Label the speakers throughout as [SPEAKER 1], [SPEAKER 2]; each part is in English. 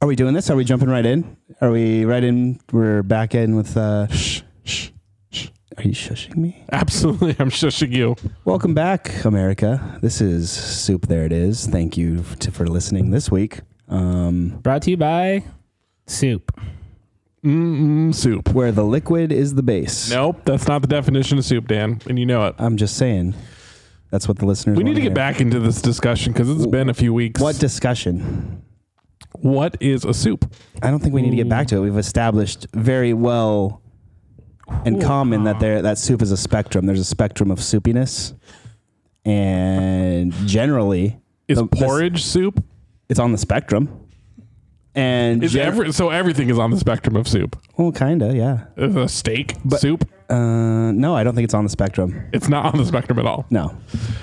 [SPEAKER 1] Are we doing this? Are we jumping right in? Are we right in? We're back in with. Uh,
[SPEAKER 2] Shh, shh.
[SPEAKER 1] are you shushing me?
[SPEAKER 2] Absolutely, I'm shushing you.
[SPEAKER 1] Welcome back, America. This is Soup. There it is. Thank you to, for listening this week. Um,
[SPEAKER 3] Brought to you by soup.
[SPEAKER 2] Mm-mm, soup.
[SPEAKER 1] where the liquid is the base.
[SPEAKER 2] Nope, that's not the definition of soup, Dan, and you know it.
[SPEAKER 1] I'm just saying. That's what the listeners.
[SPEAKER 2] We need
[SPEAKER 1] wanna
[SPEAKER 2] to get
[SPEAKER 1] hear.
[SPEAKER 2] back into this discussion because it's been a few weeks.
[SPEAKER 1] What discussion?
[SPEAKER 2] what is a soup?
[SPEAKER 1] I don't think we need to get back to
[SPEAKER 2] Hmm.
[SPEAKER 1] it. We've established very well in common that there that soup is a spectrum. There's a spectrum of soupiness, and generally,
[SPEAKER 2] Is
[SPEAKER 1] the- the-
[SPEAKER 2] porridge soup?
[SPEAKER 1] it's on the spectrum. And
[SPEAKER 2] Is
[SPEAKER 1] gen-
[SPEAKER 2] every, so everything is on the spectrum of soup.
[SPEAKER 1] well, kinda, yeah.
[SPEAKER 2] Is a steak
[SPEAKER 1] But-
[SPEAKER 2] soup?
[SPEAKER 1] Uh, no, I don't think it's on the spectrum.
[SPEAKER 2] It's not on the spectrum at all.
[SPEAKER 1] No,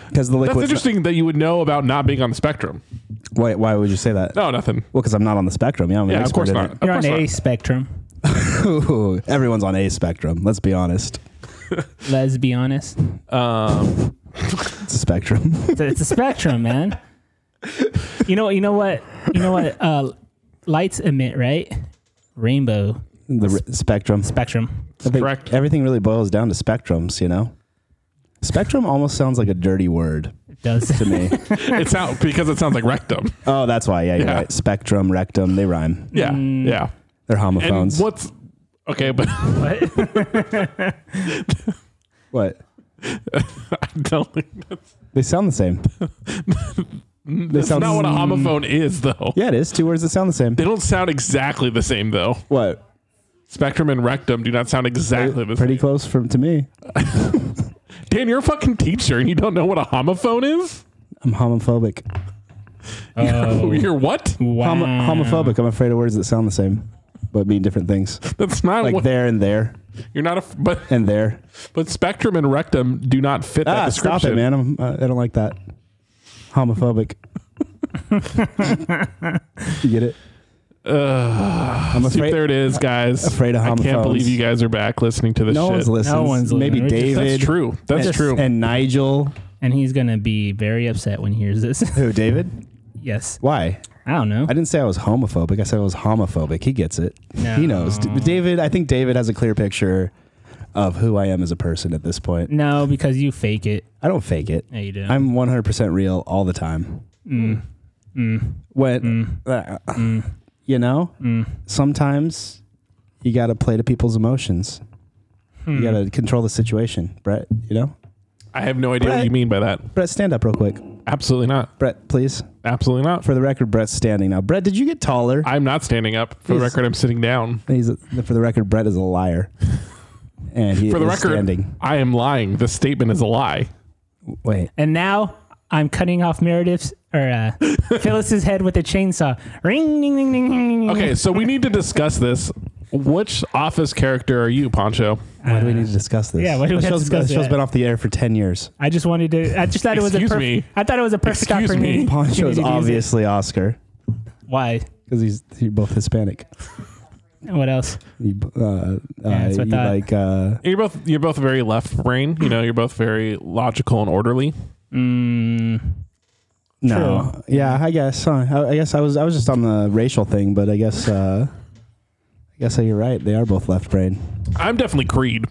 [SPEAKER 1] because the
[SPEAKER 2] That's
[SPEAKER 1] liquid.
[SPEAKER 2] interesting that you would know about not being on the spectrum.
[SPEAKER 1] Why, why would you say that?
[SPEAKER 2] No, nothing.
[SPEAKER 1] Well, because I'm not on the spectrum. Yeah, I'm an
[SPEAKER 2] Yeah, of
[SPEAKER 1] expert
[SPEAKER 2] course
[SPEAKER 1] in
[SPEAKER 2] not.
[SPEAKER 1] it.
[SPEAKER 2] Of
[SPEAKER 3] You're on
[SPEAKER 2] course
[SPEAKER 3] a
[SPEAKER 2] not.
[SPEAKER 3] spectrum.
[SPEAKER 1] Ooh, everyone's on a spectrum. Let's be honest.
[SPEAKER 3] Let's be honest.
[SPEAKER 2] Um,
[SPEAKER 1] It's a spectrum.
[SPEAKER 3] It's a, it's a spectrum, man. You know, you know what, you know what. Uh, lights emit, right? Rainbow
[SPEAKER 1] the r- spectrum.
[SPEAKER 3] spectrum.
[SPEAKER 1] I think
[SPEAKER 2] Correct.
[SPEAKER 1] Everything really boils down to spectrums, you know? Spectrum almost sounds like a dirty word
[SPEAKER 3] It does
[SPEAKER 1] to me.
[SPEAKER 2] it sounds because it sounds like rectum.
[SPEAKER 1] oh, that's why. Yeah, you're
[SPEAKER 2] Yeah.
[SPEAKER 1] right. Spectrum, rectum, they rhyme.
[SPEAKER 2] Yeah,
[SPEAKER 3] Mm.
[SPEAKER 2] yeah.
[SPEAKER 1] They're
[SPEAKER 2] And
[SPEAKER 1] homophones. What?
[SPEAKER 2] what's okay? But
[SPEAKER 3] what?
[SPEAKER 2] I don't think that's,
[SPEAKER 1] They sound the same. they
[SPEAKER 2] that's
[SPEAKER 1] sound
[SPEAKER 2] not what a homophone is, though.
[SPEAKER 1] Mm. Yeah, it is. Two words that sound the same.
[SPEAKER 2] They don't sound exactly the same, though.
[SPEAKER 1] What?
[SPEAKER 2] Spectrum and rectum do not sound exactly the
[SPEAKER 1] Pretty close from to me.
[SPEAKER 2] same. Dan, you're a fucking teacher and you don't know what a homophone is?
[SPEAKER 1] I'm homophobic.
[SPEAKER 3] Oh,
[SPEAKER 2] You're what?
[SPEAKER 3] wow.
[SPEAKER 1] Homo- homophobic. I'm afraid of words that sound the same, but mean different things.
[SPEAKER 2] That's not
[SPEAKER 1] Like
[SPEAKER 2] what
[SPEAKER 1] there and there
[SPEAKER 2] you're not a f- but
[SPEAKER 1] and there.
[SPEAKER 2] but spectrum and rectum do not fit that
[SPEAKER 1] Ah,
[SPEAKER 2] description.
[SPEAKER 1] stop it, man. I'm, uh, I don't like that. Homophobic. you get it?
[SPEAKER 2] Ugh.
[SPEAKER 1] I'm
[SPEAKER 2] See,
[SPEAKER 1] afraid.
[SPEAKER 2] there it is, guys.
[SPEAKER 1] afraid of
[SPEAKER 2] I
[SPEAKER 1] homophones.
[SPEAKER 2] can't believe you guys are back listening to this
[SPEAKER 1] No
[SPEAKER 2] shit.
[SPEAKER 1] one's listening.
[SPEAKER 3] No one's
[SPEAKER 1] Maybe
[SPEAKER 3] listening. We're just-
[SPEAKER 1] David.
[SPEAKER 2] That's true. That's
[SPEAKER 1] and,
[SPEAKER 2] true.
[SPEAKER 1] And Nigel.
[SPEAKER 3] And he's gonna be very upset when he hears this.
[SPEAKER 1] Who, David?
[SPEAKER 3] yes.
[SPEAKER 1] Why?
[SPEAKER 3] I don't know.
[SPEAKER 1] I didn't say I was homophobic. I said I was homophobic. He gets it.
[SPEAKER 3] No.
[SPEAKER 1] He knows. D- David, I think David has a clear picture of who I am as a person at this point.
[SPEAKER 3] No, because you fake it.
[SPEAKER 1] I don't fake it.
[SPEAKER 3] Yeah, you do.
[SPEAKER 1] I'm 100% real all the time.
[SPEAKER 3] Mm. Mm.
[SPEAKER 1] When, uh, you know,
[SPEAKER 3] Mm.
[SPEAKER 1] sometimes you got to play to people's emotions. You
[SPEAKER 3] Hmm.
[SPEAKER 1] got to control the situation, Brett, you know?
[SPEAKER 2] I have no idea what
[SPEAKER 1] Brett.
[SPEAKER 2] you mean by that.
[SPEAKER 1] Brett, stand up real quick.
[SPEAKER 2] Absolutely not.
[SPEAKER 1] Brett, please.
[SPEAKER 2] Absolutely not.
[SPEAKER 1] For the record, Brett's standing now. Brett, did you get taller?
[SPEAKER 2] I'm not standing up. For the
[SPEAKER 1] He's-
[SPEAKER 2] record, I'm sitting down.
[SPEAKER 1] He's a, for the record, Brett is a liar, and he
[SPEAKER 2] For the
[SPEAKER 1] is
[SPEAKER 2] record,
[SPEAKER 1] standing.
[SPEAKER 2] I am lying. The statement is a lie.
[SPEAKER 1] Wait,
[SPEAKER 3] And now I'm cutting off Meredith's or uh, Phyllis's head with a chainsaw. Ring, ding, ding, ding, ding, ding.
[SPEAKER 2] Okay, so we need to discuss this. Which office character are you, Poncho?
[SPEAKER 1] why
[SPEAKER 3] Uh,
[SPEAKER 1] do we need to discuss this?
[SPEAKER 3] yeah, why do
[SPEAKER 1] The
[SPEAKER 3] we have to
[SPEAKER 1] show's-
[SPEAKER 3] discuss
[SPEAKER 1] The show's
[SPEAKER 3] that?
[SPEAKER 1] been off the air for ten years.
[SPEAKER 3] I just wanted to. I just thought it was a
[SPEAKER 2] Excuse
[SPEAKER 3] perfect.
[SPEAKER 2] me.
[SPEAKER 3] I thought it was a perfect
[SPEAKER 2] Excuse me.
[SPEAKER 3] opportunity.
[SPEAKER 1] Poncho is
[SPEAKER 3] opportunity to use it.
[SPEAKER 1] obviously Oscar
[SPEAKER 3] Why?
[SPEAKER 1] because he's you're both Hispanic.
[SPEAKER 3] What else?
[SPEAKER 1] You, uh, uh,
[SPEAKER 3] that's what I
[SPEAKER 1] you
[SPEAKER 3] thought.
[SPEAKER 1] like uh,
[SPEAKER 2] You're both you're both very left brain. You know, you're both very logical and orderly.
[SPEAKER 3] Mm,
[SPEAKER 1] no, yeah, I guess. Huh? I, I guess I was I was just on the racial thing, but I guess uh, I guess you're right. They are both left brain.
[SPEAKER 2] I'm definitely Creed,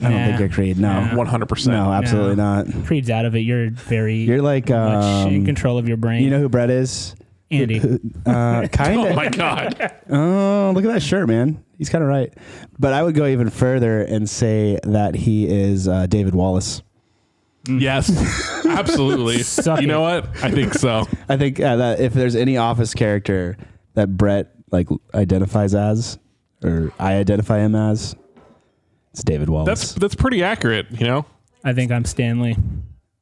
[SPEAKER 1] I don't
[SPEAKER 3] Nah.
[SPEAKER 1] think you're Creed. No,
[SPEAKER 3] Nah.
[SPEAKER 2] one hundred percent.
[SPEAKER 1] no, absolutely not.
[SPEAKER 3] Creed's out of it. You're very
[SPEAKER 1] You're like
[SPEAKER 3] much in
[SPEAKER 1] um,
[SPEAKER 3] control of your brain.
[SPEAKER 1] you know who Brett is.
[SPEAKER 3] Andy.
[SPEAKER 1] Uh, kind
[SPEAKER 2] Oh
[SPEAKER 1] of.
[SPEAKER 2] my god,
[SPEAKER 1] Oh, look at that shirt, man. He's kind of right. But I would go even further and say that he is uh, David Wallace.
[SPEAKER 2] yes, absolutely.
[SPEAKER 3] Suck
[SPEAKER 2] you know
[SPEAKER 3] it.
[SPEAKER 2] what? I think so.
[SPEAKER 1] I think uh, that if there's any office character that Brett like identifies as, or I identify him as, it's David Wallace.
[SPEAKER 2] That's that's pretty accurate. You know,
[SPEAKER 3] I think I'm Stanley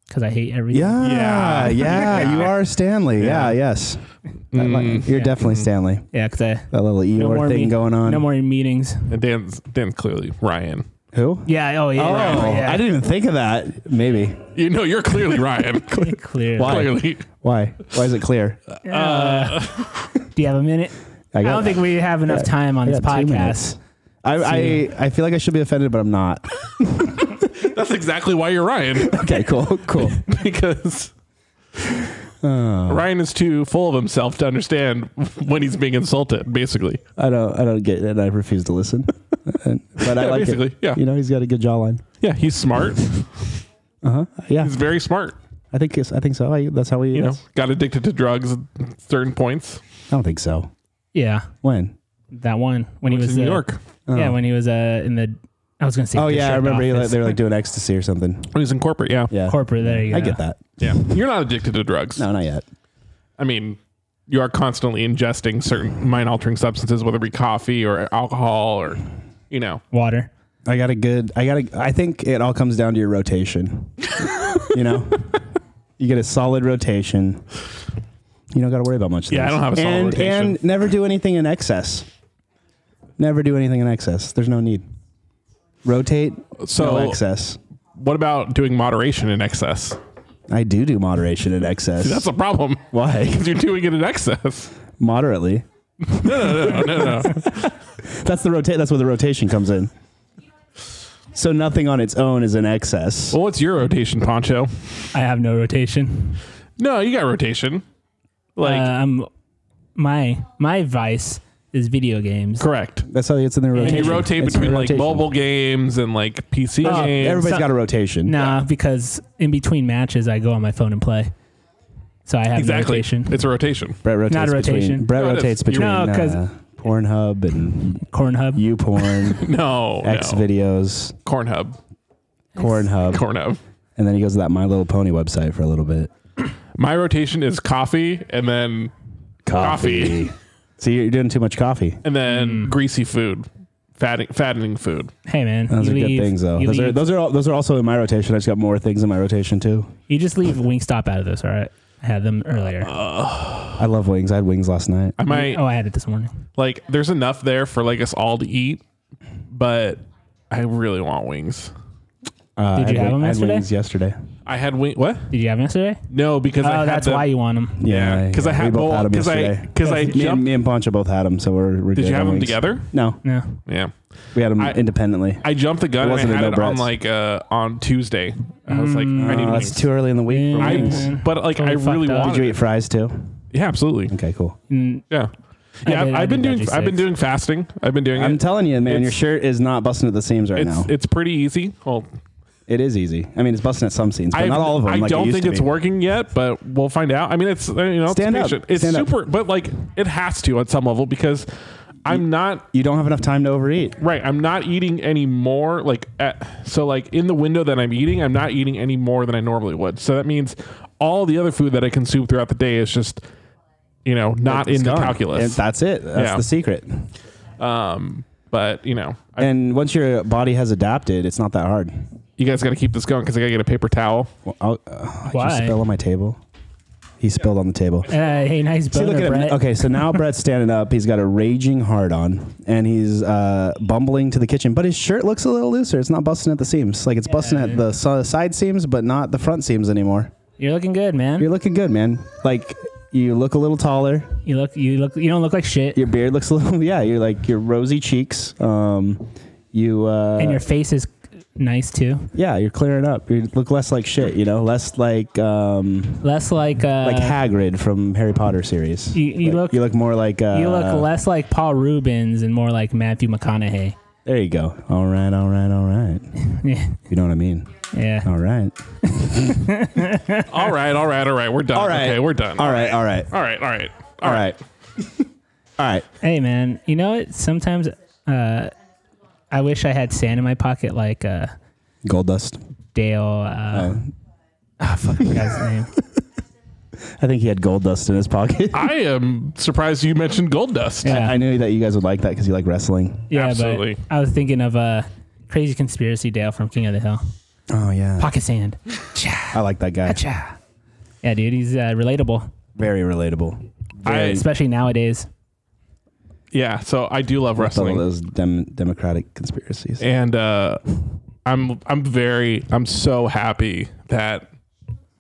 [SPEAKER 3] because I hate everything.
[SPEAKER 1] yeah, yeah,
[SPEAKER 2] Yeah.
[SPEAKER 1] You are Stanley. Yeah,
[SPEAKER 2] Yeah.
[SPEAKER 1] yes. I like-
[SPEAKER 2] Mm.
[SPEAKER 1] you're
[SPEAKER 3] Yeah.
[SPEAKER 1] definitely Stanley.
[SPEAKER 3] Yeah, because I
[SPEAKER 1] That little Eeyore
[SPEAKER 3] no more
[SPEAKER 1] thing
[SPEAKER 3] me-
[SPEAKER 1] going on.
[SPEAKER 3] No more meetings.
[SPEAKER 2] and Dan's Dan's clearly Ryan.
[SPEAKER 1] Who?
[SPEAKER 3] Yeah. Oh yeah.
[SPEAKER 1] Oh,
[SPEAKER 3] yeah.
[SPEAKER 1] I didn't even think of that. Maybe.
[SPEAKER 2] You know, you're clearly Ryan.
[SPEAKER 3] Clear.
[SPEAKER 1] Why?
[SPEAKER 2] clearly,
[SPEAKER 1] Why? Why is it clear?
[SPEAKER 3] Uh, do you have a minute? I,
[SPEAKER 1] got-
[SPEAKER 3] don't think we have enough time on
[SPEAKER 1] I
[SPEAKER 3] this
[SPEAKER 1] got two minutes.
[SPEAKER 3] podcast.
[SPEAKER 1] I, I, I feel like I should be offended, but I'm not.
[SPEAKER 2] that's exactly why you're Ryan
[SPEAKER 1] Okay, cool, cool.
[SPEAKER 2] because
[SPEAKER 1] Oh.
[SPEAKER 2] Ryan is too full of himself to understand when he's being insulted, basically.
[SPEAKER 1] I don't. I don't get it. I refuse to listen. And- but I
[SPEAKER 2] Yeah,
[SPEAKER 1] like
[SPEAKER 2] basically,
[SPEAKER 1] it.
[SPEAKER 2] yeah.
[SPEAKER 1] You know, he's got a good jawline.
[SPEAKER 2] Yeah, he's smart.
[SPEAKER 1] Yeah,
[SPEAKER 2] he's very smart.
[SPEAKER 1] I think. It's, I think so. I, that's how we.
[SPEAKER 2] You know,
[SPEAKER 1] that's-
[SPEAKER 2] got addicted to drugs at certain points.
[SPEAKER 1] I don't think so.
[SPEAKER 3] Yeah,
[SPEAKER 1] When?
[SPEAKER 3] that one when he
[SPEAKER 2] Went to
[SPEAKER 3] was
[SPEAKER 2] New
[SPEAKER 3] uh,
[SPEAKER 2] York.
[SPEAKER 3] Yeah, when he was uh, in the. I was gonna say.
[SPEAKER 1] Oh yeah, I
[SPEAKER 3] district
[SPEAKER 1] remember. he, like,
[SPEAKER 3] office.
[SPEAKER 1] they were like doing ecstasy or something.
[SPEAKER 2] When he's in corporate, yeah.
[SPEAKER 1] Yeah,
[SPEAKER 3] corporate. There you go.
[SPEAKER 1] I get that.
[SPEAKER 2] Yeah. You're not addicted to drugs.
[SPEAKER 1] No, not yet.
[SPEAKER 2] I mean, you are constantly ingesting certain mind altering substances, whether it be coffee or alcohol or, you know,
[SPEAKER 3] Water.
[SPEAKER 1] I got a good. I got a. I think it all comes down to your rotation. you know, you get a solid rotation. You don't got to worry about much.
[SPEAKER 2] Yeah, I
[SPEAKER 1] things.
[SPEAKER 2] don't have a solid
[SPEAKER 1] and,
[SPEAKER 2] rotation.
[SPEAKER 1] And never do anything in excess. Never do anything in excess. There's no need. Rotate.
[SPEAKER 2] So-
[SPEAKER 1] no excess.
[SPEAKER 2] what about doing moderation in excess?
[SPEAKER 1] I do do moderation in excess.
[SPEAKER 2] See, that's a problem.
[SPEAKER 1] why
[SPEAKER 2] 'Cause You're doing it in excess.
[SPEAKER 1] moderately.
[SPEAKER 2] No, no, no.
[SPEAKER 1] That's the rotate. That's where the rotation comes in. So nothing on its own is in excess.
[SPEAKER 2] Well, what's your rotation, Poncho?
[SPEAKER 3] I have no rotation.
[SPEAKER 2] No, you got rotation.
[SPEAKER 3] Like
[SPEAKER 2] Like,
[SPEAKER 1] Uh,
[SPEAKER 3] um, my my vice is video games.
[SPEAKER 2] correct.
[SPEAKER 1] That's how it's in the rotation.
[SPEAKER 2] You rotate
[SPEAKER 1] It's
[SPEAKER 2] between like
[SPEAKER 1] rotation.
[SPEAKER 2] mobile games and like PC
[SPEAKER 3] Oh,
[SPEAKER 2] games.
[SPEAKER 1] Everybody's
[SPEAKER 3] So-
[SPEAKER 1] got a rotation.
[SPEAKER 3] Nah, because in between matches, I go on my phone and play. So I have no
[SPEAKER 2] exactly.
[SPEAKER 3] rotation.
[SPEAKER 2] It's a rotation.
[SPEAKER 1] Brett rotates
[SPEAKER 3] Not a rotation.
[SPEAKER 1] between Brett
[SPEAKER 2] No, it is.
[SPEAKER 1] rotates between
[SPEAKER 3] No, 'cause-
[SPEAKER 1] uh, Pornhub and
[SPEAKER 3] Cornhub.
[SPEAKER 1] YouPorn,
[SPEAKER 2] No,
[SPEAKER 1] X
[SPEAKER 2] no.
[SPEAKER 1] videos,
[SPEAKER 2] Cornhub,
[SPEAKER 1] Cornhub,
[SPEAKER 2] Cornhub.
[SPEAKER 1] and then he goes to that My Little Pony website for a little bit.
[SPEAKER 2] My rotation is coffee, and then Coffee.
[SPEAKER 1] See, you're doing too much coffee.
[SPEAKER 2] and
[SPEAKER 1] Mm.
[SPEAKER 2] then greasy food, fattening, fattening food.
[SPEAKER 3] Hey man,
[SPEAKER 1] Those
[SPEAKER 3] you
[SPEAKER 1] are
[SPEAKER 3] leave-
[SPEAKER 1] good things, though.
[SPEAKER 3] You,
[SPEAKER 1] Those are
[SPEAKER 3] leave-
[SPEAKER 1] those are all, those are also in my rotation. I just got more things in my rotation too.
[SPEAKER 3] you just leave Wingstop out of this. All right, I had them earlier.
[SPEAKER 2] Uh,
[SPEAKER 1] I love wings. I had wings last night.
[SPEAKER 2] I might
[SPEAKER 3] oh, I had it this morning.
[SPEAKER 2] like. There's enough there for like us all to eat, but I really want wings.
[SPEAKER 1] Uh,
[SPEAKER 3] Did
[SPEAKER 1] I had
[SPEAKER 3] you have
[SPEAKER 1] wi-
[SPEAKER 3] them
[SPEAKER 1] I had
[SPEAKER 3] yesterday?
[SPEAKER 1] wings yesterday.
[SPEAKER 2] I had wing. What?
[SPEAKER 3] Did you have it yesterday?
[SPEAKER 2] No, because I
[SPEAKER 3] oh,
[SPEAKER 2] had
[SPEAKER 3] that's
[SPEAKER 2] them-
[SPEAKER 3] why you want them.
[SPEAKER 2] Yeah, because I
[SPEAKER 1] yeah,
[SPEAKER 2] had
[SPEAKER 1] we both had them
[SPEAKER 2] both. Because I
[SPEAKER 1] yesterday.
[SPEAKER 2] because I
[SPEAKER 1] Me and,
[SPEAKER 2] jumped.
[SPEAKER 1] me and Poncho both had them, so we're, we're
[SPEAKER 2] Did
[SPEAKER 1] good
[SPEAKER 2] you have
[SPEAKER 1] on
[SPEAKER 2] them
[SPEAKER 1] wings.
[SPEAKER 2] together?
[SPEAKER 1] No,
[SPEAKER 3] No.
[SPEAKER 2] Yeah.
[SPEAKER 1] we had them
[SPEAKER 2] I-
[SPEAKER 1] independently.
[SPEAKER 2] I jumped the gun
[SPEAKER 1] It
[SPEAKER 2] and I
[SPEAKER 1] wasn't a
[SPEAKER 2] had
[SPEAKER 1] no
[SPEAKER 2] it on
[SPEAKER 1] brats.
[SPEAKER 2] like uh, on Tuesday. I was like, I need
[SPEAKER 1] Oh,
[SPEAKER 2] wings.
[SPEAKER 1] that's too early in the week. for
[SPEAKER 3] Yeah.
[SPEAKER 2] I,
[SPEAKER 1] wings.
[SPEAKER 3] Mm.
[SPEAKER 2] but like I
[SPEAKER 3] Totally fucked
[SPEAKER 2] really
[SPEAKER 3] up.
[SPEAKER 2] wanted.
[SPEAKER 1] Did you eat fries too?
[SPEAKER 2] Yeah, absolutely.
[SPEAKER 1] Okay, cool.
[SPEAKER 3] Mm,
[SPEAKER 2] Yeah, yeah. I
[SPEAKER 3] did-
[SPEAKER 2] have
[SPEAKER 3] I
[SPEAKER 2] been
[SPEAKER 3] did
[SPEAKER 2] doing.
[SPEAKER 3] veggie
[SPEAKER 2] I've been
[SPEAKER 3] sticks.
[SPEAKER 2] doing fasting. I've been doing
[SPEAKER 1] I'm
[SPEAKER 2] it.
[SPEAKER 1] telling you, man,
[SPEAKER 2] it's-
[SPEAKER 1] your shirt is not busting at the seams right
[SPEAKER 2] It's
[SPEAKER 1] now.
[SPEAKER 2] it's pretty easy. Well,
[SPEAKER 1] It is easy. I mean, it's busting at some scenes, but
[SPEAKER 2] I've-
[SPEAKER 1] not all of them.
[SPEAKER 2] I
[SPEAKER 1] like it
[SPEAKER 2] don't
[SPEAKER 1] used
[SPEAKER 2] think
[SPEAKER 1] to
[SPEAKER 2] it's
[SPEAKER 1] be.
[SPEAKER 2] working yet, but we'll find out. I mean, it's uh, you know,
[SPEAKER 1] Stand up.
[SPEAKER 2] it's, patient. it's
[SPEAKER 1] Stand up.
[SPEAKER 2] super, but like it has to at some level because I'm not
[SPEAKER 1] You don't have enough time to overeat.
[SPEAKER 2] right. I'm not eating any more. Like at, so, like in the window that I'm eating, I'm not eating any more than I normally would. So that means all the other food that I consume throughout the day is just you know not
[SPEAKER 1] It's
[SPEAKER 2] in
[SPEAKER 1] gone.
[SPEAKER 2] the calculus.
[SPEAKER 1] And that's it. That's
[SPEAKER 2] Yeah.
[SPEAKER 1] the secret.
[SPEAKER 2] um, but you know, I,
[SPEAKER 1] And once your body has adapted, it's not that hard.
[SPEAKER 2] you guys got to keep this going because I gotta get a paper towel.
[SPEAKER 1] Well, I'll, uh, Did
[SPEAKER 3] Why?
[SPEAKER 1] you spill on my table? He spilled on the table.
[SPEAKER 3] Uh, hey, nice
[SPEAKER 1] See,
[SPEAKER 3] boner,
[SPEAKER 1] look at him.
[SPEAKER 3] Brett.
[SPEAKER 1] Okay, so now Brett's standing up. He's got a raging hard on, and he's uh, bumbling to the kitchen. But his shirt looks a little looser. It's not busting at the seams. Like it's busting at the si- side seams, but not the front seams anymore.
[SPEAKER 3] You're looking good, man.
[SPEAKER 1] You're looking good, man. Like you look a little taller.
[SPEAKER 3] you look. You look. You don't look like shit.
[SPEAKER 1] Your beard looks a little. Yeah, you're like your rosy cheeks. Um, you uh,
[SPEAKER 3] and your face is nice too.
[SPEAKER 1] yeah, you're clearing up. You look less like shit. You know, less like um,
[SPEAKER 3] Less like uh,
[SPEAKER 1] like Hagrid from Harry Potter series.
[SPEAKER 3] You- you
[SPEAKER 1] Like,
[SPEAKER 3] look-
[SPEAKER 1] you look more like uh,
[SPEAKER 3] You look less like Paul Rubens and more like Matthew McConaughey.
[SPEAKER 1] There you go. All right, all right, all right.
[SPEAKER 3] Yeah.
[SPEAKER 1] You know what I mean.
[SPEAKER 3] Yeah.
[SPEAKER 1] All right.
[SPEAKER 2] all right, all right, all right. We're done.
[SPEAKER 1] All right.
[SPEAKER 2] Okay, we're done.
[SPEAKER 1] All right. All right.
[SPEAKER 2] all right, all right.
[SPEAKER 1] All right. All right.
[SPEAKER 3] Hey, man. You know what? Sometimes uh, I wish I had sand in my pocket like uh,
[SPEAKER 1] Gold dust.
[SPEAKER 3] Dale. Uh, oh, fuck, I forgot his name.
[SPEAKER 1] I think he had gold dust in his pocket.
[SPEAKER 2] I am surprised you mentioned gold dust.
[SPEAKER 3] Yeah.
[SPEAKER 1] I knew that you guys would like that because you like wrestling.
[SPEAKER 3] Yeah,
[SPEAKER 2] Absolutely.
[SPEAKER 3] but I was thinking of uh, Crazy Conspiracy Dale from King of the Hill.
[SPEAKER 1] Oh yeah.
[SPEAKER 3] Pocket sand. Cha,
[SPEAKER 1] I like that guy.
[SPEAKER 3] cha. Yeah, dude. He's uh, relatable,
[SPEAKER 1] Very relatable.
[SPEAKER 2] I,
[SPEAKER 3] especially nowadays.
[SPEAKER 2] yeah, so I do love
[SPEAKER 1] Some of
[SPEAKER 2] wrestling,
[SPEAKER 1] those dem- democratic conspiracies.
[SPEAKER 2] and uh, I'm I'm very I'm so happy that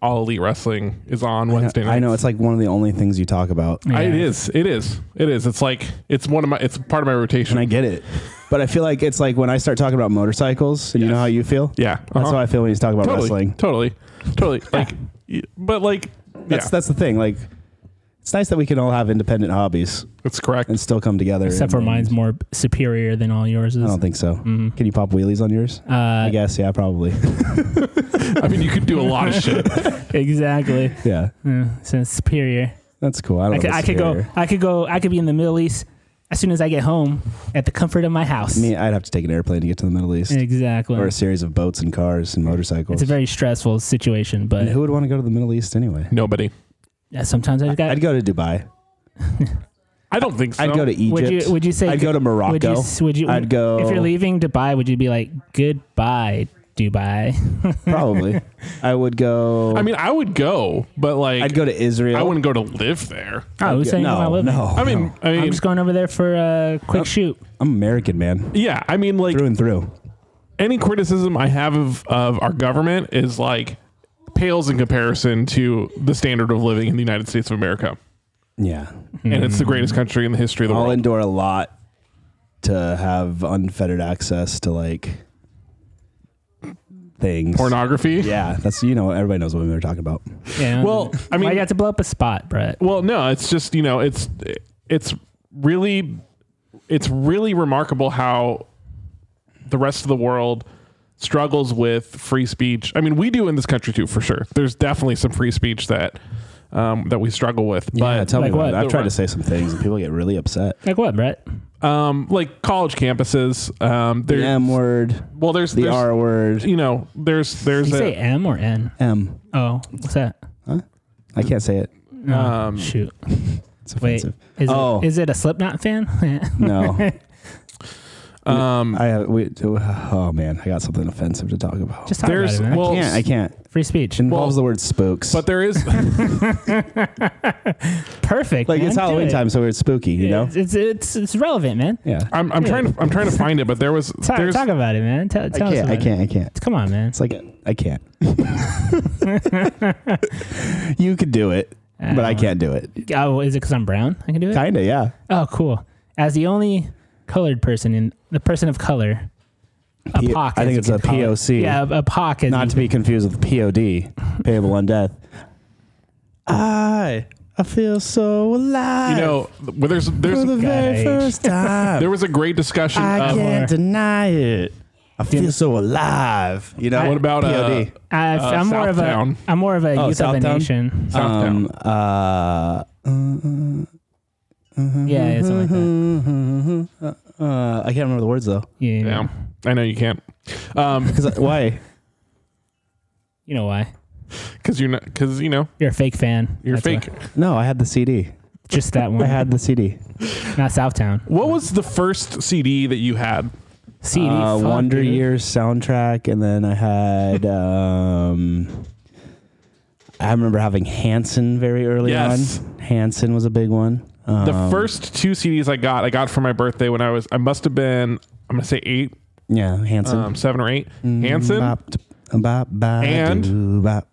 [SPEAKER 2] all elite wrestling is on Wednesday night.
[SPEAKER 1] I know it's like one of the only things you talk about,
[SPEAKER 3] Yeah.
[SPEAKER 2] it is. It is. It is. It's like it's one of my. It's part of my rotation.
[SPEAKER 1] and I get it. But I feel like it's like when I start talking about motorcycles, and you know how you feel.
[SPEAKER 2] yeah,
[SPEAKER 1] that's
[SPEAKER 2] uh-huh.
[SPEAKER 1] how I feel when you talk about
[SPEAKER 2] totally,
[SPEAKER 1] wrestling.
[SPEAKER 2] Totally, totally. Like, y- but like,
[SPEAKER 1] That's
[SPEAKER 2] Yeah.
[SPEAKER 1] that's the thing. Like, it's nice that we can all have independent hobbies
[SPEAKER 2] That's correct.
[SPEAKER 1] and still come together.
[SPEAKER 3] Except for
[SPEAKER 1] and-
[SPEAKER 3] mine's more superior than all yours is. Mm.
[SPEAKER 1] I don't think so. Can you pop wheelies on yours? I
[SPEAKER 3] uh,
[SPEAKER 1] guess. Yeah, probably.
[SPEAKER 2] I mean, you could do a lot of shit.
[SPEAKER 3] exactly.
[SPEAKER 1] yeah,
[SPEAKER 3] Mm, so it's superior.
[SPEAKER 1] that's cool. I don't.
[SPEAKER 3] I
[SPEAKER 1] know
[SPEAKER 3] could,
[SPEAKER 1] if
[SPEAKER 3] I
[SPEAKER 1] it's
[SPEAKER 3] could go.
[SPEAKER 1] superior.
[SPEAKER 3] I could go. I could be in the Middle East as soon as I get home, at the comfort of my house.
[SPEAKER 1] Me, I'd have to take an airplane to get to the Middle East,
[SPEAKER 3] Exactly.
[SPEAKER 1] or a series of boats and cars and motorcycles.
[SPEAKER 3] It's a very stressful situation, but
[SPEAKER 1] And who would want to go to the Middle East anyway?
[SPEAKER 2] Nobody.
[SPEAKER 3] yeah, sometimes I've got.
[SPEAKER 1] I'd go to Dubai.
[SPEAKER 2] I don't think so.
[SPEAKER 1] I'd go to Egypt.
[SPEAKER 3] would you? Would you say?
[SPEAKER 1] I'd go to Morocco.
[SPEAKER 3] Would you? Would you?
[SPEAKER 1] I'd go-
[SPEAKER 3] If you're leaving Dubai, would you be like goodbye, Dubai?
[SPEAKER 1] probably. I would go.
[SPEAKER 2] I mean, I would go, but like,
[SPEAKER 1] I'd go to Israel.
[SPEAKER 2] I wouldn't go to live there.
[SPEAKER 3] Oh,
[SPEAKER 1] I'd
[SPEAKER 3] who's
[SPEAKER 1] go-
[SPEAKER 3] saying
[SPEAKER 1] no,
[SPEAKER 3] I'm living?
[SPEAKER 1] no. Oh.
[SPEAKER 2] I mean, I mean,
[SPEAKER 3] I'm just going over there for a quick shoot.
[SPEAKER 1] I'm American, man,
[SPEAKER 2] yeah. I mean, like,
[SPEAKER 1] through and through.
[SPEAKER 2] any criticism I have of, of our government is like pales in comparison to the standard of living in the United States of America.
[SPEAKER 1] Yeah,
[SPEAKER 2] And it's the greatest country in the history of the
[SPEAKER 1] I'll
[SPEAKER 2] world.
[SPEAKER 1] endure a lot to have unfettered access to like things.
[SPEAKER 2] Pornography.
[SPEAKER 1] Yeah, that's you know everybody knows what we were talking about.
[SPEAKER 3] Yeah.
[SPEAKER 2] Well, I mean-
[SPEAKER 3] Why you have to blow up a spot, Brett.
[SPEAKER 2] Well, no, it's just, you know, it's, it's really, it's really remarkable how the rest of the world struggles with free speech. I mean, we do in this country too, for sure. There's definitely some free speech that, um, that we struggle with,
[SPEAKER 1] Yeah,
[SPEAKER 2] but
[SPEAKER 1] tell
[SPEAKER 3] like
[SPEAKER 1] me about
[SPEAKER 3] what?
[SPEAKER 1] it. I've
[SPEAKER 2] The
[SPEAKER 1] tried
[SPEAKER 2] run-
[SPEAKER 1] to say some things and people get really upset.
[SPEAKER 3] Like what, Brett?
[SPEAKER 2] um, like college campuses, um,
[SPEAKER 1] The
[SPEAKER 2] there,
[SPEAKER 1] M word,
[SPEAKER 2] well, there's
[SPEAKER 1] the
[SPEAKER 2] there's-
[SPEAKER 1] R word,
[SPEAKER 2] you know, there's there's
[SPEAKER 3] Did you
[SPEAKER 2] a
[SPEAKER 3] say M or N?
[SPEAKER 1] M.
[SPEAKER 3] Oh, what's that?
[SPEAKER 1] I can't say it.
[SPEAKER 3] No,
[SPEAKER 2] Um,
[SPEAKER 3] shoot.
[SPEAKER 1] It's
[SPEAKER 3] Wait,
[SPEAKER 1] offensive.
[SPEAKER 3] is,
[SPEAKER 1] Oh.
[SPEAKER 3] it, is it a Slipknot fan?
[SPEAKER 1] No,
[SPEAKER 2] um,
[SPEAKER 1] I have. We, oh man, I got something offensive to talk about.
[SPEAKER 3] Just talk
[SPEAKER 2] there's
[SPEAKER 3] about it, man.
[SPEAKER 2] well,
[SPEAKER 1] I can't. I can't.
[SPEAKER 3] Free
[SPEAKER 1] It
[SPEAKER 3] speech.
[SPEAKER 1] involves the word spooks.
[SPEAKER 2] but there is
[SPEAKER 3] Perfect.
[SPEAKER 1] like
[SPEAKER 3] man.
[SPEAKER 1] it's
[SPEAKER 3] Do
[SPEAKER 1] Halloween
[SPEAKER 3] it.
[SPEAKER 1] time, so it's spooky. You know.
[SPEAKER 3] It's, it's it's it's relevant, man.
[SPEAKER 1] Yeah.
[SPEAKER 2] I'm, I'm trying to I'm trying to find it, but there was
[SPEAKER 3] Talk,
[SPEAKER 2] there's
[SPEAKER 3] talk about it, man. Tell,
[SPEAKER 1] I
[SPEAKER 3] tell us
[SPEAKER 1] can't. I
[SPEAKER 3] about it.
[SPEAKER 1] can't. I can't.
[SPEAKER 3] Come on, man.
[SPEAKER 1] It's like I can't. you could do it, but I can't do it.
[SPEAKER 3] Uh, Oh, is it because I'm brown? I can do it.
[SPEAKER 1] Kinda, yeah.
[SPEAKER 3] Oh, cool. As the only colored person in the person of color, a
[SPEAKER 1] P-
[SPEAKER 3] POC.
[SPEAKER 1] I think it's
[SPEAKER 3] as you
[SPEAKER 1] a
[SPEAKER 3] can call it.
[SPEAKER 1] POC.
[SPEAKER 3] Yeah, a, a POC. as
[SPEAKER 1] Not
[SPEAKER 3] you
[SPEAKER 1] to be confused with POD, payable on death. I I feel so alive.
[SPEAKER 2] you know well, there's
[SPEAKER 1] for the
[SPEAKER 2] there's
[SPEAKER 1] very
[SPEAKER 3] Guy.
[SPEAKER 1] first time.
[SPEAKER 2] there was a Uh, great discussion
[SPEAKER 1] I
[SPEAKER 2] of
[SPEAKER 1] can't
[SPEAKER 3] more.
[SPEAKER 1] deny it. I feel so alive. You know
[SPEAKER 2] What about, uh,
[SPEAKER 1] POD?
[SPEAKER 3] I,
[SPEAKER 2] Uh,
[SPEAKER 3] am more of a
[SPEAKER 2] Southtown.
[SPEAKER 3] I'm more of a
[SPEAKER 1] Oh,
[SPEAKER 3] youth of a
[SPEAKER 1] Southtown?
[SPEAKER 3] nation.
[SPEAKER 2] Southtown.
[SPEAKER 1] um, uh,
[SPEAKER 3] Yeah, yeah, something like that.
[SPEAKER 1] uh, I can't remember the words though.
[SPEAKER 3] Yeah,
[SPEAKER 2] yeah, I know you can't um
[SPEAKER 1] Because why?
[SPEAKER 3] you know why?
[SPEAKER 2] because you're not because you know
[SPEAKER 3] You're a fake fan.
[SPEAKER 2] you're
[SPEAKER 3] That's
[SPEAKER 2] fake.
[SPEAKER 3] why.
[SPEAKER 1] No, I had the CD.
[SPEAKER 3] Just that one.
[SPEAKER 1] I had the CD.
[SPEAKER 3] not Southtown.
[SPEAKER 2] What was the first CD that you had?
[SPEAKER 3] CD.
[SPEAKER 1] uh,
[SPEAKER 3] fuck,
[SPEAKER 1] Wonder
[SPEAKER 3] dude.
[SPEAKER 1] Years soundtrack, and then I had. um I remember having Hanson very early
[SPEAKER 2] Yes.
[SPEAKER 1] on. Hanson was a big one. Um,
[SPEAKER 2] The first two CDs I got, I got for my birthday when I was I must have been I'm gonna say eight,
[SPEAKER 1] yeah, Hanson.
[SPEAKER 2] um, seven or eight.
[SPEAKER 1] Mm,
[SPEAKER 2] Hanson,
[SPEAKER 1] Bop, t- bop, bop,
[SPEAKER 2] And-
[SPEAKER 1] doo, bop.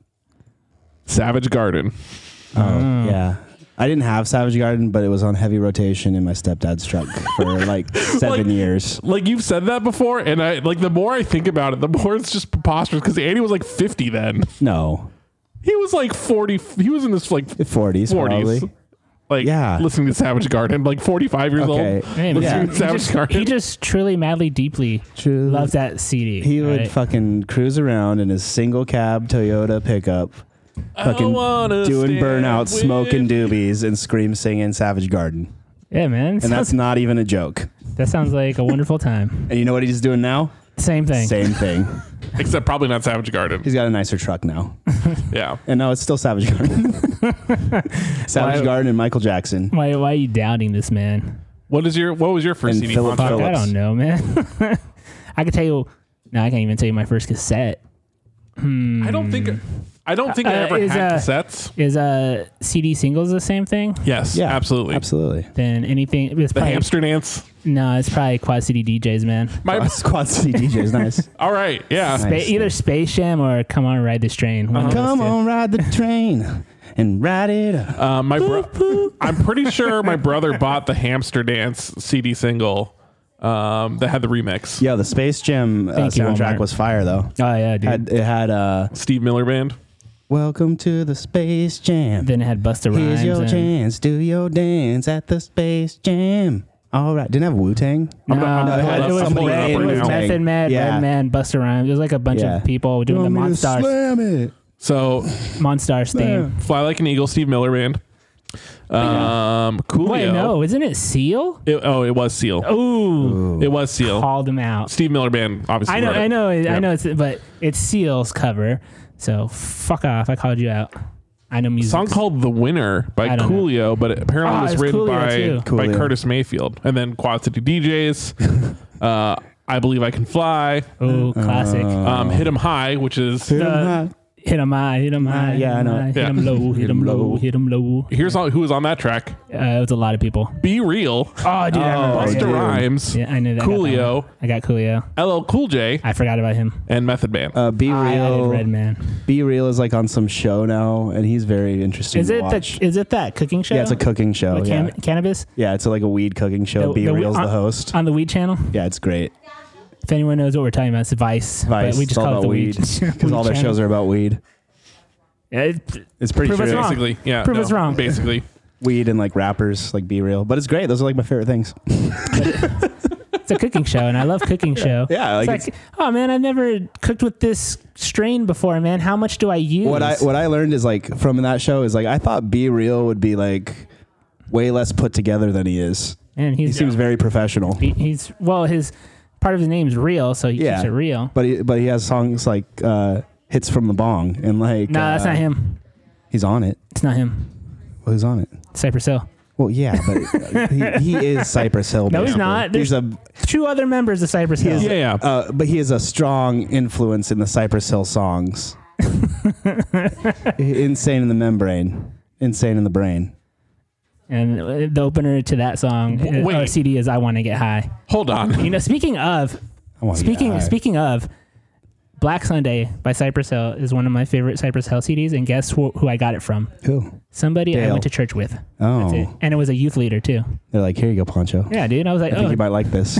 [SPEAKER 2] Savage Garden. Mm.
[SPEAKER 1] Oh, yeah. I didn't have Savage Garden, but it was on heavy rotation in my stepdad's truck for like seven
[SPEAKER 2] Like-
[SPEAKER 1] years.
[SPEAKER 2] like you've said that before, and I like the more I think about it, the more it's just preposterous. Because Andy was like fifty then;
[SPEAKER 1] No,
[SPEAKER 2] he was like forty. He was in this like
[SPEAKER 1] forties,
[SPEAKER 2] forties,
[SPEAKER 1] probably.
[SPEAKER 2] like
[SPEAKER 1] Yeah.
[SPEAKER 2] listening to Savage Garden, like forty-five years
[SPEAKER 1] Okay.
[SPEAKER 2] old.
[SPEAKER 3] Hey, man.
[SPEAKER 1] Yeah.
[SPEAKER 3] He,
[SPEAKER 2] Savage
[SPEAKER 3] just,
[SPEAKER 2] Garden.
[SPEAKER 3] he just truly, madly, deeply
[SPEAKER 1] Truly-
[SPEAKER 3] loves that CD.
[SPEAKER 1] He would
[SPEAKER 3] right?
[SPEAKER 1] fucking cruise around in his single cab Toyota pickup, fucking
[SPEAKER 2] wanna
[SPEAKER 1] doing
[SPEAKER 2] stand
[SPEAKER 1] burnout,
[SPEAKER 2] with-
[SPEAKER 1] smoking doobies, and scream singing Savage Garden.
[SPEAKER 3] yeah, man.
[SPEAKER 1] And that's
[SPEAKER 3] Sounds-
[SPEAKER 1] not even a joke.
[SPEAKER 3] that sounds like a wonderful time.
[SPEAKER 1] And you know what he's doing now?
[SPEAKER 3] Same thing.
[SPEAKER 1] Same thing.
[SPEAKER 2] Except probably not Savage Garden.
[SPEAKER 1] He's got a nicer truck now.
[SPEAKER 2] Yeah,
[SPEAKER 1] And no, it's still Savage Garden. Savage
[SPEAKER 2] Why-
[SPEAKER 1] Garden and Michael Jackson.
[SPEAKER 3] Why, why are you doubting this man?
[SPEAKER 2] what is your what was your first
[SPEAKER 1] And
[SPEAKER 2] CD?
[SPEAKER 1] Philip
[SPEAKER 2] Fonz?
[SPEAKER 3] Fuck, I
[SPEAKER 1] Phillips.
[SPEAKER 3] don't know, man. I could tell you. No, I can't even tell you my first cassette.
[SPEAKER 2] I don't think I don't think I
[SPEAKER 3] Uh,
[SPEAKER 2] ever
[SPEAKER 3] is,
[SPEAKER 2] had
[SPEAKER 3] uh,
[SPEAKER 2] cassettes.
[SPEAKER 3] Is uh CD singles the same thing?
[SPEAKER 2] Yes,
[SPEAKER 1] Yeah,
[SPEAKER 2] absolutely.
[SPEAKER 1] Absolutely.
[SPEAKER 3] Then anything? It's
[SPEAKER 2] The
[SPEAKER 3] probably,
[SPEAKER 2] hamster dance.
[SPEAKER 3] No, it's probably Quad City DJs, man.
[SPEAKER 2] My,
[SPEAKER 1] Squad City DJ is nice.
[SPEAKER 2] all right, yeah.
[SPEAKER 1] Nice.
[SPEAKER 3] Ba- either Space Jam or Come on, Ride This Train. One of those
[SPEAKER 1] Come
[SPEAKER 3] two.
[SPEAKER 1] on, ride the train and ride it up.
[SPEAKER 2] Uh, my bro- I'm pretty sure my brother bought the Hamster Dance CD single um, that had the remix.
[SPEAKER 1] Yo, the Space Jam uh,
[SPEAKER 3] Thank you,
[SPEAKER 1] soundtrack
[SPEAKER 3] Walmart.
[SPEAKER 1] was fire though.
[SPEAKER 3] Oh yeah, dude.
[SPEAKER 1] Had, it had uh,
[SPEAKER 2] Steve Miller Band.
[SPEAKER 1] Welcome to the Space Jam.
[SPEAKER 3] Then it had Busta Rhymes.
[SPEAKER 1] Here's your
[SPEAKER 3] and-
[SPEAKER 1] chance. Do your dance at the Space Jam. All right. Didn't have Wu Tang.
[SPEAKER 3] No,
[SPEAKER 2] not-
[SPEAKER 1] I'm
[SPEAKER 3] it
[SPEAKER 1] not-
[SPEAKER 3] was,
[SPEAKER 1] I'm pulling it
[SPEAKER 3] Red,
[SPEAKER 1] up
[SPEAKER 3] it
[SPEAKER 1] right
[SPEAKER 3] was
[SPEAKER 1] now.
[SPEAKER 3] Method Man,
[SPEAKER 1] Yeah.
[SPEAKER 3] Red Man, Busta Rhymes. It was like a bunch
[SPEAKER 1] Yeah.
[SPEAKER 3] of people doing the Monstars,
[SPEAKER 1] Slam it.
[SPEAKER 2] So
[SPEAKER 3] Monstars thing.
[SPEAKER 2] Fly Like an Eagle, Steve Miller Band. Um, Coolio.
[SPEAKER 3] Wait, no, isn't it Seal?
[SPEAKER 2] It- oh, it was Seal.
[SPEAKER 3] Ooh,
[SPEAKER 2] It was Seal.
[SPEAKER 3] called him out.
[SPEAKER 2] Steve Miller Band, obviously.
[SPEAKER 3] Oh. I know,
[SPEAKER 2] wrote it.
[SPEAKER 3] I know,
[SPEAKER 2] Yeah.
[SPEAKER 3] I know. It's but it's Seal's cover. So fuck off. I called you out. I know music.
[SPEAKER 2] song called "The Winner" by
[SPEAKER 3] I don't know.
[SPEAKER 2] Coolio, but it apparently
[SPEAKER 3] Ah,
[SPEAKER 2] was
[SPEAKER 3] it's
[SPEAKER 2] written
[SPEAKER 3] Coolio,
[SPEAKER 2] by
[SPEAKER 1] too.
[SPEAKER 2] by
[SPEAKER 1] Coolio.
[SPEAKER 2] Curtis Mayfield, and then Quad City DJs. uh, I believe I can fly.
[SPEAKER 3] Ooh, Oh, classic.
[SPEAKER 1] Uh,
[SPEAKER 2] Um, Hit 'em high, which is
[SPEAKER 3] Uh, Hit 'em high, hit 'em high.
[SPEAKER 1] uh, yeah, I know.
[SPEAKER 3] Hit
[SPEAKER 2] Yeah.
[SPEAKER 3] 'em low, hit 'em low, hit 'em low.
[SPEAKER 2] here's all, who was on that track.
[SPEAKER 3] Uh, it was a lot of people.
[SPEAKER 2] Be real,
[SPEAKER 3] Oh, dude, I remember.
[SPEAKER 2] Busta
[SPEAKER 3] that.
[SPEAKER 1] dude.
[SPEAKER 2] Rhymes,
[SPEAKER 3] Yeah, I knew that. I got that
[SPEAKER 2] Coolio.
[SPEAKER 3] one. I got Coolio.
[SPEAKER 2] LL Cool J,
[SPEAKER 3] I forgot about him.
[SPEAKER 2] and Method Man.
[SPEAKER 1] Uh, Be
[SPEAKER 3] I added Red
[SPEAKER 1] Real.
[SPEAKER 3] Man.
[SPEAKER 1] Be Real is like on some show now, and he's very interesting.
[SPEAKER 3] Is
[SPEAKER 1] to
[SPEAKER 3] it
[SPEAKER 1] watch.
[SPEAKER 3] the? Is it that cooking show?
[SPEAKER 1] yeah, it's a cooking show.
[SPEAKER 3] With
[SPEAKER 1] yeah.
[SPEAKER 3] can- cannabis
[SPEAKER 1] yeah, it's like a weed cooking show.
[SPEAKER 3] The-
[SPEAKER 1] Be
[SPEAKER 3] the-
[SPEAKER 1] Real's
[SPEAKER 3] uh,
[SPEAKER 1] the host.
[SPEAKER 3] on the Weed Channel.
[SPEAKER 1] Yeah, it's great.
[SPEAKER 3] If anyone knows what we're talking about, it's Vice.
[SPEAKER 1] Vice.
[SPEAKER 3] But we
[SPEAKER 1] it's
[SPEAKER 3] just
[SPEAKER 1] all
[SPEAKER 3] call it
[SPEAKER 1] about
[SPEAKER 3] the
[SPEAKER 1] weed because
[SPEAKER 3] Because
[SPEAKER 1] all their shows are about weed. It's pretty
[SPEAKER 3] Prove us
[SPEAKER 1] true.
[SPEAKER 3] wrong.
[SPEAKER 2] basically, yeah.
[SPEAKER 3] Prove us wrong.
[SPEAKER 2] Basically,
[SPEAKER 1] Weed and like rappers, like Be Real, but it's great. Those are like my favorite things.
[SPEAKER 3] It's a cooking show, and I love cooking show.
[SPEAKER 1] Yeah,
[SPEAKER 3] It's
[SPEAKER 1] like,
[SPEAKER 3] like, oh man, I've never cooked with this strain before, man. How much do I use?
[SPEAKER 1] what I what I learned is like from that show is like I thought Be Real would be like way less put together than he is.
[SPEAKER 3] and
[SPEAKER 1] He
[SPEAKER 3] he's
[SPEAKER 1] seems very professional,
[SPEAKER 3] he- he's well, his part of his name's real, so he
[SPEAKER 1] Yeah.
[SPEAKER 3] keeps it real.
[SPEAKER 1] but he but he has songs like uh, hits from the bong and like
[SPEAKER 3] No, that's
[SPEAKER 1] uh,
[SPEAKER 3] not him.
[SPEAKER 1] He's on it.
[SPEAKER 3] It's not him.
[SPEAKER 1] Well, who's on it?
[SPEAKER 3] Cypress Hill.
[SPEAKER 1] Well, yeah, but he, he is Cypress Hill.
[SPEAKER 3] No, he's
[SPEAKER 1] basically.
[SPEAKER 3] not. There's
[SPEAKER 1] He's a
[SPEAKER 3] two other members of Cypress Hill.
[SPEAKER 2] yeah, yeah.
[SPEAKER 1] uh, but he is a strong influence in the Cypress Hill songs. Insane in the membrane. Insane in the brain.
[SPEAKER 3] And uh, the opener to that song, uh,
[SPEAKER 2] Wait.
[SPEAKER 3] or CD, is "I Want to Get High."
[SPEAKER 2] Hold on.
[SPEAKER 3] You know, speaking of,
[SPEAKER 1] I wanna get
[SPEAKER 3] speaking
[SPEAKER 1] high.
[SPEAKER 3] speaking of, Black Sunday by Cypress Hill is one of my favorite Cypress Hill CDs, and guess who, who I got it from?
[SPEAKER 1] Who?
[SPEAKER 3] Somebody I
[SPEAKER 1] Dale.
[SPEAKER 3] went to church with. That's it.
[SPEAKER 1] Oh,
[SPEAKER 3] And it was a youth leader too.
[SPEAKER 1] they're like, here you go, Poncho.
[SPEAKER 3] Yeah, dude. I was like,
[SPEAKER 1] I think
[SPEAKER 3] oh,
[SPEAKER 1] you might like this.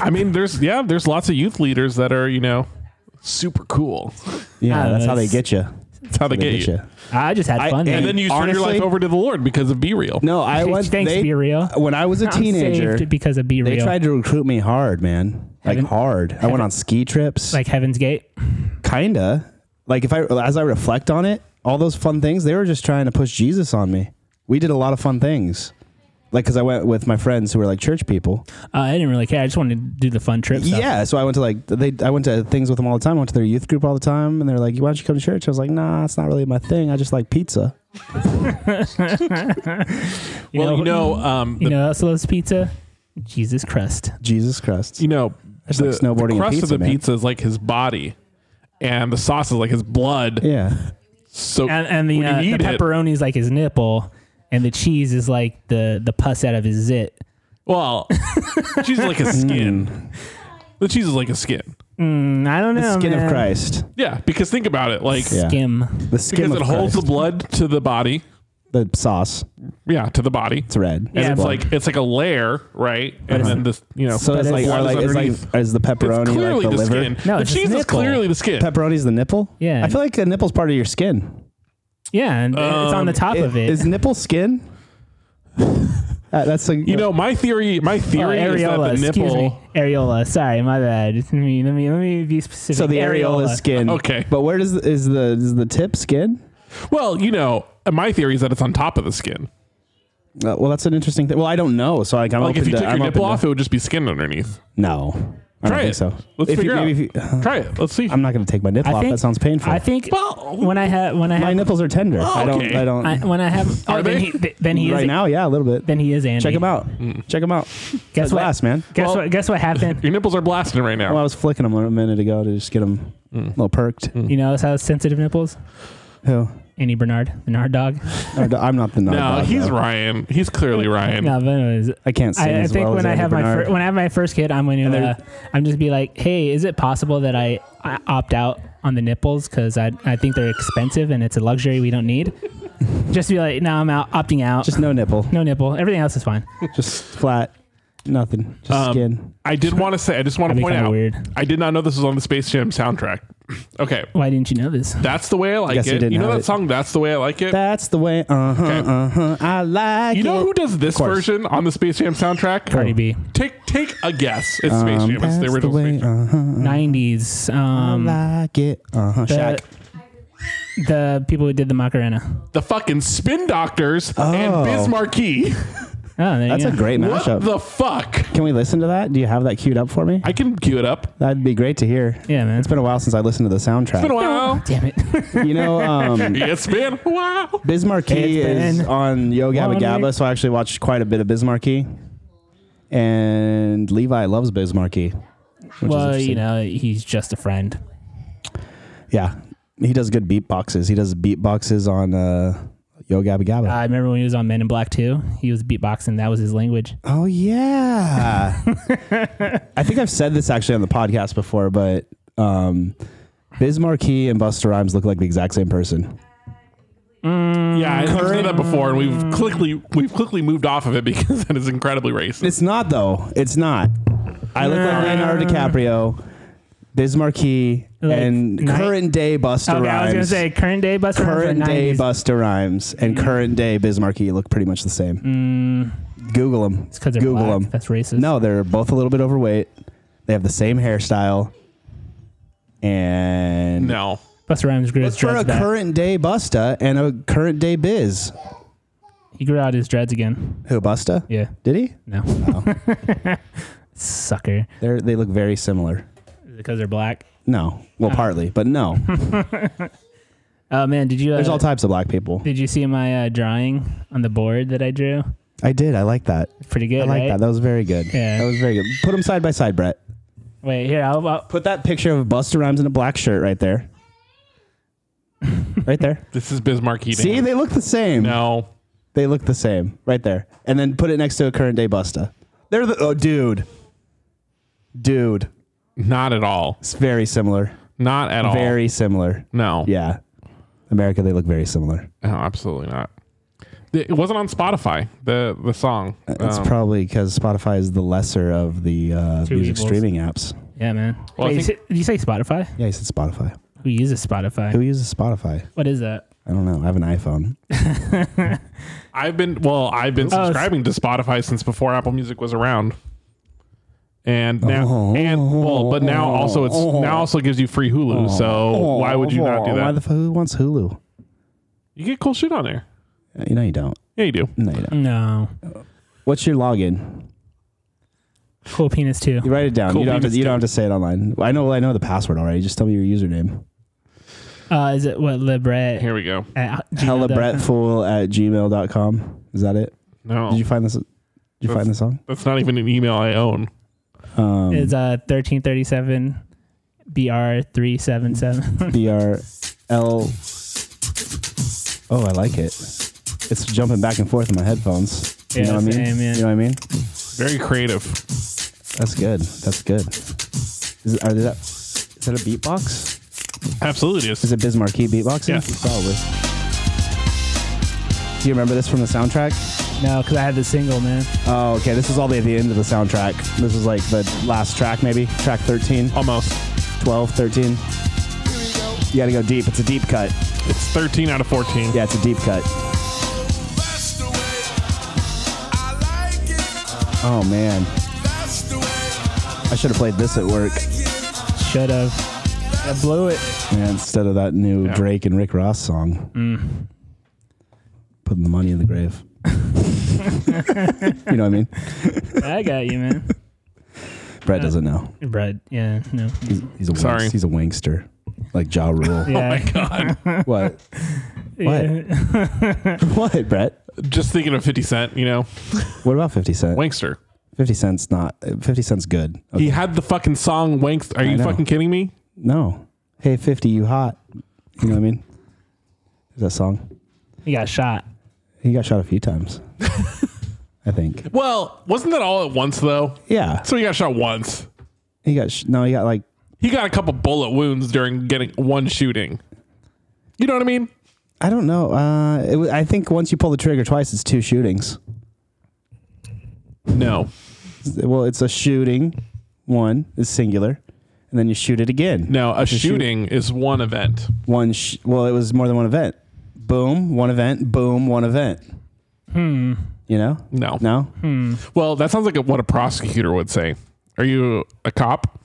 [SPEAKER 2] I mean, there's yeah, there's lots of youth leaders that are you know super cool.
[SPEAKER 1] Yeah,
[SPEAKER 3] Ah,
[SPEAKER 1] that's how they
[SPEAKER 3] that's-
[SPEAKER 1] get you.
[SPEAKER 2] That's how they get you.
[SPEAKER 3] I just had
[SPEAKER 1] I-
[SPEAKER 3] fun.
[SPEAKER 2] And
[SPEAKER 3] man.
[SPEAKER 2] then you turn your
[SPEAKER 1] Honestly-
[SPEAKER 2] life over to the Lord because of Be Real.
[SPEAKER 1] No, I was.
[SPEAKER 3] Thanks,
[SPEAKER 1] they,
[SPEAKER 3] Be Real.
[SPEAKER 1] When I was a
[SPEAKER 3] I'm
[SPEAKER 1] teenager,
[SPEAKER 3] saved because of Be
[SPEAKER 1] they
[SPEAKER 3] Real.
[SPEAKER 1] tried to recruit me hard, man. Like
[SPEAKER 3] Haven't-
[SPEAKER 1] hard. I went on ski trips.
[SPEAKER 3] like Heaven's Gate.
[SPEAKER 1] kinda. Like if I as I reflect on it, all those fun things they were just trying to push Jesus on me. We did a lot of fun things. Like cuz I went with my friends who were like church people.
[SPEAKER 3] Uh, I didn't really care. I just wanted to do the fun trip. Stuff.
[SPEAKER 1] Yeah, so I went to like they I went to things with them all the time. I went to their youth group all the time and they're like, "Why don't you come to church?" I was like, "Nah, it's not really my thing. I just like pizza."
[SPEAKER 3] You
[SPEAKER 2] well,
[SPEAKER 3] know,
[SPEAKER 2] you know, um, the,
[SPEAKER 3] you know who else loves pizza? Jesus Christ.
[SPEAKER 1] Jesus Christ.
[SPEAKER 2] you know,
[SPEAKER 1] It's like snowboarding and
[SPEAKER 2] the crust of
[SPEAKER 1] pizza,
[SPEAKER 2] the
[SPEAKER 1] man.
[SPEAKER 2] pizza is like his body, and the sauce is like his blood.
[SPEAKER 1] Yeah.
[SPEAKER 2] So
[SPEAKER 3] and, and the,
[SPEAKER 2] when you
[SPEAKER 3] uh, the
[SPEAKER 2] eat it-
[SPEAKER 3] pepperoni is like his nipple, and the cheese is like the the pus out of his zit.
[SPEAKER 2] well, cheese is like a skin.
[SPEAKER 1] Mm.
[SPEAKER 2] the cheese is like a skin.
[SPEAKER 3] Mm, I don't know.
[SPEAKER 1] The skin
[SPEAKER 3] man.
[SPEAKER 1] of Christ.
[SPEAKER 2] Yeah, because think about it, like
[SPEAKER 1] Yeah.
[SPEAKER 3] Skim.
[SPEAKER 1] The skin
[SPEAKER 2] because
[SPEAKER 1] of
[SPEAKER 2] it holds the
[SPEAKER 1] Christ.
[SPEAKER 2] blood to the body.
[SPEAKER 1] the sauce.
[SPEAKER 2] Yeah, to the body.
[SPEAKER 1] It's red.
[SPEAKER 3] Yeah,
[SPEAKER 2] It's
[SPEAKER 3] Blood.
[SPEAKER 2] like it's like a layer, right? And then this, you know,
[SPEAKER 1] Uh-huh. so
[SPEAKER 3] but
[SPEAKER 1] it's
[SPEAKER 3] it's-
[SPEAKER 1] like,
[SPEAKER 2] blood
[SPEAKER 1] are
[SPEAKER 2] is
[SPEAKER 1] like, it's
[SPEAKER 2] underneath.
[SPEAKER 1] like is the pepperoni
[SPEAKER 2] It's clearly
[SPEAKER 1] like
[SPEAKER 2] the,
[SPEAKER 1] the, liver?
[SPEAKER 2] skin.
[SPEAKER 3] No,
[SPEAKER 2] the
[SPEAKER 3] it's his
[SPEAKER 2] cheese is
[SPEAKER 3] nipple.
[SPEAKER 2] clearly the skin.
[SPEAKER 1] Pepperoni's the nipple?
[SPEAKER 3] Yeah.
[SPEAKER 1] I feel like a nipple's part of your skin.
[SPEAKER 3] Yeah, and it's on the top
[SPEAKER 1] Is
[SPEAKER 3] of it.
[SPEAKER 1] nipple skin? Uh, that's like
[SPEAKER 2] you know, my theory, my
[SPEAKER 3] Oh,
[SPEAKER 2] theory is that
[SPEAKER 3] areola.
[SPEAKER 2] the
[SPEAKER 3] Excuse me.
[SPEAKER 2] nipple.
[SPEAKER 3] Areola. Sorry, my bad. Let me let me let me be specific.
[SPEAKER 1] So the areola is skin.
[SPEAKER 2] Okay.
[SPEAKER 1] but where does is the is the tip skin?
[SPEAKER 2] Well, you know, my theory is that it's on top of the skin.
[SPEAKER 1] Uh, well, that's an interesting thing. Well, I don't know, so like, I'm
[SPEAKER 2] Like
[SPEAKER 1] open
[SPEAKER 2] if you
[SPEAKER 1] to.
[SPEAKER 2] took your
[SPEAKER 1] I'm open
[SPEAKER 2] nipple
[SPEAKER 1] to-
[SPEAKER 2] off, it would just be skin underneath.
[SPEAKER 1] no, I
[SPEAKER 2] Try
[SPEAKER 1] don't think
[SPEAKER 2] it.
[SPEAKER 1] so.
[SPEAKER 2] Let's
[SPEAKER 1] if
[SPEAKER 2] figure
[SPEAKER 1] you,
[SPEAKER 2] out.
[SPEAKER 1] maybe If you,
[SPEAKER 2] Try it. Let's see.
[SPEAKER 1] I'm not going to take my nipple
[SPEAKER 3] I
[SPEAKER 1] off.
[SPEAKER 3] think-
[SPEAKER 1] that sounds painful.
[SPEAKER 3] I think
[SPEAKER 2] Well-
[SPEAKER 3] when I have when I
[SPEAKER 1] my
[SPEAKER 3] have
[SPEAKER 1] nipples are tender. I don't.
[SPEAKER 2] okay.
[SPEAKER 1] I don't.
[SPEAKER 3] I, when I have oh,
[SPEAKER 2] Are
[SPEAKER 3] then
[SPEAKER 2] they?
[SPEAKER 3] he th- then he
[SPEAKER 1] right
[SPEAKER 3] is
[SPEAKER 1] now, yeah, a little bit.
[SPEAKER 3] then he is Andy.
[SPEAKER 1] Check them out.
[SPEAKER 2] Mm.
[SPEAKER 1] Check them out.
[SPEAKER 3] Guess
[SPEAKER 1] The
[SPEAKER 3] what?
[SPEAKER 1] glass, man.
[SPEAKER 3] Guess
[SPEAKER 2] Well-
[SPEAKER 3] what? Guess what happened?
[SPEAKER 2] your nipples are blasting right now.
[SPEAKER 1] Well, I was flicking them a minute ago to just get them
[SPEAKER 2] Mm.
[SPEAKER 1] a little perked.
[SPEAKER 3] you know how sensitive nipples.
[SPEAKER 1] Who?
[SPEAKER 3] Andy Bernard, Bernard dog.
[SPEAKER 1] No, I'm not the
[SPEAKER 2] no,
[SPEAKER 1] dog,
[SPEAKER 2] he's
[SPEAKER 1] though.
[SPEAKER 2] Ryan. He's clearly Ryan.
[SPEAKER 3] No, but anyways,
[SPEAKER 1] I can't sing
[SPEAKER 3] I, I
[SPEAKER 1] as
[SPEAKER 3] think
[SPEAKER 1] well as
[SPEAKER 3] when I
[SPEAKER 1] Andy
[SPEAKER 3] have my
[SPEAKER 1] Bernard. Uh-huh.
[SPEAKER 3] fir- when I have my first kid, I'm going to
[SPEAKER 1] they're-
[SPEAKER 3] uh, I'm just be like, hey, is it possible that I, I opt out on the nipples because I I think they're expensive and it's a luxury we don't need. just be like, no, I'm out opting out.
[SPEAKER 1] just no nipple.
[SPEAKER 3] no nipple. Everything else is fine.
[SPEAKER 1] Just flat. Nothing. Just
[SPEAKER 2] Um,
[SPEAKER 1] skin.
[SPEAKER 2] I did want to say, I just want to
[SPEAKER 3] That'd be
[SPEAKER 2] point
[SPEAKER 3] kinda
[SPEAKER 2] out,
[SPEAKER 3] weird.
[SPEAKER 2] I did not know this was on the Space Jam soundtrack. okay,
[SPEAKER 3] Why didn't you know this?
[SPEAKER 2] that's the way I like
[SPEAKER 1] Guess you
[SPEAKER 2] it.
[SPEAKER 1] didn't
[SPEAKER 2] You know
[SPEAKER 1] have
[SPEAKER 2] that
[SPEAKER 1] it.
[SPEAKER 2] song, "That's the Way I Like It."
[SPEAKER 1] That's the way. Uh huh.
[SPEAKER 2] Okay.
[SPEAKER 1] Uh huh. I like
[SPEAKER 2] you know
[SPEAKER 1] it.
[SPEAKER 2] who does this
[SPEAKER 1] course.
[SPEAKER 2] version on the Space Jam soundtrack?
[SPEAKER 3] Cardi B.
[SPEAKER 1] Uh-huh.
[SPEAKER 2] Take take a guess. It's Space Jam. It's
[SPEAKER 1] Um, that's
[SPEAKER 2] the original
[SPEAKER 1] way,
[SPEAKER 2] Space Jam.
[SPEAKER 1] uh-huh,
[SPEAKER 3] 90s.
[SPEAKER 1] I
[SPEAKER 3] Um,
[SPEAKER 1] like it. Uh
[SPEAKER 2] uh-huh,
[SPEAKER 1] huh. Shaq.
[SPEAKER 3] the, the people who did the Macarena.
[SPEAKER 2] The fucking Spin Doctors
[SPEAKER 1] Oh.
[SPEAKER 2] and Biz Markie.
[SPEAKER 3] Oh, there
[SPEAKER 1] That's
[SPEAKER 3] you
[SPEAKER 1] a
[SPEAKER 3] go.
[SPEAKER 1] great
[SPEAKER 2] What
[SPEAKER 1] mashup.
[SPEAKER 2] the fuck?
[SPEAKER 1] Can we listen to that? Do you have that queued up for me?
[SPEAKER 2] I can cue it up.
[SPEAKER 1] That'd be great to hear.
[SPEAKER 3] Yeah, man.
[SPEAKER 1] It's been a while since I listened to the soundtrack.
[SPEAKER 2] It's been a while.
[SPEAKER 3] Damn it.
[SPEAKER 1] you know, um,
[SPEAKER 2] It's been a while.
[SPEAKER 1] Bismarcky
[SPEAKER 3] It's
[SPEAKER 1] is
[SPEAKER 3] been
[SPEAKER 1] on Yo Gabba
[SPEAKER 3] one
[SPEAKER 1] Gabba,
[SPEAKER 3] week.
[SPEAKER 1] so I actually watched quite a bit of Bismarcky. And Levi loves Bismarcky. Which
[SPEAKER 3] well,
[SPEAKER 1] is
[SPEAKER 3] you
[SPEAKER 1] interesting.
[SPEAKER 3] know, he's just a friend.
[SPEAKER 1] Yeah. He does good beatboxes. He does beatboxes on uh, Yo Gabba Gabba.
[SPEAKER 3] I remember when he was on Men in Black 2, he was beatboxing. That was his language.
[SPEAKER 1] Oh yeah. I think I've said this actually on the podcast before, but um Biz Markie and Buster Rhymes look like the exact same person.
[SPEAKER 2] Yeah, I've said that before, and we've quickly we've quickly moved off of it because that is incredibly racist.
[SPEAKER 1] It's not though. It's not. I look like Leonardo DiCaprio, Biz Markie,
[SPEAKER 3] Uh. Like,
[SPEAKER 1] and
[SPEAKER 3] night-
[SPEAKER 1] current day Buster
[SPEAKER 3] Okay, I was
[SPEAKER 1] Rhymes.
[SPEAKER 3] going to say current day Buster Rhymes or
[SPEAKER 1] current day
[SPEAKER 3] 90s?
[SPEAKER 1] Buster Rhymes and current day Biz Markie look pretty much the same. Google them.
[SPEAKER 3] Mm. It's because they're
[SPEAKER 1] Google
[SPEAKER 3] black.
[SPEAKER 1] them.
[SPEAKER 3] That's racist.
[SPEAKER 1] No, they're both a little bit overweight. They have the same hairstyle. And
[SPEAKER 2] No.
[SPEAKER 3] Buster Rhymes grew his
[SPEAKER 1] But for a
[SPEAKER 3] dreads back.
[SPEAKER 1] current day Busta and a current day Biz.
[SPEAKER 3] he grew out his dreads again.
[SPEAKER 1] Who Busta?
[SPEAKER 3] Yeah.
[SPEAKER 1] Did he?
[SPEAKER 3] No.
[SPEAKER 1] Oh.
[SPEAKER 3] Sucker.
[SPEAKER 1] They they look very similar.
[SPEAKER 3] Because they're black.
[SPEAKER 1] No, well, partly, but no.
[SPEAKER 3] Oh, man. Did you, uh,
[SPEAKER 1] There's all types of black people.
[SPEAKER 3] did you see my uh, drawing on the board that I drew?
[SPEAKER 1] I did. I like that.
[SPEAKER 3] Pretty good,
[SPEAKER 1] I like
[SPEAKER 3] right?
[SPEAKER 1] that. That was very good.
[SPEAKER 3] Yeah.
[SPEAKER 1] That was very good. Put them side by side, Brett.
[SPEAKER 3] Wait, here. I'll, I'll,
[SPEAKER 1] Put that picture of Busta Rhymes in a black shirt right there. right there.
[SPEAKER 2] This is Bismarck eating.
[SPEAKER 1] See, they look the same.
[SPEAKER 2] no.
[SPEAKER 1] They look the same right there. And then put it next to a current day Busta. They're the oh, dude, dude.
[SPEAKER 2] Not at all.
[SPEAKER 1] It's very similar.
[SPEAKER 2] Not at all.
[SPEAKER 1] Very similar.
[SPEAKER 2] no.
[SPEAKER 1] Yeah. America, they look very similar.
[SPEAKER 2] No, absolutely not. It wasn't on Spotify. The the song.
[SPEAKER 1] Uh, That's
[SPEAKER 2] Um,
[SPEAKER 1] probably because Spotify is the lesser of the uh,
[SPEAKER 3] Two
[SPEAKER 1] music
[SPEAKER 3] evils.
[SPEAKER 1] streaming apps.
[SPEAKER 3] yeah, man.
[SPEAKER 2] Well, I
[SPEAKER 3] Wait, you
[SPEAKER 2] think-
[SPEAKER 3] say- did you say Spotify?
[SPEAKER 1] Yeah, he said Spotify.
[SPEAKER 3] Who uses Spotify?
[SPEAKER 1] Who uses Spotify?
[SPEAKER 3] What is that?
[SPEAKER 1] I don't know. I have an iPhone.
[SPEAKER 2] I've been well. I've
[SPEAKER 1] Oh,
[SPEAKER 2] been
[SPEAKER 3] it's-
[SPEAKER 2] subscribing to Spotify since before Apple Music was around. And now,
[SPEAKER 1] Oh.
[SPEAKER 2] and well, but now also it's now also gives you free
[SPEAKER 1] Oh.
[SPEAKER 2] Hulu. So why would you not do
[SPEAKER 1] Why
[SPEAKER 2] that?
[SPEAKER 1] the f- who wants Hulu?
[SPEAKER 2] you get cool shit on there.
[SPEAKER 1] Uh, You know you don't.
[SPEAKER 2] Yeah, you do.
[SPEAKER 1] No, you don't.
[SPEAKER 3] No.
[SPEAKER 1] What's your login?
[SPEAKER 3] Cool penis too.
[SPEAKER 1] You write it down.
[SPEAKER 2] Cool
[SPEAKER 1] you don't have to.
[SPEAKER 2] penis
[SPEAKER 1] You don't have to say it online. I know. I know the password already. Just tell me your username.
[SPEAKER 3] Uh, is it what Lebret?
[SPEAKER 2] Here we go.
[SPEAKER 3] at gmail dot com?
[SPEAKER 1] Hellabrettfool at gmail.com. Is that it?
[SPEAKER 2] No,
[SPEAKER 1] Did you find this? Did you
[SPEAKER 2] That's-
[SPEAKER 1] find the song?
[SPEAKER 2] that's not even an email I own.
[SPEAKER 1] Um,
[SPEAKER 3] Is uh thirteen thirty seven BR three seven seven.
[SPEAKER 1] B R L. Oh, I like it. It's jumping back and forth in my headphones. You
[SPEAKER 3] Yeah,
[SPEAKER 1] know what I mean?
[SPEAKER 3] same, yeah.
[SPEAKER 1] You know what I mean?
[SPEAKER 2] Very creative.
[SPEAKER 1] That's good. That's good. Is it, are that, is that a beatbox?
[SPEAKER 2] Absolutely, it
[SPEAKER 1] Is
[SPEAKER 2] is.
[SPEAKER 1] it Bismarcky beatboxing?
[SPEAKER 2] Yes.
[SPEAKER 1] Probably. Do you remember this from the soundtrack?
[SPEAKER 3] No, because I had the single man.
[SPEAKER 1] Oh, okay. This is all the, the end of the soundtrack. This is like the last track, maybe. Track 13,
[SPEAKER 2] almost.
[SPEAKER 1] 12, 13. You gotta go deep. It's a deep cut.
[SPEAKER 2] It's thirteen out of fourteen.
[SPEAKER 1] Yeah, it's a deep cut.
[SPEAKER 4] That's the way I like it.
[SPEAKER 1] Oh, man.
[SPEAKER 4] That's the way I
[SPEAKER 1] I should have played this at work.
[SPEAKER 4] like it.
[SPEAKER 3] Should have. I blew it.
[SPEAKER 1] Yeah, instead of that new
[SPEAKER 2] Yeah.
[SPEAKER 1] Drake and Rick Ross song.
[SPEAKER 2] Mm.
[SPEAKER 1] Putting the money in the grave. you know what I mean?
[SPEAKER 3] I got you, man.
[SPEAKER 1] Brett doesn't know.
[SPEAKER 3] Brett. Yeah. No.
[SPEAKER 1] He's, he's a
[SPEAKER 2] Sorry.
[SPEAKER 1] Winks, he's a wingster. Like Ja Rule.
[SPEAKER 2] Oh
[SPEAKER 3] Yeah.
[SPEAKER 2] God,
[SPEAKER 1] What?
[SPEAKER 3] Yeah.
[SPEAKER 1] What, Brett?
[SPEAKER 2] just thinking of Fifty Cent. You know,
[SPEAKER 1] What about 50 Cent?
[SPEAKER 2] Wankster.
[SPEAKER 1] 50 Cent's not. 50 Cent's good. Okay,
[SPEAKER 2] He had the fucking song Wankster. Are you
[SPEAKER 1] know.
[SPEAKER 2] fucking kidding me?
[SPEAKER 1] No. Hey, 50, you hot. You know what I mean? Is that song?
[SPEAKER 3] He got shot.
[SPEAKER 1] He got shot a few times. I think.
[SPEAKER 2] Well, wasn't that all at once though?
[SPEAKER 1] Yeah.
[SPEAKER 2] So he got shot once.
[SPEAKER 1] He got, sh- no, he got like,
[SPEAKER 2] He got a couple bullet wounds during getting one shooting. You know what I mean?
[SPEAKER 1] I don't know. Uh, it, wa- I think once you pull the trigger twice, it's two shootings.
[SPEAKER 2] No.
[SPEAKER 1] Well, it's a shooting. One is singular, and then you shoot it again.
[SPEAKER 2] No, a
[SPEAKER 1] It's shoot-
[SPEAKER 2] shooting is one event.
[SPEAKER 1] one. Sh- well, it was more than one event. Boom, one event. Boom, one event. Hmm. You know?
[SPEAKER 2] No.
[SPEAKER 1] No.
[SPEAKER 3] Hmm.
[SPEAKER 2] Well, that sounds like what a prosecutor would say. Are you a cop?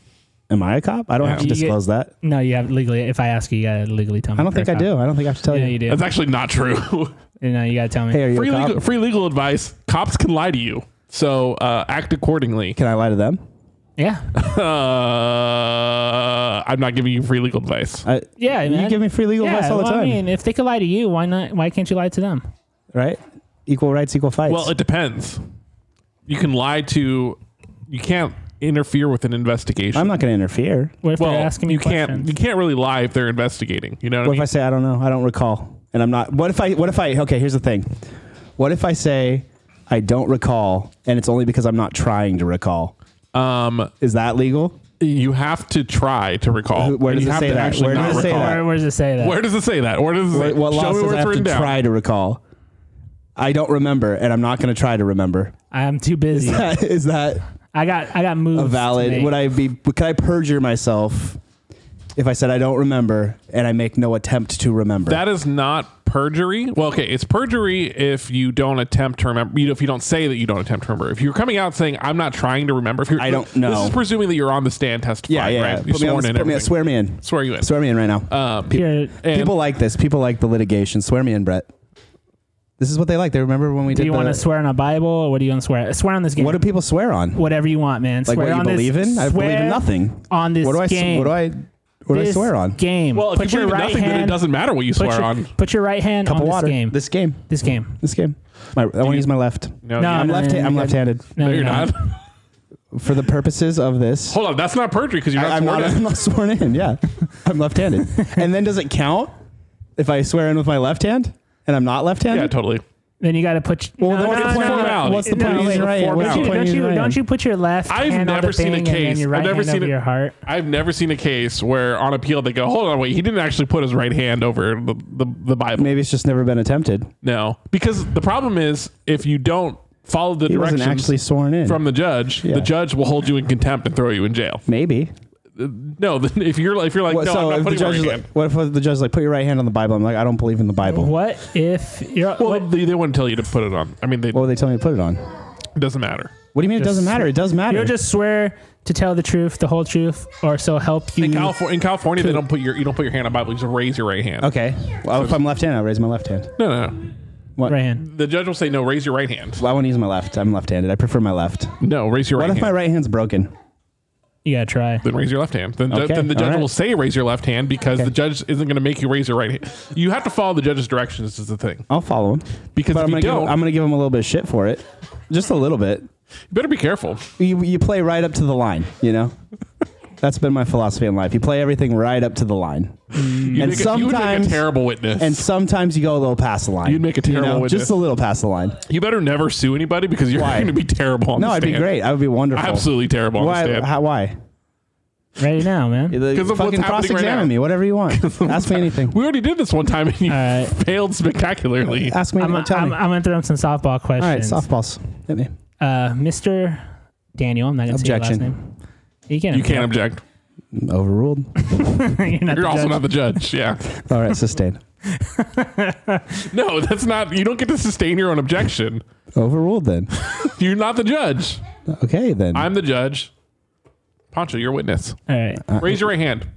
[SPEAKER 1] Am I a cop? I don't have to
[SPEAKER 3] You get-
[SPEAKER 1] disclose that.
[SPEAKER 3] No, you have legally. If I ask you, you gotta legally tell me.
[SPEAKER 1] I don't think I do. I don't think I have to tell
[SPEAKER 3] Yeah,
[SPEAKER 1] you.
[SPEAKER 3] you do.
[SPEAKER 2] That's actually not true.
[SPEAKER 3] No, you gotta tell me.
[SPEAKER 1] Hey, are you
[SPEAKER 2] free,
[SPEAKER 1] a cop?
[SPEAKER 2] legal, free legal advice. Cops can lie to you, so uh, act accordingly.
[SPEAKER 1] Can I lie to them?
[SPEAKER 3] yeah,
[SPEAKER 2] Uh, I'm not giving you free legal advice.
[SPEAKER 1] I,
[SPEAKER 3] yeah.
[SPEAKER 1] you
[SPEAKER 3] man.
[SPEAKER 1] give me free legal
[SPEAKER 3] yeah,
[SPEAKER 1] advice all the
[SPEAKER 3] well,
[SPEAKER 1] time,
[SPEAKER 3] I mean, if they could lie to you, why not? Why can't you lie to them?
[SPEAKER 1] right? Equal rights, equal fights.
[SPEAKER 2] Well, it depends. You can lie to. You can't interfere with an investigation.
[SPEAKER 1] I'm not going to interfere.
[SPEAKER 3] What if
[SPEAKER 2] well,
[SPEAKER 3] they're asking me
[SPEAKER 2] you
[SPEAKER 3] questions?
[SPEAKER 2] can't. You can't really lie if they're investigating. You know what,
[SPEAKER 1] What if
[SPEAKER 2] I
[SPEAKER 1] I
[SPEAKER 2] mean?
[SPEAKER 1] say I don't know? I don't recall, and I'm not. What if I? What if I? Okay, here's the thing. What if I say I don't recall, and it's only because I'm not trying to recall?
[SPEAKER 2] um,
[SPEAKER 1] Is that legal?
[SPEAKER 2] you have to try to recall.
[SPEAKER 1] Who- where
[SPEAKER 2] and
[SPEAKER 1] does
[SPEAKER 2] you
[SPEAKER 1] it
[SPEAKER 2] have
[SPEAKER 1] say
[SPEAKER 2] to
[SPEAKER 1] that?
[SPEAKER 2] actually
[SPEAKER 1] Where
[SPEAKER 2] not
[SPEAKER 1] does it say
[SPEAKER 2] recall.
[SPEAKER 1] that?
[SPEAKER 3] Where, where does it say that?
[SPEAKER 2] Where does it say that? Where does it?
[SPEAKER 1] What, what
[SPEAKER 2] show
[SPEAKER 1] law
[SPEAKER 2] me
[SPEAKER 1] says
[SPEAKER 2] where
[SPEAKER 1] I
[SPEAKER 2] it's
[SPEAKER 1] have to
[SPEAKER 2] written down.
[SPEAKER 1] try to recall? I don't remember, and I'm not going to try to remember.
[SPEAKER 3] I'm too busy.
[SPEAKER 1] Is that
[SPEAKER 3] I got I got moves.
[SPEAKER 1] a
[SPEAKER 3] To
[SPEAKER 1] valid?
[SPEAKER 3] make.
[SPEAKER 1] Would I be? Could I perjure myself if I said I don't remember and I make no attempt to remember?
[SPEAKER 2] That is not perjury. Well, okay, it's perjury if you don't attempt to remember. You know, if you don't say that you don't attempt to remember. If you're coming out saying I'm not trying to remember. If you're,
[SPEAKER 1] I don't
[SPEAKER 2] This
[SPEAKER 1] know.
[SPEAKER 2] is presuming that you're on the stand testifying.
[SPEAKER 1] yeah, yeah. yeah.
[SPEAKER 2] right? You're
[SPEAKER 1] Put me on,
[SPEAKER 2] sworn
[SPEAKER 1] the-
[SPEAKER 2] in.
[SPEAKER 1] put me,
[SPEAKER 2] everything.
[SPEAKER 1] swear me in.
[SPEAKER 2] Swear you in.
[SPEAKER 1] Swear me in right now.
[SPEAKER 2] Um,
[SPEAKER 3] Here,
[SPEAKER 2] and-
[SPEAKER 1] People like this. People like the litigation. Swear me in, Brett. This is what they like. They remember when we
[SPEAKER 3] do
[SPEAKER 1] did.
[SPEAKER 3] you
[SPEAKER 1] the,
[SPEAKER 3] want to swear on a Bible or what do you want to swear? Swear on this game.
[SPEAKER 1] What do people swear on?
[SPEAKER 3] Whatever you want, man.
[SPEAKER 1] like
[SPEAKER 3] swear
[SPEAKER 1] what you
[SPEAKER 3] on
[SPEAKER 1] believe
[SPEAKER 3] this,
[SPEAKER 1] in? I believe
[SPEAKER 3] swear
[SPEAKER 1] in nothing.
[SPEAKER 3] On this
[SPEAKER 1] What do I? s-
[SPEAKER 3] game.
[SPEAKER 1] What do I? What do I
[SPEAKER 3] This
[SPEAKER 1] swear on?
[SPEAKER 3] Game.
[SPEAKER 2] Well, if
[SPEAKER 3] put
[SPEAKER 2] you
[SPEAKER 3] your
[SPEAKER 2] believe in
[SPEAKER 3] right
[SPEAKER 2] nothing,
[SPEAKER 3] hand.
[SPEAKER 2] then it doesn't matter what you
[SPEAKER 3] put
[SPEAKER 2] swear
[SPEAKER 3] your,
[SPEAKER 2] on.
[SPEAKER 3] Put your right hand
[SPEAKER 1] Cup
[SPEAKER 3] on
[SPEAKER 1] of
[SPEAKER 3] this
[SPEAKER 1] water.
[SPEAKER 3] game.
[SPEAKER 1] This game.
[SPEAKER 3] This game.
[SPEAKER 1] This game. My, I want to use my left.
[SPEAKER 2] No,
[SPEAKER 3] No,
[SPEAKER 2] you-
[SPEAKER 1] I'm
[SPEAKER 3] no,
[SPEAKER 1] left.
[SPEAKER 3] no,
[SPEAKER 1] I'm
[SPEAKER 3] you're
[SPEAKER 1] left-handed.
[SPEAKER 3] No,
[SPEAKER 2] no, you're not.
[SPEAKER 1] For the purposes of this,
[SPEAKER 2] Hold on, that's not perjury because you're not
[SPEAKER 1] I, am
[SPEAKER 2] sworn
[SPEAKER 1] not.
[SPEAKER 2] in.
[SPEAKER 1] I'm not sworn in. Yeah, I'm left-handed. and then does it count if I swear in with my left hand and I'm not left-handed?
[SPEAKER 2] Yeah, totally.
[SPEAKER 3] Then you got to put.
[SPEAKER 1] Well,
[SPEAKER 3] no,
[SPEAKER 1] then what's
[SPEAKER 3] no,
[SPEAKER 1] the point?
[SPEAKER 3] no,
[SPEAKER 2] of
[SPEAKER 3] no,
[SPEAKER 2] formality?
[SPEAKER 1] What's the
[SPEAKER 3] no,
[SPEAKER 1] point of
[SPEAKER 3] wait.
[SPEAKER 1] using your right hand? What's the
[SPEAKER 3] Don't you,
[SPEAKER 1] point
[SPEAKER 2] Formality.
[SPEAKER 1] of
[SPEAKER 3] don't,
[SPEAKER 1] using
[SPEAKER 3] you,
[SPEAKER 1] your right
[SPEAKER 3] don't you
[SPEAKER 1] hand?
[SPEAKER 3] put your left
[SPEAKER 2] I've
[SPEAKER 3] hand on
[SPEAKER 2] never
[SPEAKER 3] the
[SPEAKER 2] seen
[SPEAKER 3] thing
[SPEAKER 2] a
[SPEAKER 3] and then
[SPEAKER 2] case-
[SPEAKER 3] your
[SPEAKER 2] I've
[SPEAKER 3] right
[SPEAKER 2] never
[SPEAKER 3] hand
[SPEAKER 2] seen
[SPEAKER 3] over
[SPEAKER 2] a-
[SPEAKER 3] your heart?
[SPEAKER 2] I've never seen a case where on appeal they go, hold on, wait, he didn't actually put his right hand over the, the, the Bible.
[SPEAKER 1] Maybe it's just never been attempted.
[SPEAKER 2] No, because the problem is if you don't follow the
[SPEAKER 1] He
[SPEAKER 2] directions
[SPEAKER 1] wasn't actually sworn in.
[SPEAKER 2] from the judge,
[SPEAKER 1] Yeah.
[SPEAKER 2] the judge will hold you in contempt and throw you in jail.
[SPEAKER 1] Maybe.
[SPEAKER 2] No, then if you're if you're like,
[SPEAKER 1] What,
[SPEAKER 2] no,
[SPEAKER 1] so
[SPEAKER 2] I'm
[SPEAKER 1] if
[SPEAKER 2] not
[SPEAKER 1] the
[SPEAKER 2] putting my
[SPEAKER 1] judge
[SPEAKER 2] right
[SPEAKER 1] is
[SPEAKER 2] hand.
[SPEAKER 1] like, what if the judge is like, put your right hand on the Bible? I'm like, I don't believe in the Bible. What,
[SPEAKER 3] What if you're?
[SPEAKER 2] well,
[SPEAKER 3] what-
[SPEAKER 2] they, they wouldn't tell you to put it on. I mean, they,
[SPEAKER 1] would they tell me to put it on?
[SPEAKER 2] it doesn't matter.
[SPEAKER 1] What do you mean? it
[SPEAKER 3] Just-
[SPEAKER 1] doesn't matter. It does matter.
[SPEAKER 3] You'll just swear to tell the truth, the whole truth, or so help you.
[SPEAKER 1] mm,
[SPEAKER 2] In California, in California, they don't put your you don't put your hand on Bible. You just raise your right hand.
[SPEAKER 1] okay. Well, if I'm left-handed, I raise my left hand.
[SPEAKER 2] No, no, no.
[SPEAKER 1] What?
[SPEAKER 3] Right hand.
[SPEAKER 2] The judge will say no. Raise your right hand.
[SPEAKER 1] Well, I want to use my left. I'm left-handed. I prefer my left.
[SPEAKER 2] No, raise your
[SPEAKER 1] What
[SPEAKER 2] right
[SPEAKER 1] if
[SPEAKER 2] hand.
[SPEAKER 1] my right hand's broken?
[SPEAKER 3] You gotta try.
[SPEAKER 2] then raise your left hand. Then, ju-
[SPEAKER 1] Okay,
[SPEAKER 2] then the judge
[SPEAKER 1] all right.
[SPEAKER 2] will say raise your left hand because
[SPEAKER 1] Okay.
[SPEAKER 2] the judge isn't going to make you raise your right hand. You have to follow the judge's directions is the thing.
[SPEAKER 1] I'll follow him
[SPEAKER 2] Because
[SPEAKER 1] but
[SPEAKER 2] if
[SPEAKER 1] I'm gonna,
[SPEAKER 2] you
[SPEAKER 1] give,
[SPEAKER 2] don't-
[SPEAKER 1] I'm gonna give him a little bit of shit for it, just a little bit.
[SPEAKER 2] You better be careful.
[SPEAKER 1] You you play right up to the line, you know. That's been my philosophy in life. You play everything right up to the line,
[SPEAKER 2] You
[SPEAKER 1] and
[SPEAKER 2] make a- you would make
[SPEAKER 1] sometimes
[SPEAKER 2] a terrible witness.
[SPEAKER 1] and sometimes you go a little past the line.
[SPEAKER 2] You'd make a terrible witness.
[SPEAKER 1] just a little past the line.
[SPEAKER 2] you better never sue anybody because you're
[SPEAKER 1] Why?
[SPEAKER 2] going to be terrible. On
[SPEAKER 1] No,
[SPEAKER 2] the
[SPEAKER 1] I'd be
[SPEAKER 2] stand.
[SPEAKER 1] great. I would be wonderful.
[SPEAKER 2] Absolutely terrible. On the
[SPEAKER 1] Why?
[SPEAKER 2] stand.
[SPEAKER 1] How, why?
[SPEAKER 3] Right now, man.
[SPEAKER 1] Because
[SPEAKER 2] of what's
[SPEAKER 1] fucking
[SPEAKER 2] happening right
[SPEAKER 1] cross-examine
[SPEAKER 2] now.
[SPEAKER 1] me, whatever you want. Ask me anything.
[SPEAKER 2] we already did this one time and you
[SPEAKER 3] right.
[SPEAKER 2] failed spectacularly.
[SPEAKER 1] Ask me.
[SPEAKER 3] I'm,
[SPEAKER 1] anything. Tell
[SPEAKER 3] I'm,
[SPEAKER 1] me.
[SPEAKER 3] I'm gonna throw him some softball questions.
[SPEAKER 1] All right, softballs. Hit me.
[SPEAKER 3] Uh, Mr. Daniel, I'm not gonna
[SPEAKER 1] Objection.
[SPEAKER 3] say your last name. You can't.
[SPEAKER 2] you can't object.
[SPEAKER 1] Overruled.
[SPEAKER 3] object. You're,
[SPEAKER 2] You're
[SPEAKER 3] not the
[SPEAKER 2] also
[SPEAKER 3] judge.
[SPEAKER 2] not the judge. Yeah.
[SPEAKER 1] All right, sustained.
[SPEAKER 2] No, that's not. You don't get to sustain your own objection.
[SPEAKER 1] Overruled then.
[SPEAKER 2] You're not the judge.
[SPEAKER 1] Okay then.
[SPEAKER 2] I'm the judge. Pancho, you're a witness.
[SPEAKER 3] All right.
[SPEAKER 2] Raise your right hand.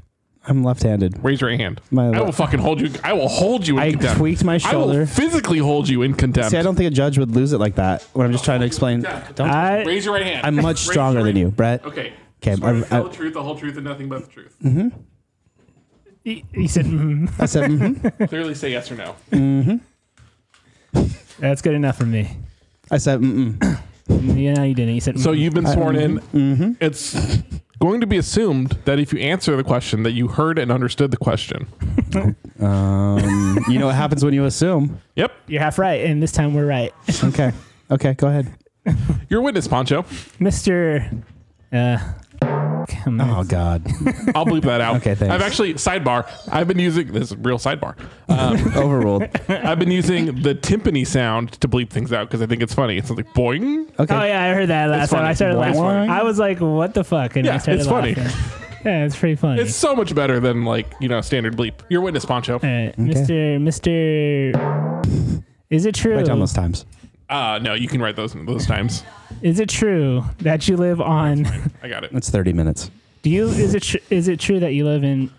[SPEAKER 1] I'm left-handed.
[SPEAKER 2] Raise your right hand.
[SPEAKER 1] My
[SPEAKER 2] I
[SPEAKER 1] le-
[SPEAKER 2] will fucking hold you. I will hold you in
[SPEAKER 1] I
[SPEAKER 2] contempt.
[SPEAKER 1] tweaked my
[SPEAKER 2] I will
[SPEAKER 1] shoulder.
[SPEAKER 2] physically hold you in contempt.
[SPEAKER 1] See, I don't think a judge would lose it like that when I'm just trying to explain. Don't.
[SPEAKER 3] I
[SPEAKER 2] Raise your right hand.
[SPEAKER 1] I'm much
[SPEAKER 2] Raise your
[SPEAKER 1] stronger
[SPEAKER 2] right
[SPEAKER 1] than you, Brett.
[SPEAKER 2] Okay.
[SPEAKER 1] Okay,
[SPEAKER 2] Swear to
[SPEAKER 1] I-
[SPEAKER 2] tell
[SPEAKER 1] I-
[SPEAKER 2] the truth, the whole truth, and nothing but the truth.
[SPEAKER 3] he, he said mm,
[SPEAKER 1] I said, mhm.
[SPEAKER 2] Clearly say yes or no.
[SPEAKER 3] that's good enough for me.
[SPEAKER 1] I said, mm-mm.
[SPEAKER 3] Yeah, no, you didn't. You said
[SPEAKER 2] So
[SPEAKER 3] mm.
[SPEAKER 2] you've
[SPEAKER 1] Uh,
[SPEAKER 2] been sworn in.
[SPEAKER 1] mm-hmm.
[SPEAKER 2] It's going to be assumed that if you answer the question, that you heard and understood the question.
[SPEAKER 1] Um, you know what happens when you assume.
[SPEAKER 2] Yep.
[SPEAKER 3] You're half right, and this time we're right,
[SPEAKER 1] Okay. Okay, go ahead.
[SPEAKER 2] You're a witness, Pancho.
[SPEAKER 3] Mr. Uh, fuck. I'm like,
[SPEAKER 1] Oh God.
[SPEAKER 2] I'll bleep that out.
[SPEAKER 1] Okay, thanks.
[SPEAKER 2] I've actually sidebar. I've been using this is real sidebar. Um,
[SPEAKER 1] Overruled.
[SPEAKER 2] I've been using the timpani sounds to bleep things out because I think it's funny. It's like boing.
[SPEAKER 1] Okay.
[SPEAKER 3] Oh yeah, I heard that last time.
[SPEAKER 2] funny.
[SPEAKER 3] I started
[SPEAKER 2] It's
[SPEAKER 3] laughing.
[SPEAKER 2] funny.
[SPEAKER 3] I was like, "What the fuck?" And
[SPEAKER 2] Yeah,
[SPEAKER 3] I started
[SPEAKER 2] it's funny.
[SPEAKER 3] laughing. yeah, it's pretty funny.
[SPEAKER 2] It's so much better than like you know standard bleep. Your witness, Poncho.
[SPEAKER 3] All right, Mr. Mr. Is it true?
[SPEAKER 1] Write down those times.
[SPEAKER 2] Uh, no, you can write those those times.
[SPEAKER 3] Is it true that you live on?
[SPEAKER 2] I got it.
[SPEAKER 1] That's 30 minutes.
[SPEAKER 3] Do you? Is it? Tr- is it true that you live in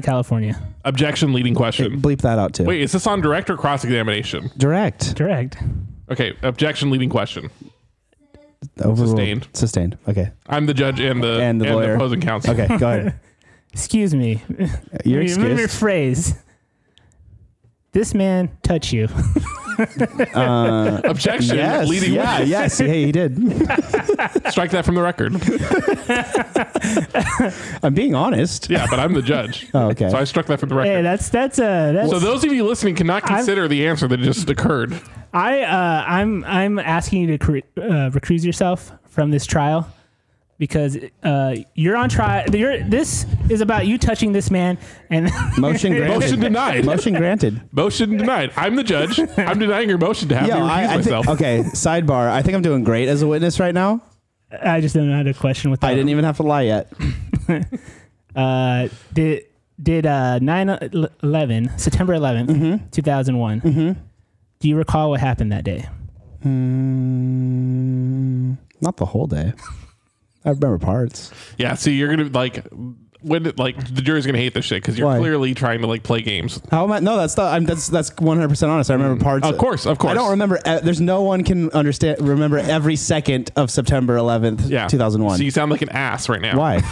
[SPEAKER 3] California?
[SPEAKER 2] Objection, leading question.
[SPEAKER 1] Bleep that out too.
[SPEAKER 2] Wait, is this on direct or cross examination?
[SPEAKER 1] Direct.
[SPEAKER 3] Correct.
[SPEAKER 2] Okay, objection, leading question.
[SPEAKER 1] Overruled.
[SPEAKER 2] Sustained.
[SPEAKER 1] Sustained. Okay.
[SPEAKER 2] I'm the judge and the
[SPEAKER 1] And the lawyer.
[SPEAKER 2] opposing counsel.
[SPEAKER 1] Okay. Go ahead.
[SPEAKER 3] Excuse me.
[SPEAKER 1] Your
[SPEAKER 3] Let me
[SPEAKER 1] excuse.
[SPEAKER 3] rephrase. This man touch you.
[SPEAKER 2] Objection,
[SPEAKER 1] Yes.
[SPEAKER 2] leading
[SPEAKER 1] Yeah.
[SPEAKER 2] witness.
[SPEAKER 1] Yes. Hey, he did.
[SPEAKER 2] Strike that from the record.
[SPEAKER 1] I'm being honest.
[SPEAKER 2] Yeah, but I'm the judge.
[SPEAKER 1] Oh, okay.
[SPEAKER 2] So I struck that from the record.
[SPEAKER 3] Hey, that's that's uh that's
[SPEAKER 2] so those of you listening cannot
[SPEAKER 3] I'm-
[SPEAKER 2] consider the answer that just occurred.
[SPEAKER 3] I uh, I'm I'm asking you to cre- uh, recuse yourself from this trial because uh, you're on trial. You're, this is about you touching this man, and
[SPEAKER 1] Motion granted.
[SPEAKER 2] Motion denied.
[SPEAKER 1] Motion granted.
[SPEAKER 2] Motion denied. I'm the judge. I'm denying your motion to have me
[SPEAKER 1] Yeah,
[SPEAKER 2] recuse
[SPEAKER 1] I, I
[SPEAKER 2] myself.
[SPEAKER 1] think, okay. Sidebar. I think I'm doing great as a witness right now.
[SPEAKER 3] I just don't know how to question with that.
[SPEAKER 1] I didn't even have to lie yet.
[SPEAKER 3] Uh, did did uh, 9 11 September 11th
[SPEAKER 1] Mm-hmm.
[SPEAKER 3] 2001 do you recall what happened that day
[SPEAKER 1] Mm, not the whole day. I remember parts.
[SPEAKER 2] Yeah. See, you're gonna like when like the jury's gonna hate this shit because you're
[SPEAKER 1] Why?
[SPEAKER 2] clearly trying to like play games.
[SPEAKER 1] How am I? No, that's not, I'm, that's that's 100 percent honest. I remember parts.
[SPEAKER 2] Mm. Of course, of course.
[SPEAKER 1] I don't remember. Uh, there's no one can understand. Remember every second of September 11th,
[SPEAKER 2] Yeah.
[SPEAKER 1] 2001.
[SPEAKER 2] So you sound like an ass right now.
[SPEAKER 1] Why?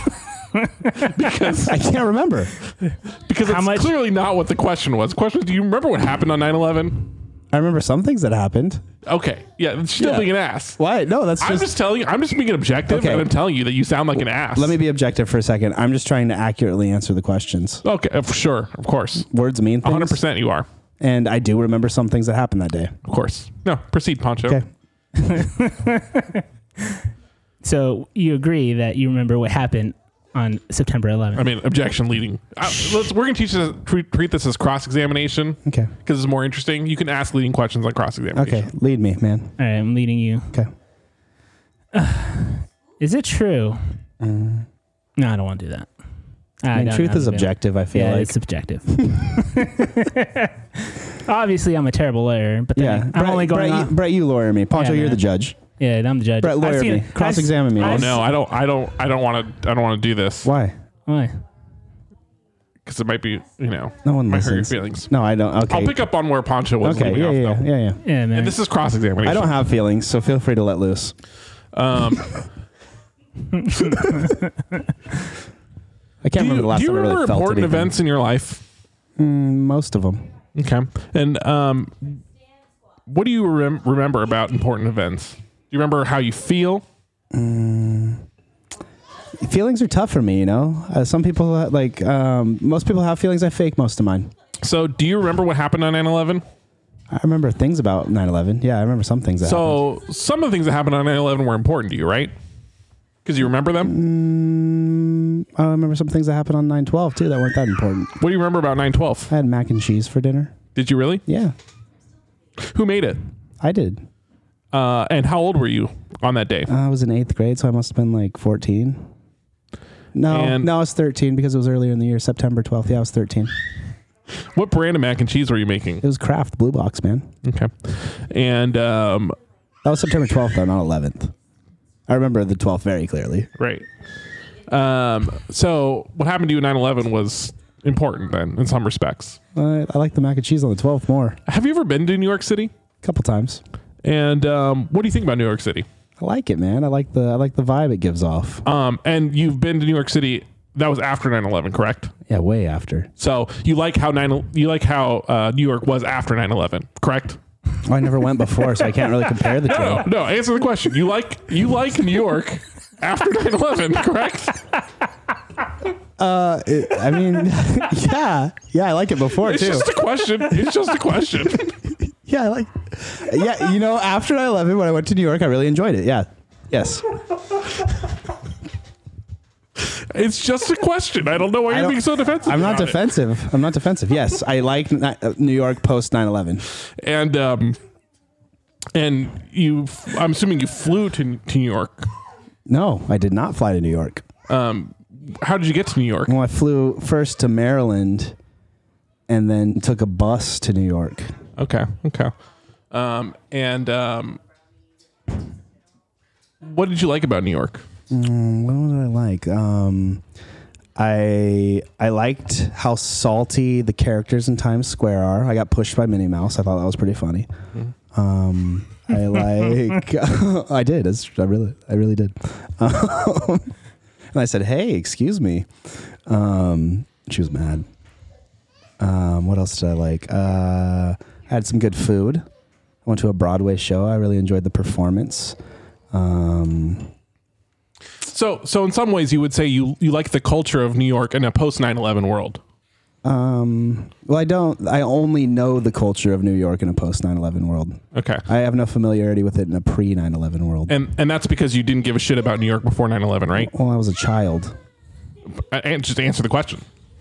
[SPEAKER 1] because I can't remember.
[SPEAKER 2] Because
[SPEAKER 3] How
[SPEAKER 2] it's
[SPEAKER 3] much-
[SPEAKER 2] clearly not what the question was. The question was, do you remember what happened on 9/11?
[SPEAKER 1] I remember some things that happened.
[SPEAKER 2] Okay. Yeah. Still
[SPEAKER 1] Yeah.
[SPEAKER 2] being an ass.
[SPEAKER 1] Why? No, that's
[SPEAKER 2] I'm
[SPEAKER 1] just.
[SPEAKER 2] just telling you. I'm just being objective,
[SPEAKER 1] Okay.
[SPEAKER 2] and I'm telling you that you sound like an ass.
[SPEAKER 1] let me be objective for a second. I'm just trying to accurately answer the questions.
[SPEAKER 2] Okay. uh, For sure. Of course.
[SPEAKER 1] Words mean things.
[SPEAKER 2] 100. percent You are.
[SPEAKER 1] And I do remember some things that happened that day.
[SPEAKER 2] Of course. No. Proceed, Poncho.
[SPEAKER 1] Okay.
[SPEAKER 3] so you agree that you remember what happened on September 11th
[SPEAKER 1] Um,
[SPEAKER 2] I mean, objection leading. Uh, let's, we're going to teach this, treat, treat this as cross examination.
[SPEAKER 1] Okay.
[SPEAKER 2] Because it's more interesting. You can ask leading questions on cross examination.
[SPEAKER 1] Okay. Lead me, man.
[SPEAKER 3] all right I'm leading you
[SPEAKER 1] Okay.
[SPEAKER 3] Is it true? No, I don't want to do that.
[SPEAKER 1] uh, I mean,
[SPEAKER 3] don't
[SPEAKER 1] truth
[SPEAKER 3] know
[SPEAKER 1] is
[SPEAKER 3] the feeling.
[SPEAKER 1] objective. I feel
[SPEAKER 3] Yeah,
[SPEAKER 1] like.
[SPEAKER 3] it's subjective. Obviously, I'm a terrible lawyer, but then
[SPEAKER 1] Yeah.
[SPEAKER 3] I'm
[SPEAKER 1] Brett,
[SPEAKER 3] only going.
[SPEAKER 1] Brett,
[SPEAKER 3] on.
[SPEAKER 1] you, Brett, you lawyer me. Poncho,
[SPEAKER 3] Yeah,
[SPEAKER 1] you're the
[SPEAKER 3] man.
[SPEAKER 1] judge.
[SPEAKER 3] yeah, and I'm the judge.
[SPEAKER 1] Brett,
[SPEAKER 3] I've
[SPEAKER 1] lawyer
[SPEAKER 3] seen-
[SPEAKER 1] me.
[SPEAKER 3] I've-
[SPEAKER 1] Cross-examine me.
[SPEAKER 2] Oh
[SPEAKER 3] I've-
[SPEAKER 2] no, I don't. I don't. I don't want to. I don't want to do this
[SPEAKER 1] Why?
[SPEAKER 3] Why?
[SPEAKER 2] because it might be. You know,
[SPEAKER 1] No one
[SPEAKER 2] might hurt your
[SPEAKER 1] listens.
[SPEAKER 2] feelings.
[SPEAKER 1] No, I don't. Okay.
[SPEAKER 2] I'll pick up on where Poncho was.
[SPEAKER 1] okay.
[SPEAKER 2] leaving
[SPEAKER 1] Yeah,
[SPEAKER 2] off,
[SPEAKER 1] yeah,
[SPEAKER 2] though.
[SPEAKER 1] yeah, yeah.
[SPEAKER 3] Yeah, man.
[SPEAKER 2] And this is cross examination.
[SPEAKER 1] I don't have feelings, so feel free to let loose.
[SPEAKER 2] Um,
[SPEAKER 1] I can't
[SPEAKER 2] do you,
[SPEAKER 1] remember the last
[SPEAKER 2] do you
[SPEAKER 1] time I
[SPEAKER 2] remember
[SPEAKER 1] really felt
[SPEAKER 2] important
[SPEAKER 1] anything.
[SPEAKER 2] events in your life?
[SPEAKER 1] Mm, most of them.
[SPEAKER 2] Okay. And um, what do you rem- remember about important events? Do you remember how you feel?
[SPEAKER 1] Feelings are tough for me, you know. Uh, some people uh, like um, most people have feelings. I fake most of mine.
[SPEAKER 2] So, do you remember what happened on 9 11?
[SPEAKER 1] I remember things about 9/11. Yeah, I remember some things. That happened.
[SPEAKER 2] So some of the things that happened on 9/11 were important to you, right? Because you remember
[SPEAKER 1] Mm,
[SPEAKER 2] them.
[SPEAKER 1] I remember some things that happened on 9/12 too that weren't that important.
[SPEAKER 2] What do you remember about 9/12?
[SPEAKER 1] I had mac and cheese for dinner.
[SPEAKER 2] Did you really?
[SPEAKER 1] Yeah,
[SPEAKER 2] Who made it?
[SPEAKER 1] I did. Uh,
[SPEAKER 2] Uh, and how old were you on that day?
[SPEAKER 1] I was in eighth grade, so I must have been like 14. No,
[SPEAKER 2] And-
[SPEAKER 1] no, I was 13 because it was earlier in the year, September 12th. Yeah, I was 13.
[SPEAKER 2] What brand of mac and cheese were you making?
[SPEAKER 1] It was Kraft Blue Box, man.
[SPEAKER 2] Okay. And um,
[SPEAKER 1] That was September 12th, though, not 11th. I remember the 12th very clearly.
[SPEAKER 2] right. Um, so what happened to you in 9/11 was important then, in some respects.
[SPEAKER 1] I, I like the mac and cheese on the 12th more.
[SPEAKER 2] Have you ever been to New York City?
[SPEAKER 1] A couple times.
[SPEAKER 2] And um, what do you think about New York City?
[SPEAKER 1] I like it, man. I like the I like the vibe it gives off.
[SPEAKER 2] Um, and you've been to New York City. That was after 9/11, correct?
[SPEAKER 1] Yeah, way after.
[SPEAKER 2] So you like how nine you like how uh, New York was after 9-11, correct? Oh,
[SPEAKER 1] Oh, I never went before, so I can't really compare the two.
[SPEAKER 2] No, no, answer the question. You like you like New York after 9-11, correct?
[SPEAKER 1] Uh, It- I mean, yeah, yeah, I like it before
[SPEAKER 2] It's
[SPEAKER 1] too.
[SPEAKER 2] just a question. It's just a question.
[SPEAKER 1] Yeah, I like. Yeah, you know, after 9/11, when I went to New York, I really enjoyed it. Yeah, yes.
[SPEAKER 2] It's just a question. I don't know why you're
[SPEAKER 1] don't-
[SPEAKER 2] being so defensive.
[SPEAKER 1] I'm not
[SPEAKER 2] about it.
[SPEAKER 1] defensive. I'm not defensive. Yes, I like ni- uh, New York post 9/11.
[SPEAKER 2] and um, and you. f- I'm assuming you flew to, to New York.
[SPEAKER 1] No, I did not fly to New York.
[SPEAKER 2] Um, how did you get to New York?
[SPEAKER 1] Well, I flew first to Maryland, and then took a bus to New York.
[SPEAKER 2] Okay, okay. Um, and um, what did you like about New York?
[SPEAKER 1] What did I like? Um, I I liked how salty the characters in Times Square are. I got pushed by Minnie Mouse. I thought that was pretty funny. Um, I like. I did. It's, I really, I really did. Um, and I said, "Hey, excuse me." Um, she was mad. Um, what else did I like? Uh, I had some good food. I went to a Broadway show. I really enjoyed the performance. Um,
[SPEAKER 2] So, so in some ways, you would say you you like the culture of New York in a post 9/11 world.
[SPEAKER 1] Um, well, I don't. I only know the culture of New York in a post 9 11 world.
[SPEAKER 2] Okay,
[SPEAKER 1] I have no familiarity with it in a pre 9 11 world.
[SPEAKER 2] and and that's because you didn't give a shit about New York before 9/11, right?
[SPEAKER 1] well, I was a child
[SPEAKER 2] Uh, And just answer the question.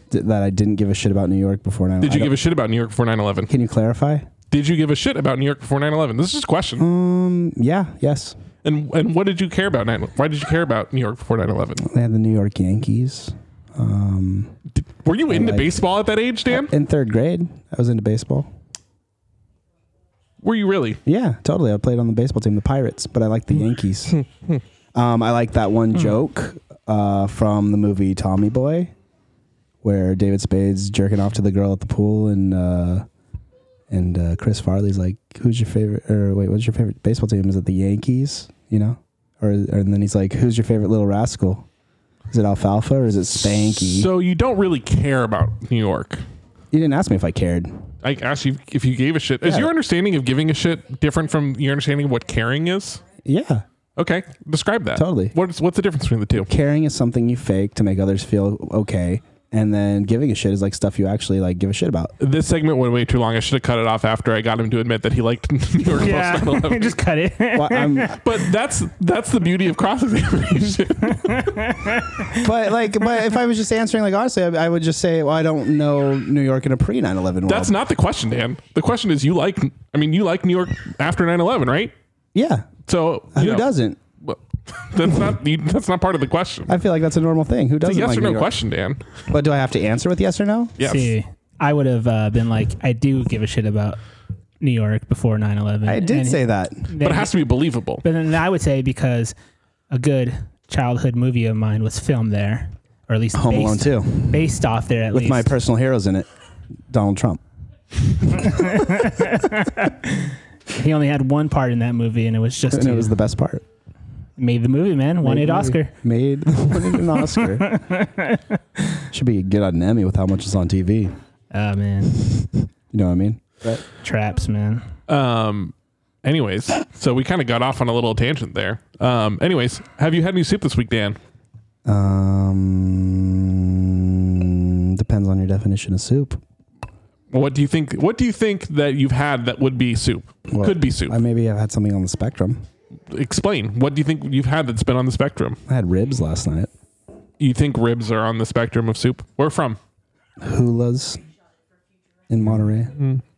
[SPEAKER 1] d- that I didn't give a shit about New York before 9
[SPEAKER 2] Did you give a shit about New York before 9/11?
[SPEAKER 1] Can you clarify?
[SPEAKER 2] Did you give a shit about New York before 9/11? This is just a question.
[SPEAKER 1] Um, yeah, yes.
[SPEAKER 2] And and what did you care about? 9 Why did you care about New York before 9/11?
[SPEAKER 1] They had the New York Yankees. Um,
[SPEAKER 2] Were you into
[SPEAKER 1] like-
[SPEAKER 2] baseball at that age, Dan?
[SPEAKER 1] in third grade, I was into baseball.
[SPEAKER 2] Were you really?
[SPEAKER 1] Yeah, totally. I played on the baseball team, the Pirates, but I like the Yankees. um, I like that one joke uh, from the movie Tommy Boy, where David Spade's jerking off to the girl at the pool, and uh, and uh, Chris Farley's like, "Who's your favorite?" Or wait, what's your favorite baseball team? Is it the Yankees? You know, or and then he's like, "Who's your favorite little rascal?" Is it Alfalfa or is it Spanky?
[SPEAKER 2] So you don't really care about New York.
[SPEAKER 1] you didn't ask me if I cared.
[SPEAKER 2] I asked you if you gave a shit. Is
[SPEAKER 1] Yeah.
[SPEAKER 2] your understanding of giving a shit different from your understanding of what caring is?
[SPEAKER 1] Yeah,
[SPEAKER 2] Okay, describe that.
[SPEAKER 1] Totally.
[SPEAKER 2] What's what's the difference between the two?
[SPEAKER 1] caring is something you fake to make others feel okay and then giving a shit is like stuff you actually like give a shit about
[SPEAKER 2] This segment went way too long. I should have cut it off after I got him to admit that he liked New York
[SPEAKER 3] Yeah,
[SPEAKER 2] Post 9/11.
[SPEAKER 3] just cut it.
[SPEAKER 1] well, I'm,
[SPEAKER 2] But that's that's the beauty of cross examination.
[SPEAKER 1] but like but if i was just answering like honestly I, I would just say well i don't know new york in a pre-9-11 world
[SPEAKER 2] that's not the question, Dan. The question is you like I mean you like New York after 9/11, right?
[SPEAKER 1] yeah
[SPEAKER 2] So
[SPEAKER 1] Uh, who
[SPEAKER 2] you know,
[SPEAKER 1] doesn't
[SPEAKER 2] well, That's not you- that's not part of the question.
[SPEAKER 1] i feel like that's a normal thing who doesn't
[SPEAKER 2] Yes
[SPEAKER 1] like
[SPEAKER 2] or no
[SPEAKER 1] new york
[SPEAKER 2] question, Dan.
[SPEAKER 1] but do i have to answer with yes or no
[SPEAKER 2] Yes.
[SPEAKER 3] See, I would have uh, been like, I do give a shit about New York before 9 11.
[SPEAKER 1] i did say that
[SPEAKER 2] But it has to be believable.
[SPEAKER 3] But then I would say because a good childhood movie of mine was filmed there, or at least
[SPEAKER 1] home
[SPEAKER 3] based,
[SPEAKER 1] alone too
[SPEAKER 3] based off there at
[SPEAKER 1] with
[SPEAKER 3] least.
[SPEAKER 1] my personal heroes in it donald trump
[SPEAKER 3] he only had one part in that movie, and it was just
[SPEAKER 1] and it
[SPEAKER 3] to-
[SPEAKER 1] was the best part
[SPEAKER 3] made the movie, man, won
[SPEAKER 1] Made
[SPEAKER 3] it
[SPEAKER 1] the
[SPEAKER 3] Oscar.
[SPEAKER 1] made an oscar should be good on an emmy with how much is on tv you
[SPEAKER 3] Oh man,
[SPEAKER 1] know what i mean
[SPEAKER 3] traps, man.
[SPEAKER 2] Um anyways, so we kind of got off on a little tangent there. Um anyways, have you had any soup this week, Dan?
[SPEAKER 1] Um, depends on your definition of soup.
[SPEAKER 2] What do you think what do you think that you've had that would be soup?
[SPEAKER 1] Well,
[SPEAKER 2] Could be soup.
[SPEAKER 1] I maybe I've had something on the spectrum.
[SPEAKER 2] Explain. What do you think you've had that's been on the spectrum?
[SPEAKER 1] I had ribs last night.
[SPEAKER 2] You think ribs are on the spectrum of soup? Where from?
[SPEAKER 1] Hula's in Monterey.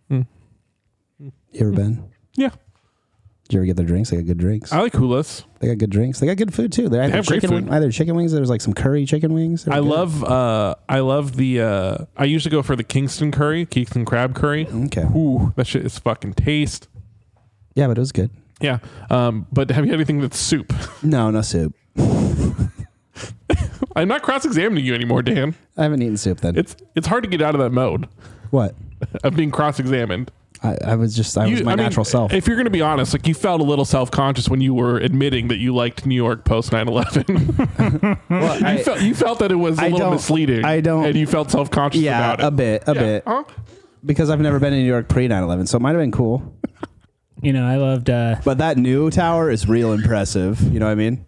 [SPEAKER 1] You ever been?
[SPEAKER 2] Yeah.
[SPEAKER 1] Did you ever get their drinks? They got good drinks.
[SPEAKER 2] I like hulas.
[SPEAKER 1] they got good drinks. They got good food too. They, either
[SPEAKER 2] Uh, have great
[SPEAKER 1] chicken,
[SPEAKER 2] food.
[SPEAKER 1] Either chicken wings. There was like some curry chicken wings. They were
[SPEAKER 2] I
[SPEAKER 1] good.
[SPEAKER 2] love uh I love the uh I usually go for the Kingston curry, Kingston crab curry.
[SPEAKER 1] Okay.
[SPEAKER 2] Ooh, that shit is fucking taste.
[SPEAKER 1] Yeah, but it was good.
[SPEAKER 2] Yeah. Um but have you had anything that's soup?
[SPEAKER 1] No, no soup.
[SPEAKER 2] I'm not cross examining you anymore, Dan.
[SPEAKER 1] I haven't eaten soup then.
[SPEAKER 2] It's it's hard to get out of that mode
[SPEAKER 1] what?
[SPEAKER 2] of being cross examined.
[SPEAKER 1] I, I was just I was my natural self.
[SPEAKER 2] If you're going to be honest, like you felt a little self conscious when you were admitting that you liked New York post 9 11.
[SPEAKER 1] Well, I-
[SPEAKER 2] You felt- you felt that it was a
[SPEAKER 1] I
[SPEAKER 2] little
[SPEAKER 1] don't-
[SPEAKER 2] misleading.
[SPEAKER 1] I don't-
[SPEAKER 2] And you felt self conscious
[SPEAKER 1] yeah,
[SPEAKER 2] about it.
[SPEAKER 1] a bit, a
[SPEAKER 2] Yeah.
[SPEAKER 1] bit.
[SPEAKER 2] Huh?
[SPEAKER 1] Because I've never been in New York pre 9-11, so it might have been cool.
[SPEAKER 3] You know, I loved. Uh,
[SPEAKER 1] But that new tower is real impressive. You know what I mean?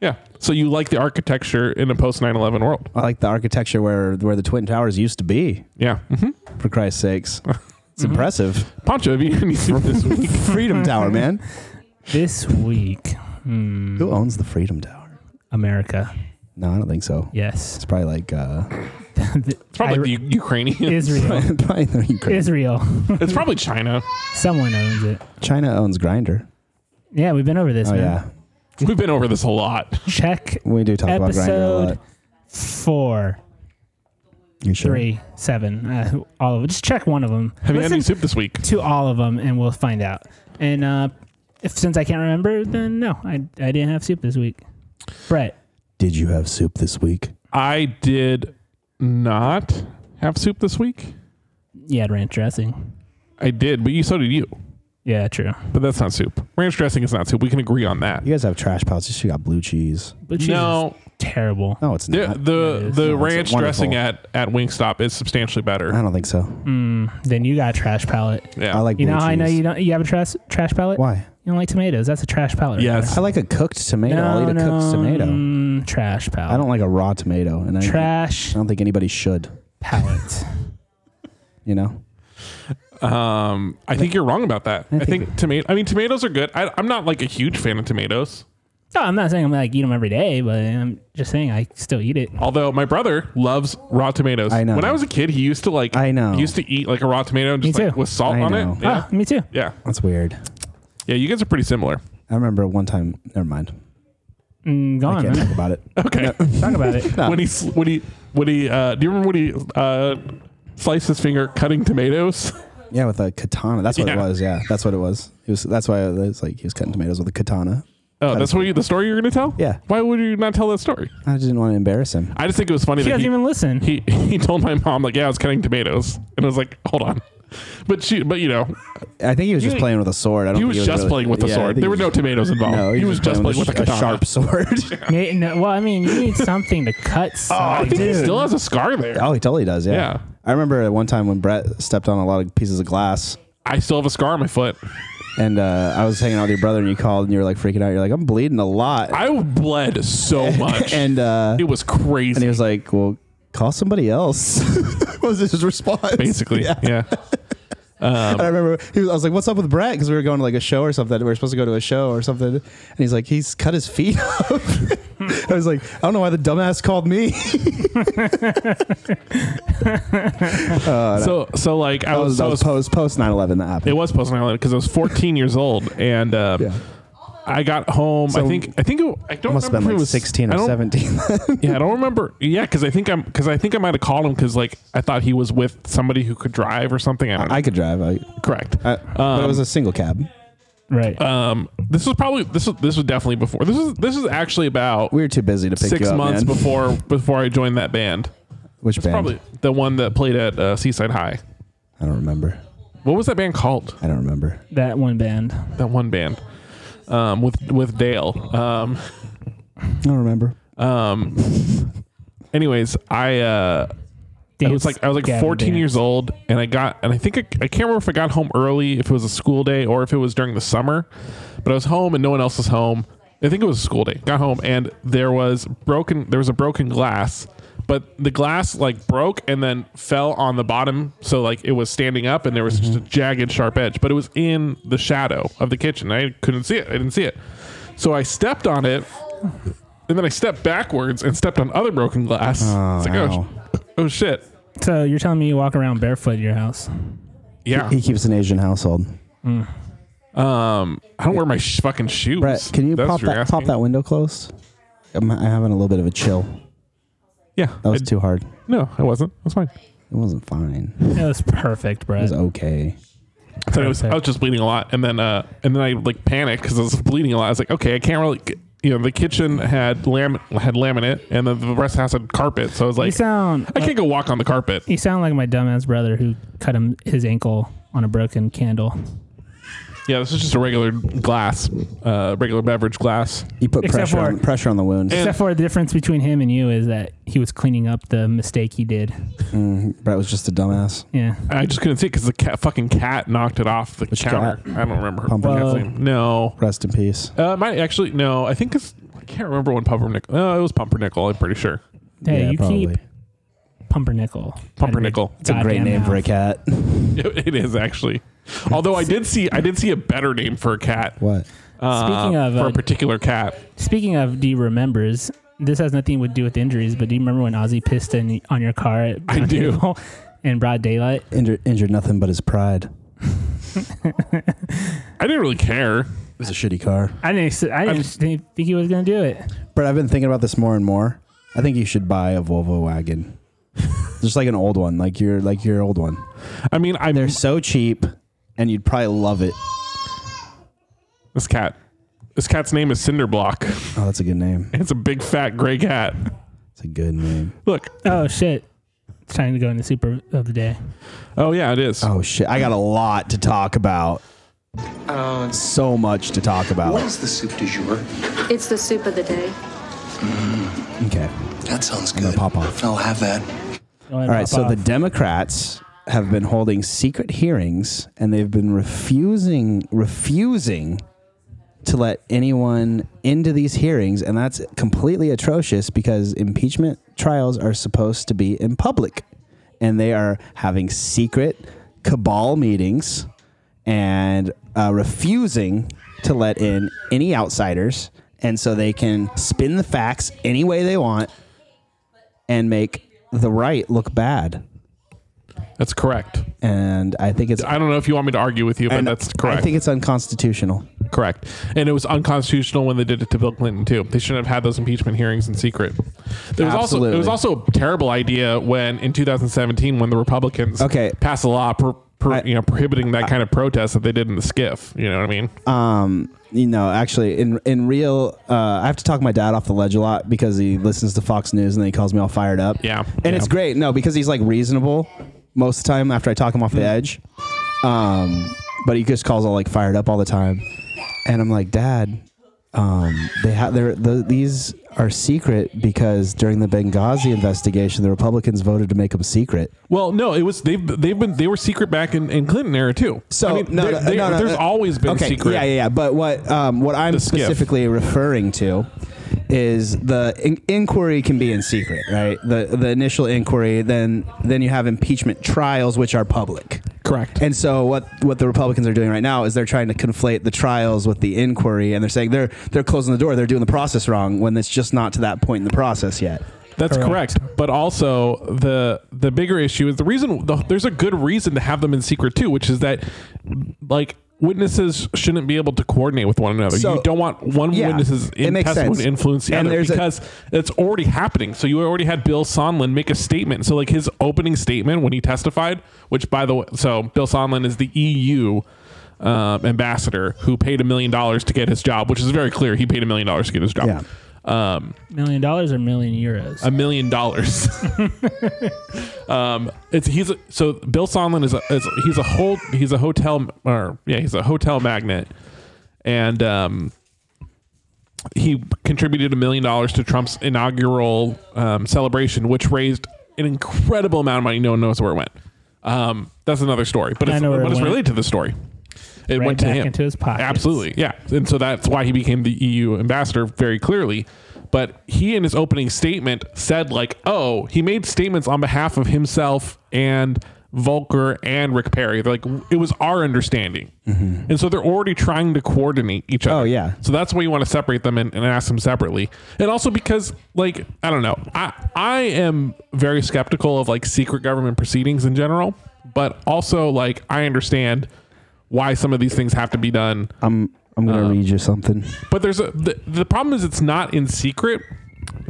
[SPEAKER 2] Yeah. So you like the architecture in a post 9 11 world.
[SPEAKER 1] I like the architecture where where the twin towers used to be.
[SPEAKER 2] Yeah. hmm
[SPEAKER 1] For Christ's sakes, it's impressive.
[SPEAKER 2] Pancho, have you had any soup this week?
[SPEAKER 1] Freedom Tower, man.
[SPEAKER 3] this week, hmm,
[SPEAKER 1] Who owns the Freedom Tower?
[SPEAKER 3] America.
[SPEAKER 1] No, I don't think so.
[SPEAKER 3] Yes.
[SPEAKER 1] It's probably like uh,
[SPEAKER 2] It's probably
[SPEAKER 3] I-
[SPEAKER 2] the U- Ukrainian.
[SPEAKER 3] Israel.
[SPEAKER 1] probably the Ukraine.
[SPEAKER 3] Israel.
[SPEAKER 2] It's probably China.
[SPEAKER 3] Someone owns it.
[SPEAKER 1] China owns Grinder.
[SPEAKER 3] Yeah, we've been over this.
[SPEAKER 1] Oh
[SPEAKER 3] man.
[SPEAKER 1] yeah,
[SPEAKER 2] We've been over this a lot.
[SPEAKER 3] Check
[SPEAKER 1] we do talk about Grinder a
[SPEAKER 3] episode
[SPEAKER 1] lot.
[SPEAKER 3] four,
[SPEAKER 1] You should.
[SPEAKER 3] three, seven. Uh, all of them. Just check one of them.
[SPEAKER 2] Have you had any
[SPEAKER 3] Listen
[SPEAKER 2] soup this week?
[SPEAKER 3] to all of them, and we'll find out. And uh, if since I can't remember, then no, I I didn't have soup this week. Brett,
[SPEAKER 1] Did you have soup this week?
[SPEAKER 2] I did not have soup this week.
[SPEAKER 3] you had ranch dressing.
[SPEAKER 2] I did, but you so did you.
[SPEAKER 3] Yeah, true.
[SPEAKER 2] But that's not soup. Ranch dressing is not soup. We can agree on that.
[SPEAKER 1] You guys have trash pouches. You got blue cheese.
[SPEAKER 3] But she's
[SPEAKER 2] No,
[SPEAKER 3] terrible.
[SPEAKER 1] No, it's
[SPEAKER 2] the
[SPEAKER 1] not.
[SPEAKER 2] the,
[SPEAKER 1] No,
[SPEAKER 2] the
[SPEAKER 1] it's
[SPEAKER 2] ranch
[SPEAKER 1] wonderful.
[SPEAKER 2] dressing at at Wingstop is substantially
[SPEAKER 1] I
[SPEAKER 2] better.
[SPEAKER 1] don't think so.
[SPEAKER 3] Then you got a trash palate.
[SPEAKER 2] Yeah,
[SPEAKER 1] I like.
[SPEAKER 3] You
[SPEAKER 1] blue
[SPEAKER 3] know how I know
[SPEAKER 1] cheese.
[SPEAKER 3] you don't you have a trash trash palate?
[SPEAKER 1] Why?
[SPEAKER 3] You don't like tomatoes. That's a trash palate.
[SPEAKER 2] Yes.
[SPEAKER 1] I like a cooked tomato. I'll eat a cooked tomato.
[SPEAKER 3] mm, trash palate.
[SPEAKER 1] I don't like a raw tomato, and I, I
[SPEAKER 3] trash
[SPEAKER 1] don't think anybody should.
[SPEAKER 3] palate.
[SPEAKER 1] You know,
[SPEAKER 2] Um, I think you're wrong about that. I
[SPEAKER 1] think
[SPEAKER 2] think tomato. I mean, tomatoes are good. I, I'm not like a huge fan of tomatoes,
[SPEAKER 3] no, I'm not saying I'm like eat them every day, but I'm just saying I still eat it.
[SPEAKER 2] although my brother loves raw tomatoes.
[SPEAKER 1] I know.
[SPEAKER 2] When I was a kid, he used to like.
[SPEAKER 1] I know.
[SPEAKER 2] He used to eat like a raw tomato and
[SPEAKER 3] Me
[SPEAKER 2] just like
[SPEAKER 3] too.
[SPEAKER 2] with salt
[SPEAKER 1] I
[SPEAKER 2] on
[SPEAKER 1] know.
[SPEAKER 2] it. Yeah.
[SPEAKER 3] Oh, me too.
[SPEAKER 2] yeah,
[SPEAKER 1] that's weird.
[SPEAKER 2] yeah. You guys are pretty similar.
[SPEAKER 1] I remember one time. Never mind.
[SPEAKER 3] Mm, go
[SPEAKER 1] I
[SPEAKER 3] on.
[SPEAKER 1] can't
[SPEAKER 3] man.
[SPEAKER 1] talk about it.
[SPEAKER 2] Okay.
[SPEAKER 3] Talk about it.
[SPEAKER 2] when he sl- when he when he uh, do you remember when he uh, sliced his finger cutting tomatoes?
[SPEAKER 1] Yeah, with a katana. That's what
[SPEAKER 2] Yeah.
[SPEAKER 1] it was. Yeah, that's what it was. It was. That's why it was like he was cutting tomatoes with a katana.
[SPEAKER 2] Oh, that's what you, the story you're going to tell.
[SPEAKER 1] Yeah.
[SPEAKER 2] Why would you not tell that story?
[SPEAKER 1] I just didn't want to embarrass him.
[SPEAKER 2] I just think it was funny
[SPEAKER 3] She
[SPEAKER 2] that
[SPEAKER 3] doesn't
[SPEAKER 2] he,
[SPEAKER 3] even listen.
[SPEAKER 2] he he told my mom like, yeah, I was cutting tomatoes, and I was like, hold on, but she but you know
[SPEAKER 1] I think he was just
[SPEAKER 2] You-
[SPEAKER 1] playing with a sword. I don't
[SPEAKER 2] He
[SPEAKER 1] think
[SPEAKER 2] was just
[SPEAKER 1] really-
[SPEAKER 2] playing with the
[SPEAKER 1] Yeah, I
[SPEAKER 2] sword.
[SPEAKER 1] think
[SPEAKER 2] There
[SPEAKER 1] he
[SPEAKER 2] were
[SPEAKER 1] was
[SPEAKER 2] no
[SPEAKER 1] just-
[SPEAKER 2] tomatoes involved.
[SPEAKER 1] No,
[SPEAKER 2] he, was just playing with,
[SPEAKER 1] a,
[SPEAKER 2] a,
[SPEAKER 1] sh- a
[SPEAKER 2] katana.
[SPEAKER 1] sharp sword.
[SPEAKER 3] Ma- no, well, I mean, you need something to cut.
[SPEAKER 2] I
[SPEAKER 3] something.
[SPEAKER 2] think he still has a scar there.
[SPEAKER 1] oh, he totally does. Yeah.
[SPEAKER 2] Yeah.
[SPEAKER 1] I remember at one time when Brett stepped on a lot of pieces of glass,
[SPEAKER 2] I still have a scar on my foot.
[SPEAKER 1] and uh, I was hanging out with your brother, and you called, and you were like freaking out. You're like, I'm bleeding a lot,
[SPEAKER 2] I bled so much.
[SPEAKER 1] and uh,
[SPEAKER 2] it was crazy.
[SPEAKER 1] and he was like, well. Call somebody else. was his response?
[SPEAKER 2] basically,
[SPEAKER 1] yeah.
[SPEAKER 2] yeah.
[SPEAKER 1] And I remember he was, I was like, "What's up with Brett?" Because we were going to like a show or something. We were supposed to go to a show or something, and he's like, "He's cut his feet up." I was like, "I don't know why the dumbass called me."
[SPEAKER 2] So so like I
[SPEAKER 1] uh, That
[SPEAKER 2] was,
[SPEAKER 1] was, that
[SPEAKER 2] I
[SPEAKER 1] was
[SPEAKER 2] was
[SPEAKER 1] post post 9-11 that
[SPEAKER 2] it
[SPEAKER 1] happened.
[SPEAKER 2] was post 9 because I was 14 years old and uh,
[SPEAKER 1] Yeah.
[SPEAKER 2] I got home. I
[SPEAKER 1] So-
[SPEAKER 2] think I think it, I don't
[SPEAKER 1] I must have
[SPEAKER 2] remember
[SPEAKER 1] been
[SPEAKER 2] if
[SPEAKER 1] like
[SPEAKER 2] it was
[SPEAKER 1] sixteen or
[SPEAKER 2] I don't-
[SPEAKER 1] seventeen.
[SPEAKER 2] Yeah, I don't remember. Yeah, because I think I'm because I think I might have called him because like I thought he was with somebody who could drive or something. I don't know.
[SPEAKER 1] I could drive. I,
[SPEAKER 2] correct.
[SPEAKER 1] I, but it was a single cab.
[SPEAKER 3] Right.
[SPEAKER 2] um, this was probably this was this was definitely before. This is this is actually about
[SPEAKER 1] We were too busy to pick
[SPEAKER 2] six
[SPEAKER 1] you up,
[SPEAKER 2] months
[SPEAKER 1] man.
[SPEAKER 2] before before I joined that band.
[SPEAKER 1] Which band?
[SPEAKER 2] Probably the one that played at uh, Seaside High.
[SPEAKER 1] I don't remember.
[SPEAKER 2] What was that band called?
[SPEAKER 1] I don't remember.
[SPEAKER 3] that one band.
[SPEAKER 2] That one band um, with with Dale. Um,
[SPEAKER 1] I don't remember.
[SPEAKER 2] um, anyways, I. Uh, I was like I was like 14 years old, and I got and I think I, I can't remember if I got home early, if it was a school day, or if it was during the summer. But I was home, and no one else was home. I think it was a school day. Got home, and there was broken. There was a broken glass, but the glass like broke and then fell on the bottom, so like it was standing up, and there was just a jagged, sharp edge. But it was in the shadow of the kitchen. I couldn't see it. I didn't see it. So I stepped on it, and then I stepped backwards and stepped on other broken glass.
[SPEAKER 1] Oh,
[SPEAKER 2] it's like oh,
[SPEAKER 1] ow.
[SPEAKER 2] sh- oh shit.
[SPEAKER 3] So you're telling me you walk around barefoot at your house?
[SPEAKER 2] Yeah.
[SPEAKER 1] He keeps an Asian household.
[SPEAKER 2] Um, I don't wear my sh- fucking shoes.
[SPEAKER 1] Brett, can you
[SPEAKER 2] That's
[SPEAKER 1] pop
[SPEAKER 2] what you're
[SPEAKER 1] that pop
[SPEAKER 2] asking?
[SPEAKER 1] that window closed? I'm, I'm having a little bit of a chill.
[SPEAKER 2] Yeah.
[SPEAKER 1] That was
[SPEAKER 2] I-
[SPEAKER 1] too hard.
[SPEAKER 2] No, I wasn't. That's fine.
[SPEAKER 1] It wasn't fine.
[SPEAKER 3] That was perfect,
[SPEAKER 1] It
[SPEAKER 3] Brett.
[SPEAKER 1] was okay.
[SPEAKER 2] I, thought I was, I was just bleeding a lot, and then uh, and then I like panicked because I was bleeding a lot. I was like, okay, I can't really. Get, you know, the kitchen had lam- had laminate, and then the rest of the house had carpet. So I was
[SPEAKER 3] You
[SPEAKER 2] like,
[SPEAKER 3] sound
[SPEAKER 2] I can't go walk on the carpet.
[SPEAKER 3] you sound like my dumbass brother who cut him his ankle on a broken candle.
[SPEAKER 2] Yeah, this is just a regular glass, uh, regular beverage glass.
[SPEAKER 1] You put
[SPEAKER 3] Except
[SPEAKER 1] pressure on,
[SPEAKER 3] for-
[SPEAKER 1] pressure on the wound.
[SPEAKER 2] And-
[SPEAKER 3] Except for the difference between him and you is that he was cleaning up the mistake he did.
[SPEAKER 1] Brett was just a dumbass.
[SPEAKER 3] Yeah.
[SPEAKER 2] I just couldn't see it because the cat, fucking cat knocked it off the
[SPEAKER 1] Which
[SPEAKER 2] counter.
[SPEAKER 1] cat?
[SPEAKER 2] I don't remember. her
[SPEAKER 1] Pumpernickel?
[SPEAKER 2] cat's name. No,
[SPEAKER 1] Rest in peace.
[SPEAKER 2] uh, might actually no. I think it's I can't remember when pumpernickel. No, it was pumpernickel. I'm pretty sure.
[SPEAKER 3] Hey,
[SPEAKER 1] yeah,
[SPEAKER 3] you
[SPEAKER 1] probably.
[SPEAKER 3] keep Pumpernickel.
[SPEAKER 2] Pumpernickel.
[SPEAKER 1] It's a great name for a cat.
[SPEAKER 2] It it is actually. Although I did see, I did see a better name for a cat.
[SPEAKER 1] What?
[SPEAKER 2] uh,
[SPEAKER 3] Speaking of,
[SPEAKER 2] for
[SPEAKER 1] um,
[SPEAKER 3] uh,
[SPEAKER 2] a particular cat,
[SPEAKER 3] Speaking of, do you remembers? this has nothing to do with injuries, but do you remember when Ozzy pissed in, on your car? At
[SPEAKER 2] I
[SPEAKER 3] Brown
[SPEAKER 2] do.
[SPEAKER 3] Table In broad daylight.
[SPEAKER 1] Injured, injured nothing but his pride.
[SPEAKER 2] I didn't really care.
[SPEAKER 1] It was a shitty car.
[SPEAKER 3] I didn't. ex- I didn't think he was gonna do it.
[SPEAKER 1] But I've been thinking about this more and more. I think you should buy a Volvo wagon, just like an old one, like your like your old one.
[SPEAKER 2] I mean, I'm
[SPEAKER 1] They're so cheap, and you'd probably love it.
[SPEAKER 2] this cat. This cat's name is Cinderblock.
[SPEAKER 1] Oh, that's a good name.
[SPEAKER 2] It's a big fat gray cat.
[SPEAKER 1] It's a good name.
[SPEAKER 2] Look.
[SPEAKER 3] Oh shit! It's time to go in the super of the day.
[SPEAKER 2] Oh yeah, it is.
[SPEAKER 1] Oh shit, I got a lot to talk about. so much to talk
[SPEAKER 5] What
[SPEAKER 1] about.
[SPEAKER 5] is the soup du jour?
[SPEAKER 6] It's the soup of the day.
[SPEAKER 1] Okay.
[SPEAKER 5] That sounds
[SPEAKER 1] gonna
[SPEAKER 5] good.
[SPEAKER 1] pop off.
[SPEAKER 5] I'll have that.
[SPEAKER 3] All
[SPEAKER 1] All right, so the Democrats have been holding secret hearings and they've been refusing refusing to let anyone into these hearings and that's completely atrocious because impeachment trials are supposed to be in public and they are having secret cabal meetings and uh, refusing to let in any outsiders and so they can spin the facts any way they want and make the right look bad.
[SPEAKER 2] That's correct.
[SPEAKER 1] And I think it's
[SPEAKER 2] I don't know if you want me to argue with you, but
[SPEAKER 1] and
[SPEAKER 2] that's correct.
[SPEAKER 1] I think it's unconstitutional.
[SPEAKER 2] correct. And it was unconstitutional when they did it to Bill Clinton too. They shouldn't have had those impeachment hearings in secret. There was also it
[SPEAKER 1] Absolutely.
[SPEAKER 2] was also a terrible idea when in 2017 when the Republicans
[SPEAKER 1] Okay.
[SPEAKER 2] passed a law pro pro-
[SPEAKER 1] I-
[SPEAKER 2] you know prohibiting that kind of protest that they did in the skiff. You know what I mean?
[SPEAKER 1] Um, you know, actually, in in real, uh, I have to talk my dad off the ledge a lot because he listens to Fox News and then he calls me all fired up.
[SPEAKER 2] Yeah,
[SPEAKER 1] and
[SPEAKER 2] yeah.
[SPEAKER 1] it's great. No, because he's like reasonable most of the time after I talk him
[SPEAKER 2] Mm-hmm.
[SPEAKER 1] off the edge. Um, but he just calls all like fired up all the time, and I'm like, Dad, um, they have they're the, these are secret because during the Benghazi investigation, the Republicans voted to make them secret.
[SPEAKER 2] Well, no, it was they've they've been they were secret back in, in Clinton era too.
[SPEAKER 1] So
[SPEAKER 2] I mean,
[SPEAKER 1] no,
[SPEAKER 2] they-
[SPEAKER 1] no,
[SPEAKER 2] they-
[SPEAKER 1] no, no,
[SPEAKER 2] there's
[SPEAKER 1] no.
[SPEAKER 2] always been
[SPEAKER 1] okay,
[SPEAKER 2] secret.
[SPEAKER 1] Yeah, yeah, yeah. But what um, what I'm
[SPEAKER 2] The skiff.
[SPEAKER 1] specifically referring to is the in- inquiry can be in secret, right? The the initial inquiry, then then you have impeachment trials, which are public.
[SPEAKER 2] Correct.
[SPEAKER 1] And so what what the Republicans are doing right now is they're trying to conflate the trials with the inquiry, and they're saying they're they're closing the door, they're doing the process wrong when it's just not to that point in the process yet.
[SPEAKER 2] That's
[SPEAKER 3] Correct.
[SPEAKER 2] correct. But also the the bigger issue is the reason the, there's a good reason to have them in secret too, which is that like witnesses shouldn't be able to coordinate with one another.
[SPEAKER 1] So-
[SPEAKER 2] you don't want one
[SPEAKER 1] yeah,
[SPEAKER 2] witness's
[SPEAKER 1] it
[SPEAKER 2] in
[SPEAKER 1] makes
[SPEAKER 2] testimony
[SPEAKER 1] sense.
[SPEAKER 2] to influence the
[SPEAKER 1] And
[SPEAKER 2] other
[SPEAKER 1] there's a-
[SPEAKER 2] because it's already happening. So you already had Bill Sondland make a statement. So like his opening statement when he testified, which by the way, so Bill Sondland is the EU um, ambassador who paid a million dollars to get his job, which is very clear. He paid a million dollars to get his job.
[SPEAKER 1] Yeah.
[SPEAKER 2] Um,
[SPEAKER 3] million dollars or million euros.
[SPEAKER 2] a million dollars. Um, it's he's a, so Bill Sondland is, a, is he's a whole he's a hotel or yeah he's a hotel magnet, and um, he contributed a million dollars to Trump's inaugural um, celebration, which raised an incredible amount of money. No one knows where it went. Um, that's another story, but
[SPEAKER 3] I
[SPEAKER 2] it's,
[SPEAKER 3] know where
[SPEAKER 2] but
[SPEAKER 3] it
[SPEAKER 2] it's
[SPEAKER 3] went.
[SPEAKER 2] related to the story. It
[SPEAKER 3] Right
[SPEAKER 2] went to
[SPEAKER 3] back
[SPEAKER 2] him
[SPEAKER 3] into his pockets.
[SPEAKER 2] Absolutely, yeah, and so that's why he became the EU ambassador very clearly. But he, in his opening statement, said like, "Oh, he made statements on behalf of himself and Volker and Rick Perry. They're like, it was our understanding, and so they're already trying to coordinate each other.
[SPEAKER 1] Mm-hmm. Oh, yeah.
[SPEAKER 2] So that's why you want to separate them and, and ask them separately. And also because like I don't know, I I am very skeptical of like secret government proceedings in general, but also like I understand why some of these things have to be done.
[SPEAKER 1] I'm I'm gonna
[SPEAKER 2] Um,
[SPEAKER 1] read you something.
[SPEAKER 2] But there's a the, the problem is it's not in secret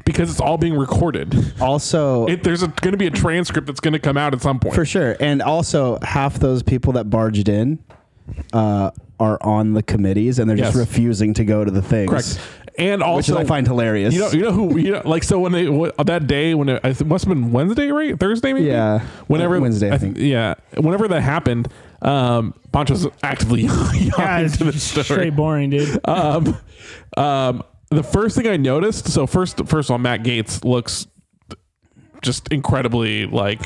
[SPEAKER 2] because it's all being recorded.
[SPEAKER 1] Also,
[SPEAKER 2] It, there's going to be a transcript that's going to come out at some point.
[SPEAKER 1] For sure. And also, half those people that barged in uh, are on the committees and they're just
[SPEAKER 2] Yes.
[SPEAKER 1] refusing to go to the things.
[SPEAKER 2] Correct. And also,
[SPEAKER 1] Which I find hilarious.
[SPEAKER 2] You know, you know who, you know, like, so when they, what, that day, when it, it must have been Wednesday, right? Thursday, maybe?
[SPEAKER 1] Yeah.
[SPEAKER 2] Whenever,
[SPEAKER 1] Wednesday, I
[SPEAKER 2] th-
[SPEAKER 1] think.
[SPEAKER 2] Yeah. Whenever that happened, um, Poncho's actively yawning
[SPEAKER 3] Yeah, it's
[SPEAKER 2] to the story.
[SPEAKER 3] straight boring, dude.
[SPEAKER 1] Oh,
[SPEAKER 2] Um, um, the first thing I noticed, so first, first of all, Matt Gates looks just incredibly like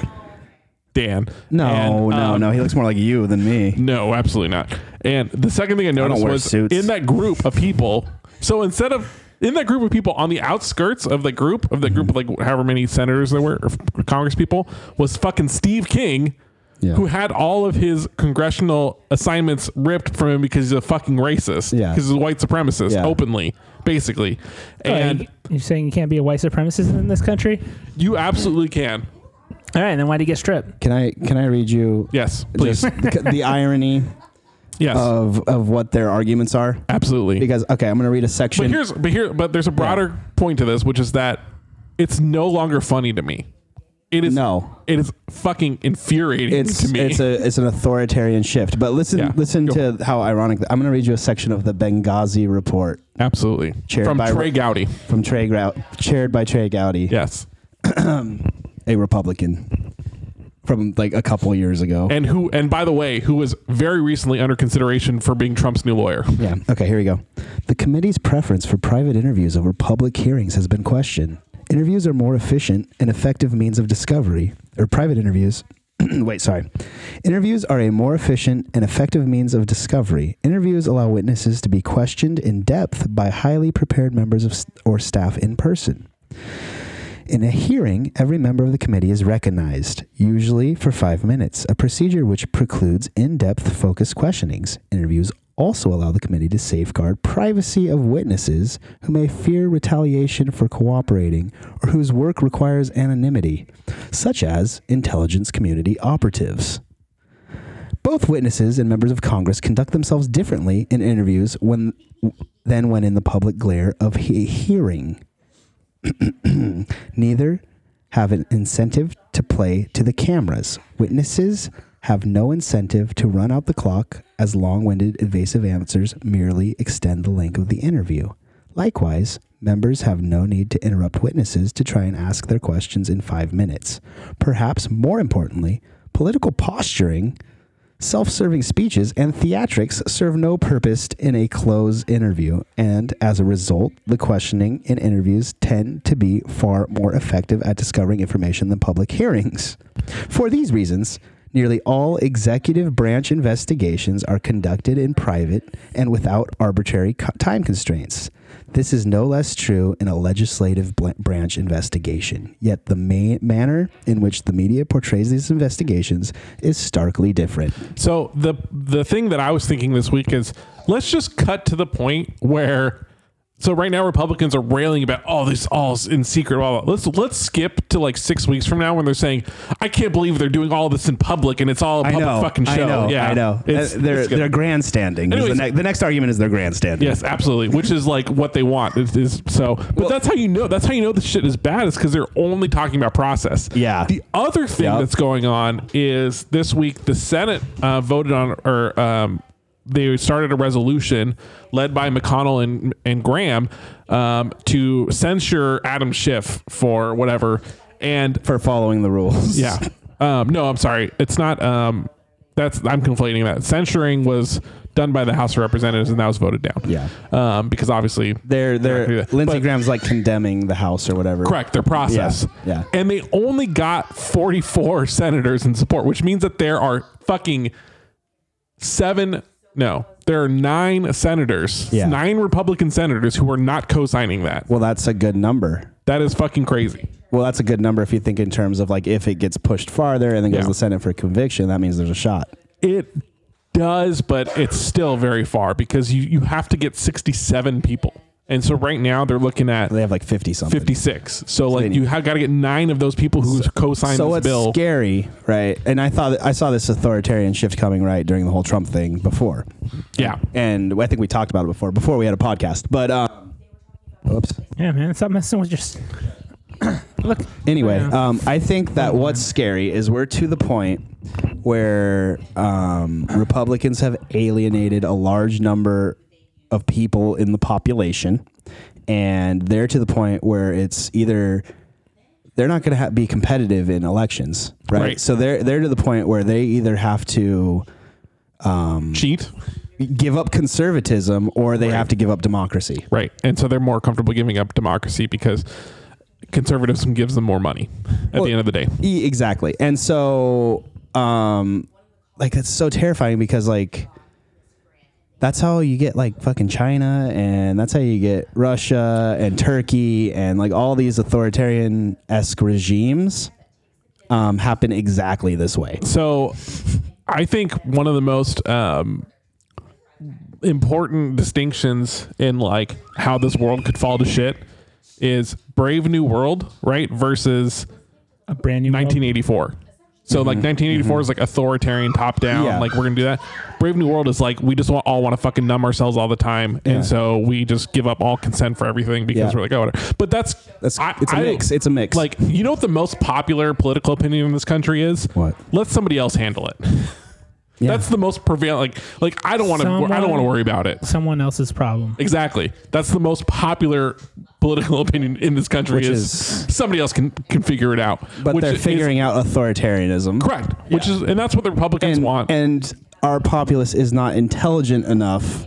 [SPEAKER 2] Dan.
[SPEAKER 1] no,
[SPEAKER 2] And,
[SPEAKER 1] no,
[SPEAKER 2] um,
[SPEAKER 1] no. He looks more like you than me.
[SPEAKER 2] no, absolutely not. And the second thing I noticed
[SPEAKER 1] wear
[SPEAKER 2] was
[SPEAKER 1] suits.
[SPEAKER 2] in that group of people. So instead of in that group of people on the outskirts of the group of the group of like however many senators there were or Congress people was fucking Steve King,
[SPEAKER 1] Yeah.
[SPEAKER 2] who had all of his congressional assignments ripped from him because he's a fucking racist.
[SPEAKER 1] Yeah.
[SPEAKER 2] because he's a white supremacist
[SPEAKER 1] Yeah.
[SPEAKER 2] openly, basically.
[SPEAKER 3] Oh,
[SPEAKER 2] And
[SPEAKER 3] he, You're saying you can't be a white supremacist in this country?
[SPEAKER 2] You absolutely can.
[SPEAKER 3] All right, then why would he get stripped?
[SPEAKER 1] Can I can I read you
[SPEAKER 2] Yes, please.
[SPEAKER 1] just the the irony
[SPEAKER 2] yes,
[SPEAKER 1] of of what their arguments are?
[SPEAKER 2] absolutely.
[SPEAKER 1] Because okay, I'm going to read a section.
[SPEAKER 2] but here's but here but there's a broader point to this, which is that it's no longer funny to me. It is
[SPEAKER 1] No.
[SPEAKER 2] It is fucking infuriating
[SPEAKER 1] it's
[SPEAKER 2] to me.
[SPEAKER 1] it's a it's an authoritarian shift. But listen
[SPEAKER 2] Yeah,
[SPEAKER 1] listen
[SPEAKER 2] go.
[SPEAKER 1] to how ironic. I'm going to read you a section of the Benghazi report
[SPEAKER 2] absolutely
[SPEAKER 1] Chaired
[SPEAKER 2] from
[SPEAKER 1] by-
[SPEAKER 2] Trey Gowdy.
[SPEAKER 1] from Trey Grau, chaired by Trey Gowdy,
[SPEAKER 2] Yes,
[SPEAKER 1] a Republican from like a couple years ago.
[SPEAKER 2] and who and by the way, who was very recently under consideration for being Trump's new lawyer.
[SPEAKER 1] Yeah. Okay, here we go. The committee's preference for private interviews over public hearings has been questioned. Interviews are more efficient and effective means of discovery, or private interviews. Wait, sorry. Interviews are a more efficient and effective means of discovery. Interviews allow witnesses to be questioned in depth by highly prepared members of st- or staff in person. In a hearing, every member of the committee is recognized, usually for five minutes, a procedure which precludes in depth focused questionings. Interviews also allow the committee to safeguard privacy of witnesses who may fear retaliation for cooperating or whose work requires anonymity, such as intelligence community operatives. Both witnesses and members of Congress conduct themselves differently in interviews when, than when in the public glare of he- hearing neither have an incentive to play to the cameras. Witnesses have no incentive to run out the clock as long winded, evasive answers merely extend the length of the interview. Likewise, members have no need to interrupt witnesses to try and ask their questions in five minutes. Perhaps more importantly, political posturing, self serving speeches, and theatrics serve no purpose in a closed interview, and as a result, the questioning in interviews tend to be far more effective at discovering information than public hearings. For these reasons, nearly all executive branch investigations are conducted in private and without arbitrary co- time constraints. This is no less true in a legislative bl- branch investigation. Yet the ma- manner in which the media portrays these investigations is starkly different.
[SPEAKER 2] So the the thing that I was thinking this week is let's just cut to the point where so right now Republicans are railing about oh this all's in secret blah, blah. let's let's skip to like six weeks from now when they're saying I can't believe they're doing all this in public and it's all a public fucking show
[SPEAKER 1] I know.
[SPEAKER 2] yeah
[SPEAKER 1] I know.
[SPEAKER 2] It's-
[SPEAKER 1] Uh, they're
[SPEAKER 2] it's good.
[SPEAKER 1] they're grandstanding. is
[SPEAKER 2] Anyways.
[SPEAKER 1] the, ne- the next argument is they're grandstanding.
[SPEAKER 2] yes absolutely which is like what they want is, is so but that's how you know that's how you know this shit is bad is because they're only talking about process
[SPEAKER 1] Yeah.
[SPEAKER 2] the other thing
[SPEAKER 1] Yep.
[SPEAKER 2] that's going on is this week the Senate uh, voted on or um, they started a resolution led by McConnell and and Graham um, to censure Adam Schiff for whatever and
[SPEAKER 1] For following the rules.
[SPEAKER 2] yeah. Um, no, I'm sorry. It's not. Um, that's I'm conflating that. Censuring was done by the House of Representatives, and that was voted down.
[SPEAKER 1] Yeah.
[SPEAKER 2] Um, because obviously
[SPEAKER 1] They're
[SPEAKER 2] Exactly
[SPEAKER 1] they're
[SPEAKER 2] that.
[SPEAKER 1] Lindsey
[SPEAKER 2] But-
[SPEAKER 1] Graham's like condemning the House or whatever.
[SPEAKER 2] Correct, their process.
[SPEAKER 1] Yeah, yeah.
[SPEAKER 2] And they only got 44 senators in support, which means that there are fucking seven, no, there are nine senators,
[SPEAKER 1] Yeah.
[SPEAKER 2] nine Republican senators who are not co signing that.
[SPEAKER 1] Well, that's a good number.
[SPEAKER 2] That is fucking crazy.
[SPEAKER 1] Well, that's a good number if you think in terms of like if it gets pushed farther and then goes
[SPEAKER 2] Yeah.
[SPEAKER 1] to the Senate for conviction, that means there's a shot.
[SPEAKER 2] It does, but it's still very far because you, you have to get 67 people. And so right now they're looking at
[SPEAKER 1] They have like fifty something.
[SPEAKER 2] 56. So
[SPEAKER 1] they
[SPEAKER 2] like
[SPEAKER 1] need-
[SPEAKER 2] you have got to get nine of those people who co signed
[SPEAKER 1] So
[SPEAKER 2] this
[SPEAKER 1] it's
[SPEAKER 2] bill.
[SPEAKER 1] scary, right? And I thought I saw this authoritarian shift coming right during the whole Trump thing before,
[SPEAKER 2] Yeah.
[SPEAKER 1] and I think we talked about it before. Before we had a podcast, but um, oops.
[SPEAKER 3] Yeah, man, stop messing with your. s- Look,
[SPEAKER 1] Anyway,
[SPEAKER 3] Yeah.
[SPEAKER 1] um, I think that what's scary is we're to the point where um, Republicans have alienated a large number of people in the population, and they're to the point where it's either they're not going to ha- be competitive in elections, right?
[SPEAKER 2] Right.
[SPEAKER 1] So they're they're to the point where they either have to
[SPEAKER 2] Cheat.
[SPEAKER 1] give up conservatism or they have to give up democracy.
[SPEAKER 2] Right. And so they're more comfortable giving up democracy because conservatism gives them more money at
[SPEAKER 1] Well,
[SPEAKER 2] the end of the day.
[SPEAKER 1] E- exactly. And so, um, like that's so terrifying because like that's how you get like fucking China and that's how you get Russia and Turkey and like all these authoritarian esque regimes um, happen exactly this way.
[SPEAKER 2] So I think one of the most um, important distinctions in like how this world could fall to shit is Brave New World, right? Versus
[SPEAKER 3] A brand new world.
[SPEAKER 2] 1984. So like 1984 is like authoritarian, top down.
[SPEAKER 1] Mm-hmm. Yeah.
[SPEAKER 2] Like we're gonna do that. Brave New World is like we just want, all want to fucking numb ourselves all the time,
[SPEAKER 1] Yeah.
[SPEAKER 2] and so we just give up all consent for everything because
[SPEAKER 1] Yeah.
[SPEAKER 2] we're like, oh, whatever. But that's
[SPEAKER 1] That's
[SPEAKER 2] I-
[SPEAKER 1] it's a
[SPEAKER 2] I-
[SPEAKER 1] mix. It's a mix.
[SPEAKER 2] Like you know what the most popular political opinion in this country is?
[SPEAKER 1] What?
[SPEAKER 2] Let somebody else handle it.
[SPEAKER 1] Yeah.
[SPEAKER 2] That's the most prevalent. Like like I don't want to. I don't
[SPEAKER 3] Someone-
[SPEAKER 2] want to worry about it.
[SPEAKER 3] Someone else's problem.
[SPEAKER 2] Exactly. That's the most popular political opinion in this country
[SPEAKER 1] Which
[SPEAKER 2] is,
[SPEAKER 1] is-
[SPEAKER 2] somebody else can, can figure it out.
[SPEAKER 1] but
[SPEAKER 2] which
[SPEAKER 1] they're
[SPEAKER 2] is-
[SPEAKER 1] figuring out authoritarianism.
[SPEAKER 2] correct. Which is and that's what the Republicans
[SPEAKER 1] and,
[SPEAKER 2] want.
[SPEAKER 1] and our populace is not intelligent enough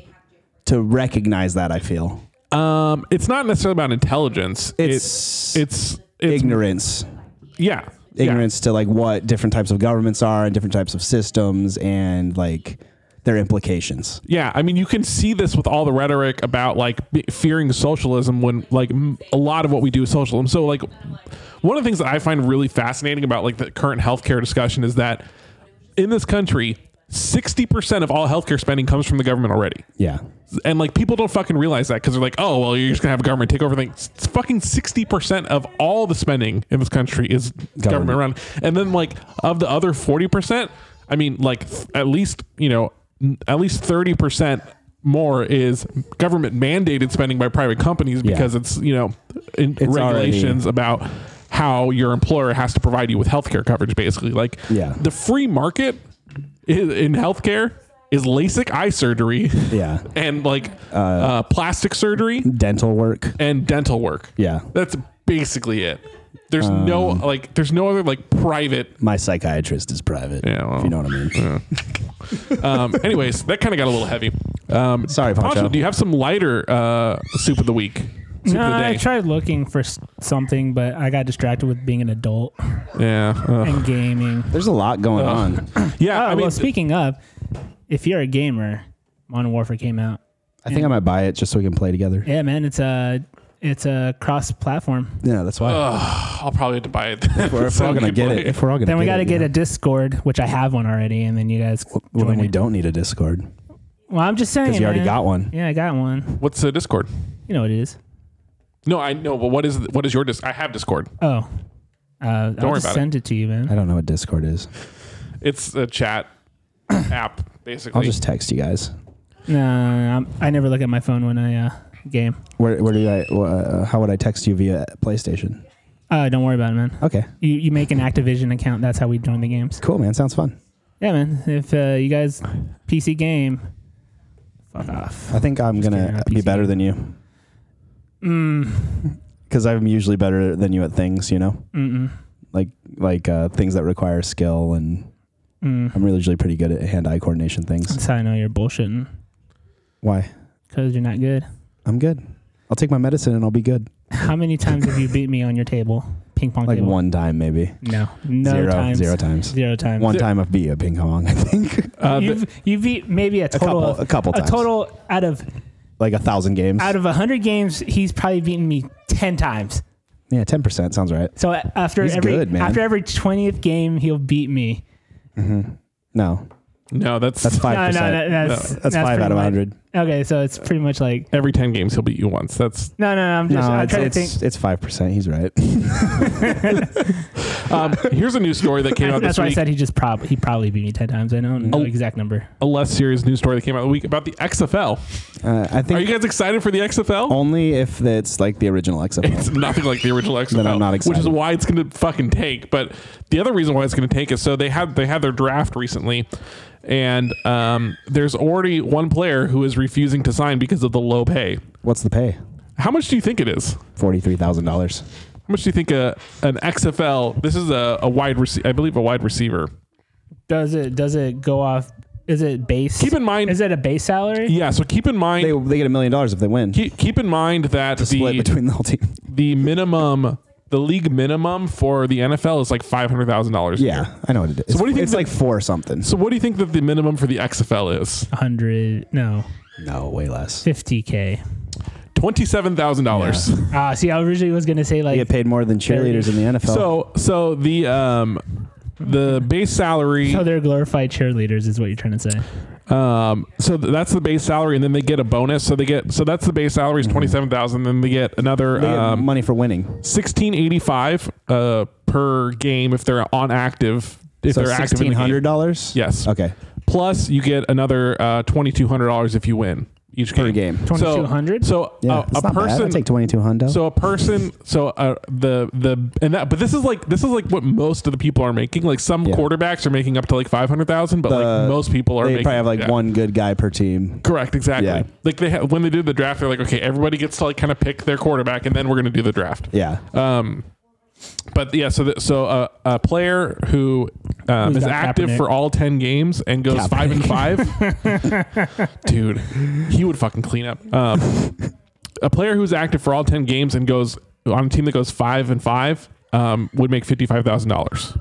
[SPEAKER 1] to recognize that. I feel
[SPEAKER 2] um, it's not necessarily about intelligence.
[SPEAKER 1] It's
[SPEAKER 2] It- it's it's
[SPEAKER 1] ignorance,
[SPEAKER 2] Yeah.
[SPEAKER 1] ignorance to like what different types of governments are and different types of systems and like their implications.
[SPEAKER 2] Yeah. yeah, I mean, you can see this with all the rhetoric about like be- fearing socialism when like m- a lot of what we do is socialism. So like one of the things that I find really fascinating about like the current healthcare discussion is that in this country, sixty percent of all healthcare spending comes from the government already.
[SPEAKER 1] Yeah,
[SPEAKER 2] and like people don't fucking realize that because they're like, oh well, you're just gonna have a government take over thing. It's it's fucking sixty percent of all the spending in this country is government, run, and then like of the other forty percent, I mean, like th- at least you know, n- at least thirty percent more is government mandated spending by private companies
[SPEAKER 1] Yeah.
[SPEAKER 2] because it's you know in
[SPEAKER 1] It's already-
[SPEAKER 2] regulations about how your employer has to provide you with healthcare coverage basically like
[SPEAKER 1] Yeah.
[SPEAKER 2] the free market i- in healthcare is LASIK eye surgery
[SPEAKER 1] yeah.
[SPEAKER 2] and like uh, plastic surgery
[SPEAKER 1] Dental work.
[SPEAKER 2] and dental work.
[SPEAKER 1] Yeah.
[SPEAKER 2] That's basically it. There's no
[SPEAKER 1] Um,
[SPEAKER 2] like there's no other like private
[SPEAKER 1] My psychiatrist is private.
[SPEAKER 2] Yeah, well,
[SPEAKER 1] if you know what I mean.
[SPEAKER 2] um anyways, that kind of got a little heavy. Um
[SPEAKER 1] Sorry, Pancho.
[SPEAKER 2] do you have some lighter uh soup of the week? Soup
[SPEAKER 3] No,
[SPEAKER 2] of the day.
[SPEAKER 3] Uh, I tried looking for s- something, but I got distracted with being an adult
[SPEAKER 2] yeah. ugh.
[SPEAKER 3] and gaming.
[SPEAKER 1] There's a lot going on.
[SPEAKER 2] yeah,
[SPEAKER 3] Oh,
[SPEAKER 2] I mean
[SPEAKER 3] well, speaking of, if you're a gamer, Modern Warfare came out.
[SPEAKER 1] I think I might buy it just so we can play together.
[SPEAKER 3] Yeah, man, it's a it's a cross-platform.
[SPEAKER 1] Yeah, that's why.
[SPEAKER 2] I'll probably have to buy it. If
[SPEAKER 1] we're, if we're all gonna get it, if we're all gonna
[SPEAKER 3] Then we
[SPEAKER 1] get
[SPEAKER 3] got to
[SPEAKER 1] it,
[SPEAKER 3] get
[SPEAKER 1] yeah.
[SPEAKER 3] a Discord, which I have one already, and then you guys.
[SPEAKER 1] Well,
[SPEAKER 3] join
[SPEAKER 1] then we
[SPEAKER 3] it.
[SPEAKER 1] don't need a Discord
[SPEAKER 3] Well, I'm just saying.
[SPEAKER 1] because you already
[SPEAKER 3] man.
[SPEAKER 1] got one.
[SPEAKER 3] Yeah, I got one.
[SPEAKER 2] What's the Discord?
[SPEAKER 3] You know what it is.
[SPEAKER 2] No, I know, but what is what is your Discord? I have Discord.
[SPEAKER 3] Oh, uh, I'll
[SPEAKER 2] worry
[SPEAKER 3] just
[SPEAKER 2] about
[SPEAKER 3] send it. to you, man.
[SPEAKER 1] I don't know what Discord is.
[SPEAKER 2] It's a chat app basically.
[SPEAKER 1] I'll just text you guys.
[SPEAKER 3] No, I'm, I never look at my phone when I uh, game.
[SPEAKER 1] Where, where do I? Uh, how would I text you via PlayStation?
[SPEAKER 3] Uh, don't worry about it, man.
[SPEAKER 1] Okay,
[SPEAKER 3] You you make an Activision account. That's how we join the games.
[SPEAKER 1] cool, man. Sounds fun.
[SPEAKER 3] Yeah, man. If uh, you guys PC game, fuck off.
[SPEAKER 1] I think I'm
[SPEAKER 3] kidding,
[SPEAKER 1] gonna
[SPEAKER 3] not
[SPEAKER 1] be
[SPEAKER 3] PC.
[SPEAKER 1] better than you
[SPEAKER 3] Mm,
[SPEAKER 1] because I'm usually better than you at things. You know,
[SPEAKER 3] mm,
[SPEAKER 1] like like uh, things that require skill, and
[SPEAKER 3] mm.
[SPEAKER 1] I'm really usually pretty good at hand-eye coordination things.
[SPEAKER 3] That's how I know you're bullshitting
[SPEAKER 1] Why?
[SPEAKER 3] because you're not good.
[SPEAKER 1] I'm good. I'll take my medicine and I'll be good.
[SPEAKER 3] How many times have you beat me on your table? Ping pong
[SPEAKER 1] Like
[SPEAKER 3] table.
[SPEAKER 1] one time maybe.
[SPEAKER 3] No. No
[SPEAKER 1] Zero-
[SPEAKER 3] times.
[SPEAKER 1] zero times.
[SPEAKER 3] Zero times.
[SPEAKER 1] One time I've beat you at ping pong. I think
[SPEAKER 2] uh, the-
[SPEAKER 3] You've you beat maybe a total
[SPEAKER 1] couple-
[SPEAKER 3] of,
[SPEAKER 1] a couple times.
[SPEAKER 3] total out of
[SPEAKER 1] like a thousand games.
[SPEAKER 3] out of hundred games he's probably beaten me ten times.
[SPEAKER 1] yeah, ten percent sounds right.
[SPEAKER 3] So a- after
[SPEAKER 1] He's
[SPEAKER 3] every
[SPEAKER 1] good, man.
[SPEAKER 3] after every twentieth game he'll beat me.
[SPEAKER 1] No,
[SPEAKER 2] no, that's
[SPEAKER 1] that's five
[SPEAKER 3] No, no,
[SPEAKER 1] percent.
[SPEAKER 3] no, that's,
[SPEAKER 1] That's five
[SPEAKER 3] pretty
[SPEAKER 1] out of
[SPEAKER 3] much-
[SPEAKER 1] 100.
[SPEAKER 3] Okay, so it's pretty much like
[SPEAKER 2] every 10 games he'll beat you once that's
[SPEAKER 3] no, no. no I'm just
[SPEAKER 1] No,
[SPEAKER 3] I'm
[SPEAKER 1] it's,
[SPEAKER 3] trying to think.
[SPEAKER 1] it's, it's 5%. He's right.
[SPEAKER 2] um, here's a news story that came out
[SPEAKER 3] That's
[SPEAKER 2] this
[SPEAKER 3] why I
[SPEAKER 2] week
[SPEAKER 3] said he just prob he probably beat me ten times. I don't know
[SPEAKER 2] Oh.
[SPEAKER 3] the exact number.
[SPEAKER 2] a less serious news story that came out the week about the xfl
[SPEAKER 1] Uh, I
[SPEAKER 2] are you
[SPEAKER 1] think
[SPEAKER 2] guys excited for the xfl
[SPEAKER 1] only if it's like the original
[SPEAKER 2] it's
[SPEAKER 1] XFL.
[SPEAKER 2] nothing like the original xfl
[SPEAKER 1] I'm not
[SPEAKER 2] which is
[SPEAKER 1] excited.
[SPEAKER 2] why it's going to fucking take but the other reason why it's going to take is so they had they had their draft recently and um, there's already one player who is refusing to sign because of the low pay
[SPEAKER 1] What's the pay?
[SPEAKER 2] how much do you think it is
[SPEAKER 1] $43,000.
[SPEAKER 2] how much do you think a, an xfl this is a, a wide receiver i believe a wide receiver
[SPEAKER 3] Does it does it go off? Is it base?
[SPEAKER 2] Keep in mind-
[SPEAKER 3] Is it a base salary?
[SPEAKER 2] yeah so keep in mind
[SPEAKER 1] They, they get a million dollars if they win.
[SPEAKER 2] keep, keep in mind that the
[SPEAKER 1] Split between the whole team.
[SPEAKER 2] the minimum, the league minimum for the NFL is like five hundred thousand dollars.
[SPEAKER 1] Yeah, I know what it is. So
[SPEAKER 2] what do you think
[SPEAKER 1] It's
[SPEAKER 2] the-
[SPEAKER 1] like four something.
[SPEAKER 2] So what do you think that the minimum for the XFL is?
[SPEAKER 3] Hundred? No,
[SPEAKER 1] No, way less. You
[SPEAKER 3] fifty k.
[SPEAKER 2] Twenty seven thousand dollars.
[SPEAKER 3] Ah, see, I originally was gonna say like
[SPEAKER 1] get paid more than cheerleaders in the NFL.
[SPEAKER 2] So so the um the base salary
[SPEAKER 3] how they're glorified cheerleaders is what you're trying to say.
[SPEAKER 2] Um, so th- that's the base salary, and then they get a bonus. So they get so that's the base salary is twenty seven thousand. Then they get another
[SPEAKER 1] Mm-hmm. They get
[SPEAKER 2] um,
[SPEAKER 1] money for winning.
[SPEAKER 2] sixteen eighty five uh, per game if they're on active. If
[SPEAKER 1] So
[SPEAKER 2] they're active in
[SPEAKER 1] sixteen
[SPEAKER 2] the game.
[SPEAKER 1] hundred dollars.
[SPEAKER 2] Yes.
[SPEAKER 1] Okay.
[SPEAKER 2] Plus, you get another uh, twenty two hundred dollars if you win each game.
[SPEAKER 1] game.
[SPEAKER 2] So-
[SPEAKER 3] 2200?
[SPEAKER 2] So,
[SPEAKER 1] Yeah,
[SPEAKER 2] uh,
[SPEAKER 1] it's
[SPEAKER 2] a
[SPEAKER 1] not bad.
[SPEAKER 2] person
[SPEAKER 1] I take twenty two hundred.
[SPEAKER 2] so a person, so uh, the the and that, but this is like this is like what most of the people are making. Like some
[SPEAKER 1] Yeah.
[SPEAKER 2] quarterbacks are making up to like five hundred thousand, but
[SPEAKER 1] The-
[SPEAKER 2] like most people are
[SPEAKER 1] they
[SPEAKER 2] making,
[SPEAKER 1] probably have like
[SPEAKER 2] yeah.
[SPEAKER 1] one good guy per team.
[SPEAKER 2] Correct, exactly.
[SPEAKER 1] Yeah.
[SPEAKER 2] Like they ha- when they did the draft, they're like, okay, everybody gets to like kind of pick their quarterback, and then we're gonna do the draft.
[SPEAKER 1] Yeah.
[SPEAKER 2] Um, but yeah, so the, so uh, a player who um,
[SPEAKER 3] Who's
[SPEAKER 2] is
[SPEAKER 3] got
[SPEAKER 2] active
[SPEAKER 3] Kaepernick?
[SPEAKER 2] for all ten games and goes five and five, dude, he would fucking clean up. Um, a player who's active for all ten games and goes on a team that goes five and five um, would make fifty five thousand dollars.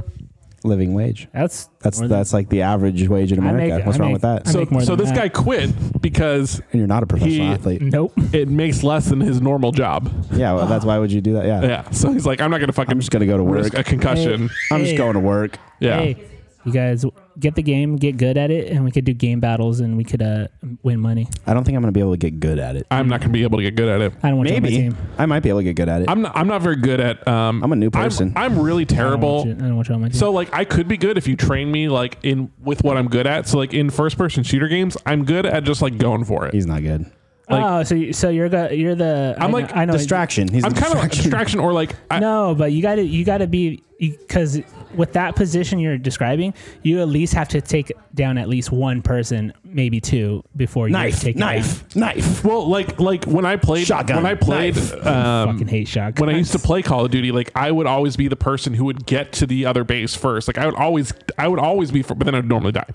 [SPEAKER 1] Living wage.
[SPEAKER 3] That's
[SPEAKER 1] That's
[SPEAKER 3] more than-
[SPEAKER 1] that's like the average wage in
[SPEAKER 3] I make-
[SPEAKER 1] America. What's
[SPEAKER 3] I
[SPEAKER 1] wrong with
[SPEAKER 3] make-
[SPEAKER 1] that?
[SPEAKER 3] I
[SPEAKER 1] So,
[SPEAKER 2] So
[SPEAKER 3] make more
[SPEAKER 2] so
[SPEAKER 3] than
[SPEAKER 2] this
[SPEAKER 3] that.
[SPEAKER 2] guy quit because
[SPEAKER 1] and you're not a professional
[SPEAKER 2] he-
[SPEAKER 1] athlete.
[SPEAKER 3] Nope.
[SPEAKER 2] it makes less than his normal job.
[SPEAKER 1] Yeah. Well, that's why would you do that? Yeah.
[SPEAKER 2] Yeah, so he's like, I'm not gonna fucking
[SPEAKER 1] I'm just gonna go to work.
[SPEAKER 2] risk a concussion.
[SPEAKER 1] I'm just
[SPEAKER 3] Hey.
[SPEAKER 1] going to work.
[SPEAKER 2] Yeah.
[SPEAKER 3] Hey, you guys get the game, get good at it, and we could do game battles and we could uh, win money.
[SPEAKER 1] I don't think I'm gonna be able to get good at it.
[SPEAKER 2] I'm not gonna be able to get good at it.
[SPEAKER 3] I don't want you on my
[SPEAKER 1] Maybe
[SPEAKER 3] team.
[SPEAKER 1] I might be able to get good at it.
[SPEAKER 2] I'm not, I'm not very good at. Um,
[SPEAKER 1] I'm a new person.
[SPEAKER 2] I'm, really
[SPEAKER 3] I don't want
[SPEAKER 2] terrible.
[SPEAKER 3] you- I don't want you on my team.
[SPEAKER 2] So like I could be good if you train me like in with what I'm good at. So like in first person shooter games, I'm good at just like going for it.
[SPEAKER 1] He's not good.
[SPEAKER 2] like-
[SPEAKER 3] oh, so you- so you're the you're the
[SPEAKER 2] I'm
[SPEAKER 3] I know-
[SPEAKER 2] like
[SPEAKER 3] I know
[SPEAKER 1] Distraction. He's a
[SPEAKER 2] I'm kind of like distraction or like I,
[SPEAKER 3] No, but you got to you got to be because with that position you're describing, you at least have to take down at least one person, maybe two, before you
[SPEAKER 1] Knife.
[SPEAKER 3] take it
[SPEAKER 1] Knife. Knife.
[SPEAKER 2] well like like when I played
[SPEAKER 1] Shotgun,
[SPEAKER 2] when I played
[SPEAKER 1] knife.
[SPEAKER 3] down.
[SPEAKER 2] um,
[SPEAKER 3] Fucking hate shotguns.
[SPEAKER 2] when I used to play Call of Duty, like I would always be the person who would get to the other base first. Like I would always I would always be, fir- but then I'd normally die.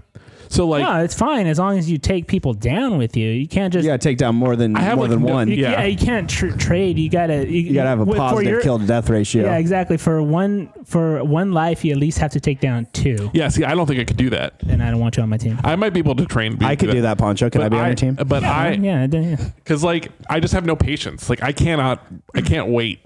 [SPEAKER 2] So like
[SPEAKER 3] no, it's fine as long as you take people down with you. You can't just
[SPEAKER 1] Yeah. Take down more than
[SPEAKER 2] have,
[SPEAKER 1] more
[SPEAKER 2] like,
[SPEAKER 1] than
[SPEAKER 2] no-
[SPEAKER 1] one.
[SPEAKER 3] you,
[SPEAKER 1] You
[SPEAKER 2] yeah.
[SPEAKER 3] yeah. you can't tr- trade. You gotta you,
[SPEAKER 1] gotta have a
[SPEAKER 3] for
[SPEAKER 1] positive
[SPEAKER 3] your-
[SPEAKER 1] kill to death ratio.
[SPEAKER 3] Yeah, exactly. For one for one life, you at least have to take down two.
[SPEAKER 2] yeah, see, I don't think I could do that.
[SPEAKER 3] And I don't want you on my team.
[SPEAKER 2] I might be able to train. people
[SPEAKER 1] I
[SPEAKER 2] to
[SPEAKER 1] could do that, Poncho. Can
[SPEAKER 2] But
[SPEAKER 1] I be on your team?
[SPEAKER 2] But I,
[SPEAKER 3] yeah, I don't- yeah.
[SPEAKER 2] because like I just have no patience. Like I cannot, I can't wait.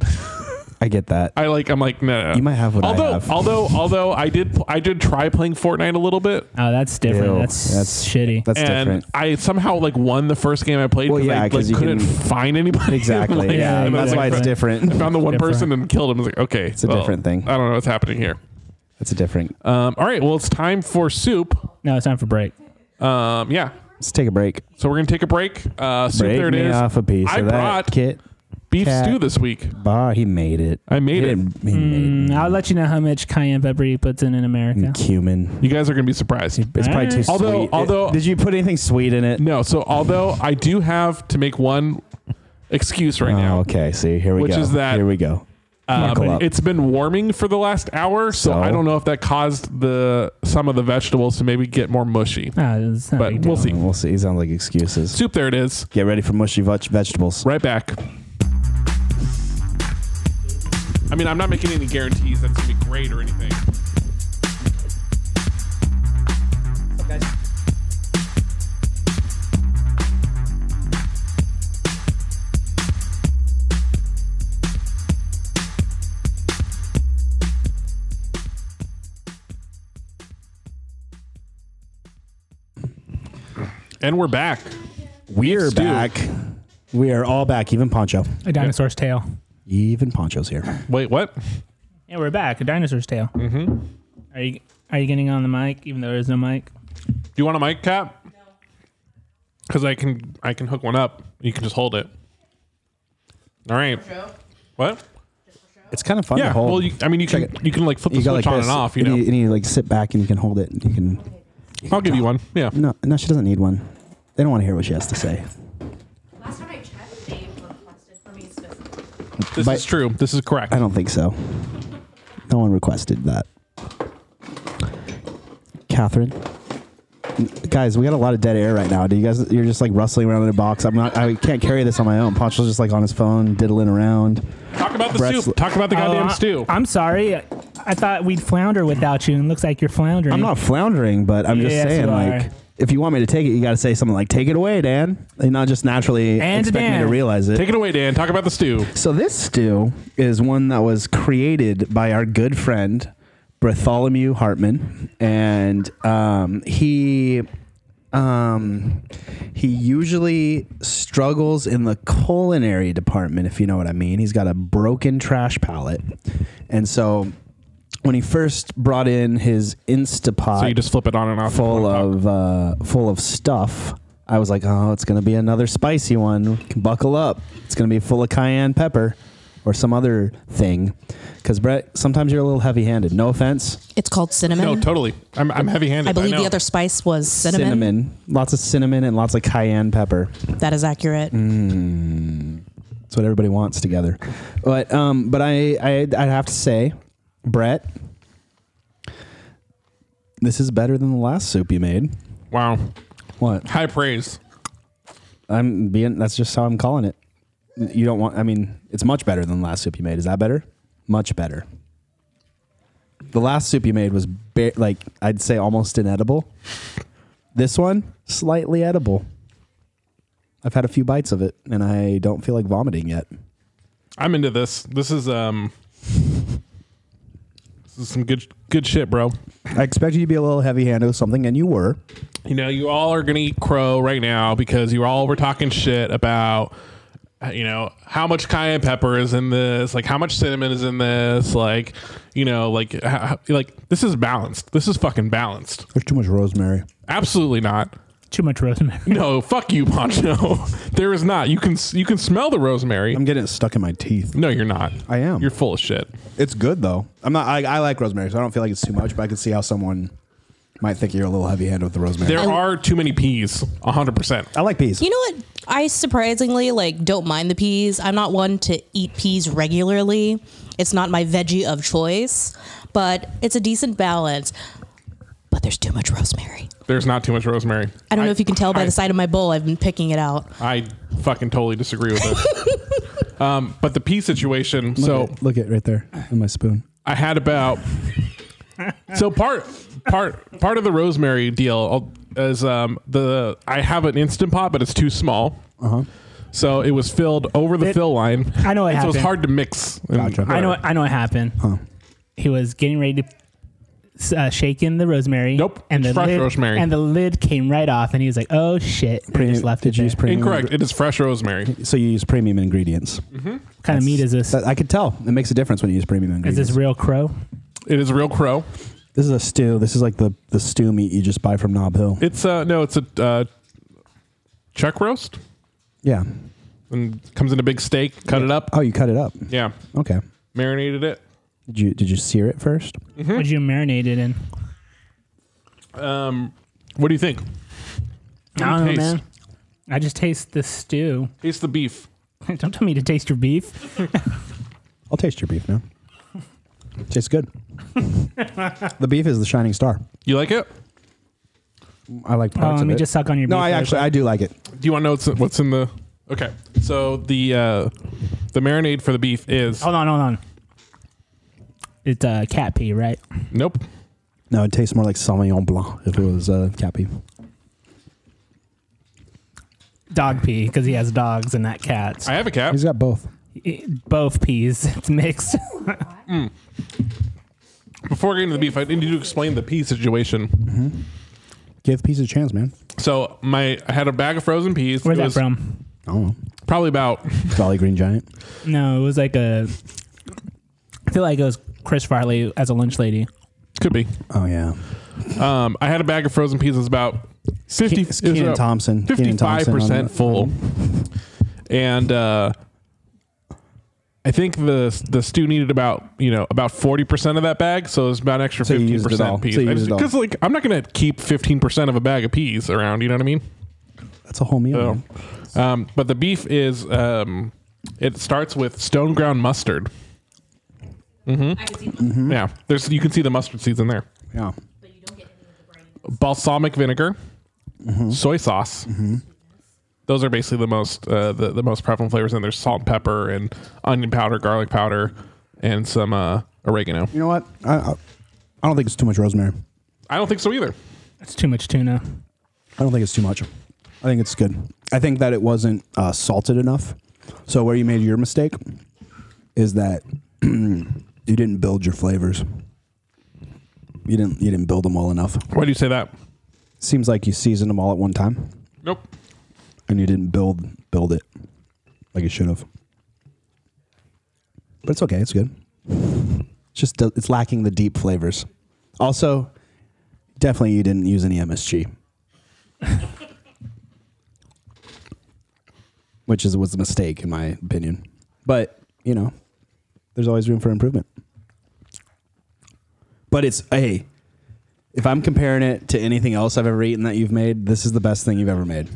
[SPEAKER 1] I get that.
[SPEAKER 2] I like, I'm like, no. no, no.
[SPEAKER 1] You might have what I
[SPEAKER 2] although,
[SPEAKER 1] have.
[SPEAKER 2] although, although I did, I did try playing Fortnite a little bit,
[SPEAKER 3] Oh, that's different.
[SPEAKER 1] Ew.
[SPEAKER 3] That's, shitty.
[SPEAKER 1] That's
[SPEAKER 2] and
[SPEAKER 1] different.
[SPEAKER 2] I somehow like won the first game I played.
[SPEAKER 1] Well,
[SPEAKER 2] 'cause
[SPEAKER 1] yeah,
[SPEAKER 2] I like,
[SPEAKER 1] 'cause you
[SPEAKER 2] couldn't
[SPEAKER 1] can-
[SPEAKER 2] find anybody.
[SPEAKER 1] Exactly.
[SPEAKER 2] Like,
[SPEAKER 1] yeah.
[SPEAKER 3] yeah,
[SPEAKER 2] and I was
[SPEAKER 1] That's
[SPEAKER 3] yeah.
[SPEAKER 1] why
[SPEAKER 2] like,
[SPEAKER 1] it's
[SPEAKER 2] "Fuck." I
[SPEAKER 1] different.
[SPEAKER 2] found the one
[SPEAKER 3] Different.
[SPEAKER 2] person and killed him. I was like, okay, it's
[SPEAKER 1] a different thing.
[SPEAKER 2] I don't know what's happening here.
[SPEAKER 1] It's a different.
[SPEAKER 2] Um, all right, well, it's time for soup.
[SPEAKER 3] no, it's time for break.
[SPEAKER 2] Um, yeah,
[SPEAKER 1] Let's take a break.
[SPEAKER 2] so we're gonna take a break. Uh, soup,
[SPEAKER 1] Break
[SPEAKER 2] there it
[SPEAKER 1] me
[SPEAKER 2] is.
[SPEAKER 1] off a piece
[SPEAKER 2] I
[SPEAKER 1] of
[SPEAKER 2] brought
[SPEAKER 1] that kit
[SPEAKER 2] beef
[SPEAKER 1] cat.
[SPEAKER 2] stew this week.
[SPEAKER 1] bar. He made it.
[SPEAKER 2] I made
[SPEAKER 1] He
[SPEAKER 2] it.
[SPEAKER 1] didn't- He made
[SPEAKER 3] Mm, I'll let you know how much cayenne pepper he puts in in America.
[SPEAKER 1] it. Cumin.
[SPEAKER 2] You guys are gonna be surprised.
[SPEAKER 1] It's probably too
[SPEAKER 3] Alright.
[SPEAKER 2] Mm, Although-
[SPEAKER 1] sweet. It-
[SPEAKER 2] although-
[SPEAKER 1] did you put anything sweet in it?
[SPEAKER 2] No, so although I do have to make one excuse right now,
[SPEAKER 1] Oh, okay. See, here we
[SPEAKER 2] Which
[SPEAKER 1] go.
[SPEAKER 2] is that-
[SPEAKER 1] Here we go.
[SPEAKER 2] Um,
[SPEAKER 1] Knuckle up.
[SPEAKER 2] it's been warming for the last hour, so,
[SPEAKER 1] So?
[SPEAKER 2] I don't know if that caused the some of the vegetables to maybe get more mushy.
[SPEAKER 3] No, Ah, it's not a
[SPEAKER 2] But
[SPEAKER 3] big deal.
[SPEAKER 2] we'll see.
[SPEAKER 1] We'll see. He sounds like excuses.
[SPEAKER 2] Soup, there it is.
[SPEAKER 1] Get ready for mushy veg- vegetables.
[SPEAKER 2] Right back. I mean, I'm not making any guarantees that it's gonna be great or anything. And we're back.
[SPEAKER 1] We're
[SPEAKER 2] Stew.
[SPEAKER 1] back. We are all back. Even Poncho.
[SPEAKER 3] A dinosaur's tail.
[SPEAKER 1] Even Poncho's here.
[SPEAKER 2] Wait, what?
[SPEAKER 3] Yeah, we're back. A dinosaur's tail. Mm-hmm. Are you are you getting on the mic even though there is no mic?
[SPEAKER 2] Do you want a mic cap? Because I can I can hook one up. You can just hold it. All right. What?
[SPEAKER 1] It's kind of fun
[SPEAKER 2] Yeah.
[SPEAKER 1] to hold.
[SPEAKER 2] Well, you, I mean, you can
[SPEAKER 1] Check it.
[SPEAKER 2] you can like flip the
[SPEAKER 1] You go
[SPEAKER 2] switch
[SPEAKER 1] like
[SPEAKER 2] on
[SPEAKER 1] this,
[SPEAKER 2] and off. You know.
[SPEAKER 1] and you like sit back and you can hold it. You can
[SPEAKER 2] I'll give you one. Yeah.
[SPEAKER 1] No, no, she doesn't need one. They don't want to hear what she has to say.
[SPEAKER 5] Last time I checked, they requested for me specifically.
[SPEAKER 2] This
[SPEAKER 1] But-
[SPEAKER 2] is true. This is correct.
[SPEAKER 1] I don't think so. No one requested that. Catherine, guys, we got a lot of dead air right now. Do you guys? You're just like rustling around in a box. I'm not. I can't carry this on my own. Poncho's just like on his phone, diddling around.
[SPEAKER 2] Talk about the
[SPEAKER 1] Brett's-
[SPEAKER 2] soup. Talk about the goddamn
[SPEAKER 3] Oh, I-
[SPEAKER 2] stew.
[SPEAKER 3] I'm sorry. I, I thought we'd flounder without you, and looks like you're floundering.
[SPEAKER 1] I'm not floundering, but I'm just
[SPEAKER 3] Yes,
[SPEAKER 1] saying,
[SPEAKER 3] you
[SPEAKER 1] like,
[SPEAKER 3] are.
[SPEAKER 1] if you want me to take it, you got to say something like, "Take it away, Dan," and not just naturally
[SPEAKER 3] And
[SPEAKER 1] expect me
[SPEAKER 3] Dan.
[SPEAKER 1] to realize it.
[SPEAKER 2] Take it away, Dan. Talk about the stew.
[SPEAKER 1] So this stew is one that was created by our good friend Bartholomew Hartman, and um, he Um, he usually struggles in the culinary department, if you know what I mean. He's got a broken trash palette, and so when he first brought in his Instapot,
[SPEAKER 2] So you just flip it on and off.
[SPEAKER 1] full of uh, full of stuff. I was like, oh, it's gonna be another spicy one. Buckle up, it's gonna be full of cayenne pepper or some other thing. Because Brett, sometimes you're a little heavy-handed. No offense,
[SPEAKER 7] It's called cinnamon.
[SPEAKER 2] No, totally. I'm, I'm heavy-handed.
[SPEAKER 7] I believe
[SPEAKER 2] know.
[SPEAKER 7] the other spice was cinnamon.
[SPEAKER 1] lots of cinnamon and lots of cayenne pepper.
[SPEAKER 7] That is accurate.
[SPEAKER 1] That's what everybody wants together. But um, but I I I'd have to say, Brett, this is better than the last soup you made.
[SPEAKER 2] Wow,
[SPEAKER 1] What?
[SPEAKER 2] high praise.
[SPEAKER 1] I'm being. That's just how I'm calling it. You don't want. I mean, it's much better than the last soup you made. Is that better? Much better. The last soup you made was ba- like I'd say almost inedible. This one slightly edible. I've had a few bites of it, and I don't feel like vomiting yet.
[SPEAKER 2] I'm into this. This is um, this is some good good shit, bro.
[SPEAKER 1] I expected you to be a little heavy-handed with something, and you were.
[SPEAKER 2] You know, you all are gonna eat crow right now because you all were talking shit about uh, you know how much cayenne pepper is in this, like how much cinnamon is in this, like you know, like how, like this is balanced. This is fucking balanced.
[SPEAKER 1] There's too much rosemary.
[SPEAKER 2] Absolutely not.
[SPEAKER 3] Too much rosemary.
[SPEAKER 2] No, fuck you, Poncho. there is not. You can you can smell the rosemary.
[SPEAKER 1] I'm getting it stuck in my teeth.
[SPEAKER 2] no, you're not.
[SPEAKER 1] I am.
[SPEAKER 2] You're full of shit.
[SPEAKER 1] It's good though. I'm not. I, I like rosemary, so I don't feel like it's too much. But I can see how someone might think you're a little heavy-handed with the rosemary.
[SPEAKER 2] There are too many peas. 100%.
[SPEAKER 1] I like peas.
[SPEAKER 7] You know what? I surprisingly like don't mind the peas. I'm not one to eat peas regularly. It's not my veggie of choice, but it's a decent balance. But there's too much rosemary.
[SPEAKER 2] There's not too much rosemary.
[SPEAKER 7] I don't know if you can tell by
[SPEAKER 2] I-
[SPEAKER 7] the side of my bowl. I've been picking it out.
[SPEAKER 2] I fucking totally disagree with it. um, but the pea situation. so
[SPEAKER 1] look at right there in my spoon.
[SPEAKER 2] I had about so part part part of the rosemary deal is um, the I have an instant pot, but it's too small. So it was filled over the
[SPEAKER 3] Uh-huh. It-
[SPEAKER 2] fill line.
[SPEAKER 3] I know it
[SPEAKER 2] And So it was
[SPEAKER 3] happened.
[SPEAKER 2] hard to mix. and
[SPEAKER 1] Gotcha.
[SPEAKER 3] I know.
[SPEAKER 2] whatever.
[SPEAKER 3] I know what happened. He was getting ready to uh, shake in the rosemary.
[SPEAKER 2] Nope.
[SPEAKER 3] And the
[SPEAKER 2] Fresh
[SPEAKER 3] lid,
[SPEAKER 2] rosemary.
[SPEAKER 3] And the lid came right off, and he was like, "Oh shit!" and just left
[SPEAKER 1] Did
[SPEAKER 3] it.
[SPEAKER 1] you use premium?
[SPEAKER 2] Incorrect. It is fresh rosemary.
[SPEAKER 1] So you use premium ingredients.
[SPEAKER 3] what kind of meat is this?
[SPEAKER 1] That- I could tell. It makes a difference when you use premium
[SPEAKER 3] is
[SPEAKER 1] ingredients.
[SPEAKER 3] this real crow?
[SPEAKER 2] It is real crow.
[SPEAKER 1] This is a stew. This is like the, the stew meat you just buy from Knob Hill.
[SPEAKER 2] It's uh no, it's a uh, chuck roast
[SPEAKER 1] yeah.
[SPEAKER 2] and comes in a big steak. Cut it up.
[SPEAKER 1] Oh, you cut it up.
[SPEAKER 2] Yeah,
[SPEAKER 1] Okay.
[SPEAKER 2] marinated it.
[SPEAKER 1] Did you did you sear it first?
[SPEAKER 3] Would you marinate it in?
[SPEAKER 2] What do you think?
[SPEAKER 3] I don't know,
[SPEAKER 2] taste?
[SPEAKER 3] man. I just taste the stew.
[SPEAKER 2] Taste the beef.
[SPEAKER 3] don't tell me to taste your beef.
[SPEAKER 1] I'll taste your beef now. Tastes good. the beef is the shining star.
[SPEAKER 2] You like it?
[SPEAKER 1] I like
[SPEAKER 3] Oh,
[SPEAKER 1] parts
[SPEAKER 3] let
[SPEAKER 1] of
[SPEAKER 3] me
[SPEAKER 1] it.
[SPEAKER 3] just suck on your
[SPEAKER 1] no,
[SPEAKER 3] beef.
[SPEAKER 1] I
[SPEAKER 3] real
[SPEAKER 1] actually I do like it.
[SPEAKER 2] Do you want to know what's, what's in the? Okay, so the uh, the marinade for the beef is
[SPEAKER 3] Hold on, hold on. It's uh, cat pee, right?
[SPEAKER 2] nope.
[SPEAKER 1] No, it tastes more like Sauvignon Blanc if it was uh, cat beef.
[SPEAKER 3] Dog pee, because he has dogs and not cats.
[SPEAKER 2] I have a cat.
[SPEAKER 1] He's got both.
[SPEAKER 3] I- Both peas. It's mixed.
[SPEAKER 2] Before getting to the beef, I need to explain the pea situation.
[SPEAKER 1] Give peas a chance, man.
[SPEAKER 2] So my I had a bag of frozen peas.
[SPEAKER 3] Where's
[SPEAKER 2] It
[SPEAKER 3] that
[SPEAKER 2] was
[SPEAKER 3] from?
[SPEAKER 1] I don't know.
[SPEAKER 2] Probably about
[SPEAKER 1] Valley Green Giant.
[SPEAKER 3] No, it was like a. I feel like it was Chris Farley as a lunch lady.
[SPEAKER 2] could be.
[SPEAKER 1] Oh yeah.
[SPEAKER 2] Um, I had a bag of frozen peas. It was about fifty.
[SPEAKER 1] Ke- it's Kenan Thompson. Kenan
[SPEAKER 2] Fifty-five
[SPEAKER 1] Thompson on
[SPEAKER 2] percent
[SPEAKER 1] the-
[SPEAKER 2] full, and uh, I think the the stew needed about you know about forty percent of that bag, so it's about an extra
[SPEAKER 1] So you
[SPEAKER 2] fifteen
[SPEAKER 1] used it all.
[SPEAKER 2] percent peas.
[SPEAKER 1] So you used it all.
[SPEAKER 2] Because like I'm not gonna keep fifteen percent of a bag of peas around. You know what I mean?
[SPEAKER 1] That's a whole meal.
[SPEAKER 2] So,
[SPEAKER 1] man.
[SPEAKER 2] um, but the beef is um, it starts with stone ground mustard.
[SPEAKER 5] I can see them,
[SPEAKER 1] Mm-hmm.
[SPEAKER 2] Yeah, there's you can see the mustard seeds in there.
[SPEAKER 1] Yeah.
[SPEAKER 5] but you don't get any of the brain.
[SPEAKER 2] balsamic vinegar, soy sauce. Those are basically the most uh, the, the most prevalent flavors. And there's salt and pepper and onion powder, garlic powder, and some uh, oregano.
[SPEAKER 1] You know what? I, I I don't think it's too much rosemary.
[SPEAKER 2] I don't think so either.
[SPEAKER 3] That's too much tuna.
[SPEAKER 1] I don't think it's too much. I think it's good. I think that it wasn't uh, salted enough. So where you made your mistake is that you didn't build your flavors. You didn't you didn't build them well enough.
[SPEAKER 2] Why do you say that?
[SPEAKER 1] Seems like you seasoned them all at one time,
[SPEAKER 2] Nope.
[SPEAKER 1] and you didn't build build it like you should have. But it's okay. It's good. It's Just do- it's lacking the deep flavors. Also, definitely you didn't use any MSG, which is was a mistake in my opinion. But you know, there's always room for improvement. But it's hey, if I'm comparing it to anything else I've ever eaten that you've made, this is the best thing you've ever made.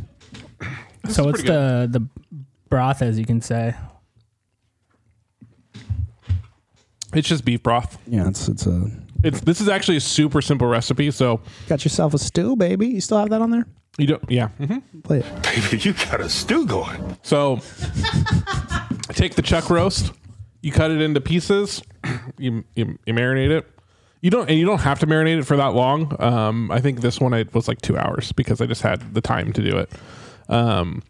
[SPEAKER 3] So what's
[SPEAKER 2] pretty
[SPEAKER 3] the the broth, as you can say?
[SPEAKER 2] It's just beef broth.
[SPEAKER 1] Yeah, it's it's a
[SPEAKER 2] It's this is actually a super simple recipe, so
[SPEAKER 1] got yourself a stew, baby. You still have that on there?
[SPEAKER 2] you don't yeah. Mhm.
[SPEAKER 1] Play it.
[SPEAKER 8] Baby, you got a stew going.
[SPEAKER 2] So take the chuck roast, you cut it into pieces, you, you you marinate it. You don't and you don't have to marinate it for that long. Um, I think this one I was like two hours because I just had the time to do it. Um,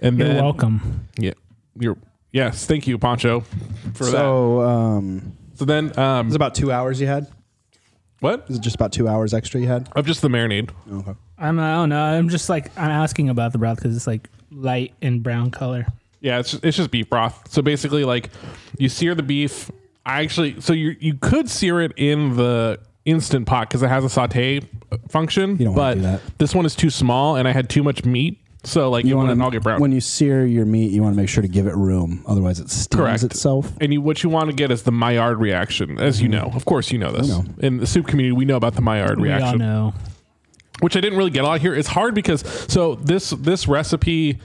[SPEAKER 2] and
[SPEAKER 3] You're
[SPEAKER 2] then
[SPEAKER 3] welcome.
[SPEAKER 2] yeah, you're yes, thank you, Poncho, for that.
[SPEAKER 1] So um,
[SPEAKER 2] So then um,
[SPEAKER 1] it's about two hours you had.
[SPEAKER 2] what
[SPEAKER 1] Is it just about two hours extra you had?
[SPEAKER 2] of just the marinade?
[SPEAKER 1] Okay.
[SPEAKER 3] I'm I don't know. I'm just like I'm asking about the broth because it's like light and brown color.
[SPEAKER 2] Yeah, it's just, it's just beef broth. So basically, like you sear the beef. I actually, so you you could sear it in the instant pot because it has a saute function.
[SPEAKER 1] You don't
[SPEAKER 2] but
[SPEAKER 1] wanna do that.
[SPEAKER 2] this one is too small, and I had too much meat, so like you want
[SPEAKER 1] wanna-
[SPEAKER 2] it all get brown.
[SPEAKER 1] When you sear your meat, you want to make sure to give it room, otherwise it steams
[SPEAKER 2] Correct.
[SPEAKER 1] itself.
[SPEAKER 2] and you, what you want to get is the Maillard reaction, as you know. Of course, you know this.
[SPEAKER 1] Mm-hmm. know.
[SPEAKER 2] In the soup community, we know about the Maillard
[SPEAKER 3] We all
[SPEAKER 2] reaction.
[SPEAKER 3] know.
[SPEAKER 2] which I didn't really get a lot here. It's hard because so this this recipe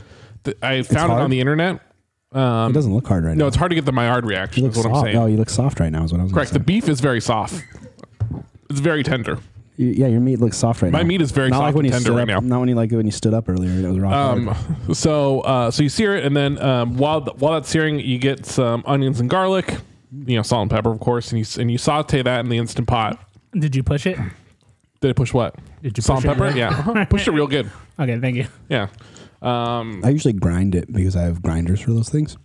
[SPEAKER 2] th- I found it
[SPEAKER 1] hard?
[SPEAKER 2] on the internet.
[SPEAKER 1] it doesn't look hard right now.
[SPEAKER 2] Um, No, it's hard to get the Maillard reaction.
[SPEAKER 1] You
[SPEAKER 2] Is
[SPEAKER 1] look
[SPEAKER 2] what
[SPEAKER 1] soft.
[SPEAKER 2] I'm saying.
[SPEAKER 1] Oh, you look soft right now. Is what I was gonna
[SPEAKER 2] Correct. The
[SPEAKER 1] say.
[SPEAKER 2] beef is very soft. It's very tender.
[SPEAKER 1] You- yeah, your meat looks soft right
[SPEAKER 2] My
[SPEAKER 1] now.
[SPEAKER 2] meat is very
[SPEAKER 1] not
[SPEAKER 2] soft
[SPEAKER 1] like when
[SPEAKER 2] and
[SPEAKER 1] you
[SPEAKER 2] tender
[SPEAKER 1] stood
[SPEAKER 2] right
[SPEAKER 1] up,
[SPEAKER 2] now.
[SPEAKER 1] Not when you like when you stood up earlier. It was rock hard.
[SPEAKER 2] Um, so uh, so you sear it, and then um, while while that's searing, you get some onions and garlic, you know, salt and pepper, of course, and you and you saute that in the instant pot.
[SPEAKER 3] Did you push it?
[SPEAKER 2] Did it push what?
[SPEAKER 3] Did you
[SPEAKER 2] salt
[SPEAKER 3] push
[SPEAKER 2] and
[SPEAKER 3] it
[SPEAKER 2] pepper?
[SPEAKER 3] real-
[SPEAKER 2] Yeah, uh-huh. pushed it real good.
[SPEAKER 3] Okay, thank you.
[SPEAKER 2] Yeah. Um,
[SPEAKER 1] I usually grind it because I have grinders for those things.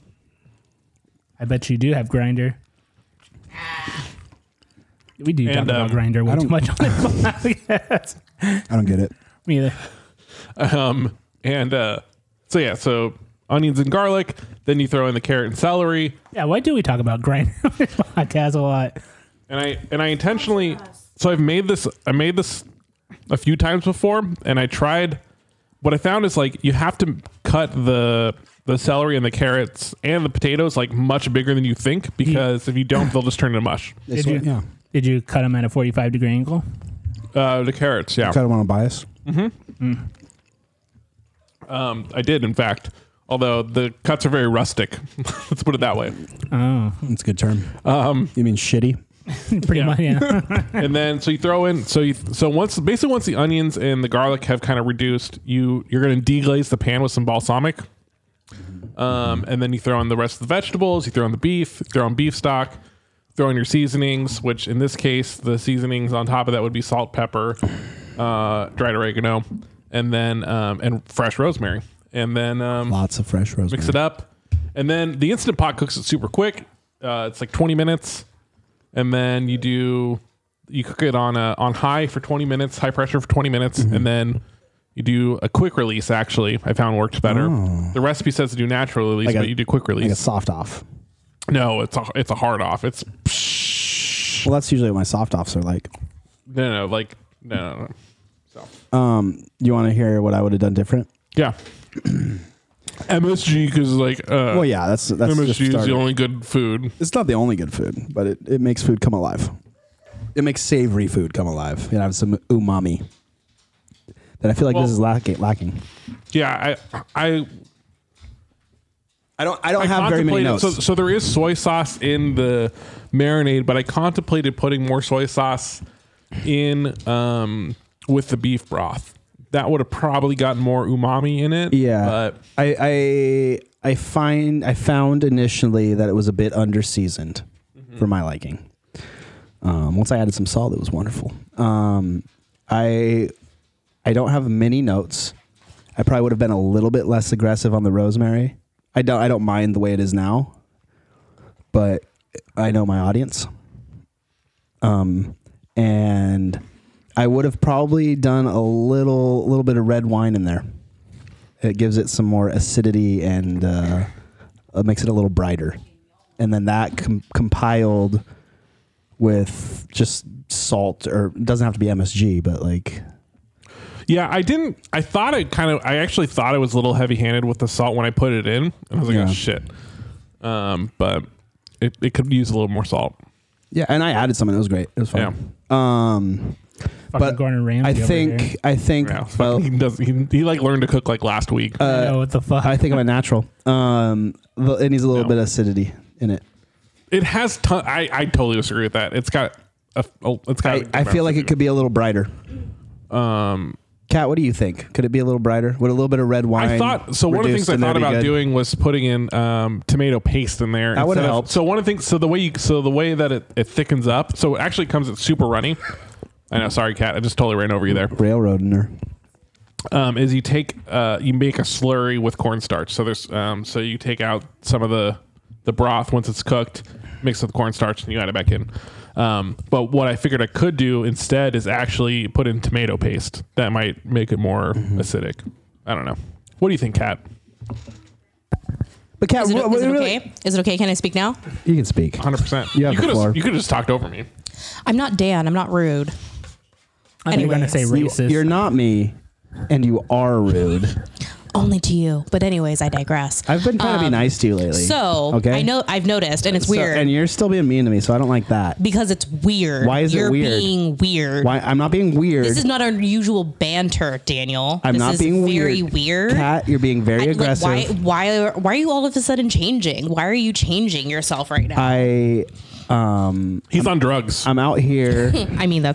[SPEAKER 3] I bet you do have grinder. We do talk
[SPEAKER 2] And,
[SPEAKER 3] about
[SPEAKER 2] um,
[SPEAKER 3] grinder way
[SPEAKER 1] I
[SPEAKER 3] too
[SPEAKER 1] don't-
[SPEAKER 3] much on this podcast.
[SPEAKER 1] I don't get it.
[SPEAKER 3] Me either.
[SPEAKER 2] um, and uh, so yeah, so onions and garlic. Then you throw in the carrot and celery,
[SPEAKER 3] Yeah, why do we talk about grinder on this podcast a lot?
[SPEAKER 2] and I and I intentionally. So I've made this. I made this a few times before, and I tried. What I found is like you have to cut the the celery and the carrots and the potatoes like much bigger than you think because if you don't, they'll just turn into mush.
[SPEAKER 1] This
[SPEAKER 3] Did
[SPEAKER 1] one-
[SPEAKER 3] you-
[SPEAKER 1] yeah.
[SPEAKER 3] Did you cut them at a 45 degree angle?
[SPEAKER 2] Uh, the carrots, yeah,
[SPEAKER 1] Cut them on a bias.
[SPEAKER 2] um, I did in fact. Although the cuts are very rustic, let's put it that way.
[SPEAKER 3] Oh,
[SPEAKER 1] That's a good term. Um, you mean shitty?
[SPEAKER 3] pretty much. Yeah.
[SPEAKER 2] and then so you throw in so you so once basically once the onions and the garlic have kind of reduced you you're going to deglaze the pan with some balsamic um, and then you throw in the rest of the vegetables you throw in the beef throw in beef stock throw in your seasonings which in this case the seasonings on top of that would be salt pepper uh, dried oregano and then um, and fresh rosemary and then um,
[SPEAKER 1] Lots of fresh rosemary.
[SPEAKER 2] mix it up, and then the instant pot cooks it super quick. Uh, it's like 20 minutes, and then you do you cook it on a, on high for 20 minutes, high pressure for 20 minutes,
[SPEAKER 1] Mm-hmm.
[SPEAKER 2] and then you do a quick release. Actually, I found worked better.
[SPEAKER 1] Oh.
[SPEAKER 2] The recipe says to do natural release,
[SPEAKER 1] Like a-
[SPEAKER 2] but you do quick
[SPEAKER 1] Like a
[SPEAKER 2] release.
[SPEAKER 1] soft off.
[SPEAKER 2] no, it's a it's a hard off. It's
[SPEAKER 1] Well, that's usually what my soft offs are like.
[SPEAKER 2] no no like no. no, no. So
[SPEAKER 1] Um, you want to hear what I would have done different?
[SPEAKER 2] yeah. MSG because like uh,
[SPEAKER 1] Well, yeah, that's that's just
[SPEAKER 2] MSG is the
[SPEAKER 1] starter.
[SPEAKER 2] only good food.
[SPEAKER 1] It's not the only good food, but it, it makes food come alive. It makes savory food come alive. You have some umami that I feel like
[SPEAKER 2] Well-
[SPEAKER 1] this is lacking. Lacking.
[SPEAKER 2] Yeah, I I
[SPEAKER 1] I don't. I don't have very
[SPEAKER 2] contemplated
[SPEAKER 1] many notes.
[SPEAKER 2] So, so there is soy sauce in the marinade, but I contemplated putting more soy sauce in um, with the beef broth. That would have probably gotten more umami in it.
[SPEAKER 1] Yeah.
[SPEAKER 2] but
[SPEAKER 1] I, I I find I found initially that it was a bit underseasoned for my liking. Um, once I added some salt, it was wonderful. Um, I I don't have many notes. I probably would have been a little bit less aggressive on the rosemary. I don't I don't mind the way it is now, but I know my audience. Um, and I would have probably done a little little bit of red wine in there. It gives it some more acidity and uh, it makes it a little brighter. And then that com- compiled with just salt or it doesn't have to be MSG, but like
[SPEAKER 2] Yeah, I didn't. I thought it kind of. I actually thought I was a little heavy-handed with the salt when I put it in, and I was like,
[SPEAKER 1] Yeah.
[SPEAKER 2] "Oh shit!" Um, but it, it could use a little more salt.
[SPEAKER 1] yeah, and I added some and it was great. It was
[SPEAKER 2] Yeah,
[SPEAKER 1] fun. Um
[SPEAKER 3] Fucking
[SPEAKER 1] but
[SPEAKER 3] Gordon Ramsay.
[SPEAKER 1] I
[SPEAKER 3] over
[SPEAKER 1] think
[SPEAKER 3] there.
[SPEAKER 1] I think
[SPEAKER 2] yeah. it's
[SPEAKER 1] well, Uh,
[SPEAKER 2] fucking- he does. He, he like learned to cook like last week.
[SPEAKER 3] I know what the fuck.
[SPEAKER 1] I think I'm a natural. Um the- it needs a little
[SPEAKER 2] No.
[SPEAKER 1] bit of acidity in it.
[SPEAKER 2] it has. Ton, I I totally disagree with that. It's got. A, a- it's got. a
[SPEAKER 1] I,
[SPEAKER 2] good
[SPEAKER 1] I feel
[SPEAKER 2] amount
[SPEAKER 1] like
[SPEAKER 2] of
[SPEAKER 1] it could be a little brighter.
[SPEAKER 2] Um,
[SPEAKER 1] Kat, what do you think? Could it be a little brighter? Would a little bit of red wine?
[SPEAKER 2] I thought so. One of the
[SPEAKER 1] reduced
[SPEAKER 2] things I
[SPEAKER 1] in there
[SPEAKER 2] thought
[SPEAKER 1] be
[SPEAKER 2] about
[SPEAKER 1] good?
[SPEAKER 2] doing was putting in um, tomato paste in there.
[SPEAKER 1] That would've
[SPEAKER 2] instead of-
[SPEAKER 1] helped.
[SPEAKER 2] So one of the things, so the way you, so the way that it, it thickens up, so it actually comes at super runny. I know, sorry, Kat, I just totally ran over you there.
[SPEAKER 1] railroading her.
[SPEAKER 2] Um, is you take, uh, you make a slurry with cornstarch. So there's, um, so you take out some of the the broth once it's cooked, mix it with cornstarch, and you add it back in. Um, but what I figured I could do instead is actually put in tomato paste. That might make it more
[SPEAKER 1] Mm-hmm.
[SPEAKER 2] acidic. I don't know. What do you think, Kat?
[SPEAKER 1] But Kat,
[SPEAKER 7] Is it,
[SPEAKER 1] what- what
[SPEAKER 7] is it
[SPEAKER 1] really-
[SPEAKER 7] okay? Is it okay? Can I speak now?
[SPEAKER 1] You can speak.
[SPEAKER 2] Hundred percent.
[SPEAKER 1] You have the
[SPEAKER 2] could
[SPEAKER 1] floor.
[SPEAKER 2] have. You could have just talked over me.
[SPEAKER 7] I'm not Dan. I'm not rude.
[SPEAKER 3] I think you're gonna
[SPEAKER 7] anyways.
[SPEAKER 3] say
[SPEAKER 1] You,
[SPEAKER 3] racist.
[SPEAKER 1] you're not me, and you are rude.
[SPEAKER 7] Only to you. But anyways, I digress.
[SPEAKER 1] I've been trying to be nice to you lately.
[SPEAKER 7] Um, so
[SPEAKER 1] okay,
[SPEAKER 7] I know I've noticed, and it's
[SPEAKER 1] So-
[SPEAKER 7] weird
[SPEAKER 1] and you're still being mean to me, so I don't like that.
[SPEAKER 7] because it's weird.
[SPEAKER 1] Why is it
[SPEAKER 7] You're
[SPEAKER 1] weird?
[SPEAKER 7] being weird.
[SPEAKER 1] Why I'm not being weird.
[SPEAKER 7] This is not unusual banter, Daniel.
[SPEAKER 1] I'm
[SPEAKER 7] this
[SPEAKER 1] not
[SPEAKER 7] is
[SPEAKER 1] being
[SPEAKER 7] very
[SPEAKER 1] weird.
[SPEAKER 7] weird.
[SPEAKER 1] Kat, you're being very
[SPEAKER 7] I- like,
[SPEAKER 1] aggressive.
[SPEAKER 7] why, why, why are you all of a sudden changing? Why are you changing yourself right now?
[SPEAKER 1] I um
[SPEAKER 2] He's on drugs.
[SPEAKER 1] I'm out here.
[SPEAKER 7] I mean, the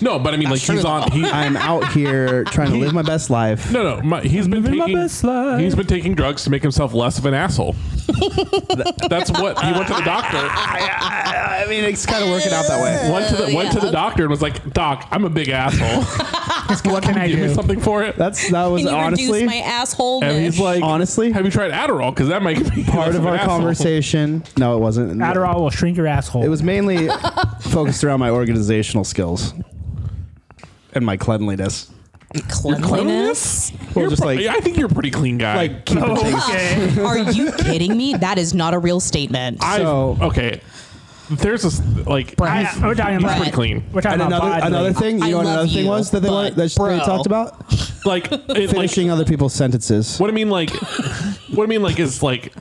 [SPEAKER 2] no, but I mean, like
[SPEAKER 7] That's
[SPEAKER 2] he's
[SPEAKER 7] true,
[SPEAKER 2] on. He,
[SPEAKER 1] I'm out here trying to live my best life.
[SPEAKER 2] no, no. My, he's been
[SPEAKER 3] Living my
[SPEAKER 2] taking.
[SPEAKER 3] best life.
[SPEAKER 2] He's been taking drugs to make himself less of an asshole. That's what he went to the doctor.
[SPEAKER 1] I, I mean, it's kind of working out that way.
[SPEAKER 2] Went to the went to the doctor and was like, "Doc, I'm a big asshole.
[SPEAKER 3] what can I
[SPEAKER 2] Give me
[SPEAKER 3] do?
[SPEAKER 2] something for it."
[SPEAKER 1] That's that was
[SPEAKER 7] can you
[SPEAKER 1] honestly
[SPEAKER 7] reduce my asshole?
[SPEAKER 2] and he's like,
[SPEAKER 1] honestly?
[SPEAKER 2] have you tried Adderall? Because that might be
[SPEAKER 1] part of our conversation. No, it wasn't.
[SPEAKER 3] Adderall will shrink your asshole.
[SPEAKER 1] It was mainly focused around my organizational skills and my cleanliness.
[SPEAKER 7] cleanliness?
[SPEAKER 1] Well, just like
[SPEAKER 2] I think you're a pretty clean guy.
[SPEAKER 1] like keeping things.
[SPEAKER 3] okay.
[SPEAKER 7] Are you kidding me? That is not a real statement.
[SPEAKER 2] I
[SPEAKER 1] so-
[SPEAKER 2] okay. There's this like
[SPEAKER 3] I-
[SPEAKER 2] he's-
[SPEAKER 3] we're talking
[SPEAKER 2] he's
[SPEAKER 3] about-
[SPEAKER 2] pretty clean.
[SPEAKER 3] We're talking
[SPEAKER 1] And
[SPEAKER 3] about
[SPEAKER 1] another
[SPEAKER 3] bodily.
[SPEAKER 1] another thing, you
[SPEAKER 7] I
[SPEAKER 1] know what
[SPEAKER 7] love
[SPEAKER 1] another thing
[SPEAKER 7] you,
[SPEAKER 1] was that they
[SPEAKER 7] but
[SPEAKER 1] wanted, that they
[SPEAKER 7] bro.
[SPEAKER 1] talked about
[SPEAKER 2] Like it, like
[SPEAKER 1] finishing other people's sentences.
[SPEAKER 2] What I mean, like, what I mean, like, is like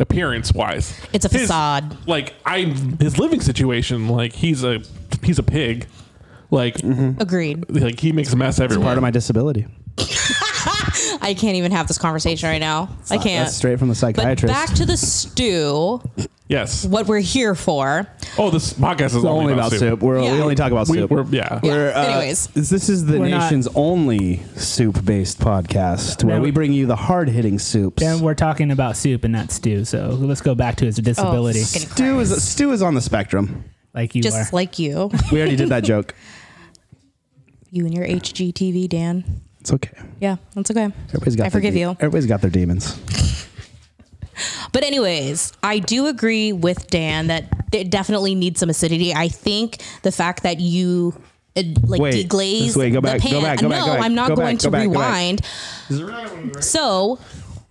[SPEAKER 2] appearance wise,
[SPEAKER 7] It's a
[SPEAKER 2] His-
[SPEAKER 7] facade.
[SPEAKER 2] like, I his living situation, like, he's a he's a pig. Like,
[SPEAKER 7] Agreed.
[SPEAKER 2] like he makes a mess everywhere.
[SPEAKER 1] Part of my disability.
[SPEAKER 7] I can't even have this conversation right now. I can't.
[SPEAKER 1] That's straight from the
[SPEAKER 7] But
[SPEAKER 1] psychiatrist.
[SPEAKER 7] back to the stew,
[SPEAKER 2] yes.
[SPEAKER 7] what we're here for.
[SPEAKER 2] Oh, this podcast is
[SPEAKER 1] It's
[SPEAKER 2] only about soup.
[SPEAKER 1] We're,
[SPEAKER 7] Yeah.
[SPEAKER 1] We only talk about
[SPEAKER 2] We,
[SPEAKER 1] soup.
[SPEAKER 2] are yeah.
[SPEAKER 7] Oh,
[SPEAKER 1] We're, uh,
[SPEAKER 7] Anyways.
[SPEAKER 1] this is the
[SPEAKER 3] We're not-
[SPEAKER 1] nation's only soup-based podcast where
[SPEAKER 3] Now-
[SPEAKER 1] we bring you the hard-hitting soups.
[SPEAKER 3] Then we're talking about soup and not stew. So let's go back to his
[SPEAKER 1] Oh,
[SPEAKER 3] disability,
[SPEAKER 7] Oh, fucking
[SPEAKER 1] Stew is Stew is on the spectrum.
[SPEAKER 3] like you
[SPEAKER 7] Just
[SPEAKER 3] are.
[SPEAKER 7] like you.
[SPEAKER 1] We already did that joke.
[SPEAKER 7] You and your HGTV, Dan.
[SPEAKER 1] It's okay.
[SPEAKER 7] Yeah, that's okay.
[SPEAKER 1] Everybody's got
[SPEAKER 7] I
[SPEAKER 1] their
[SPEAKER 7] forgive
[SPEAKER 1] de-
[SPEAKER 7] you.
[SPEAKER 1] Everybody's got their demons.
[SPEAKER 7] But anyways, I do agree with Dan that it definitely needs some acidity. I think the fact that you uh, like
[SPEAKER 1] Wait,
[SPEAKER 7] deglaze
[SPEAKER 1] this way, go
[SPEAKER 7] the
[SPEAKER 1] back,
[SPEAKER 7] pan.
[SPEAKER 1] go back, go
[SPEAKER 7] no,
[SPEAKER 1] back, go back,
[SPEAKER 7] I'm not
[SPEAKER 1] go back,
[SPEAKER 7] going
[SPEAKER 1] go
[SPEAKER 7] to
[SPEAKER 1] back, go back.
[SPEAKER 7] rewind. So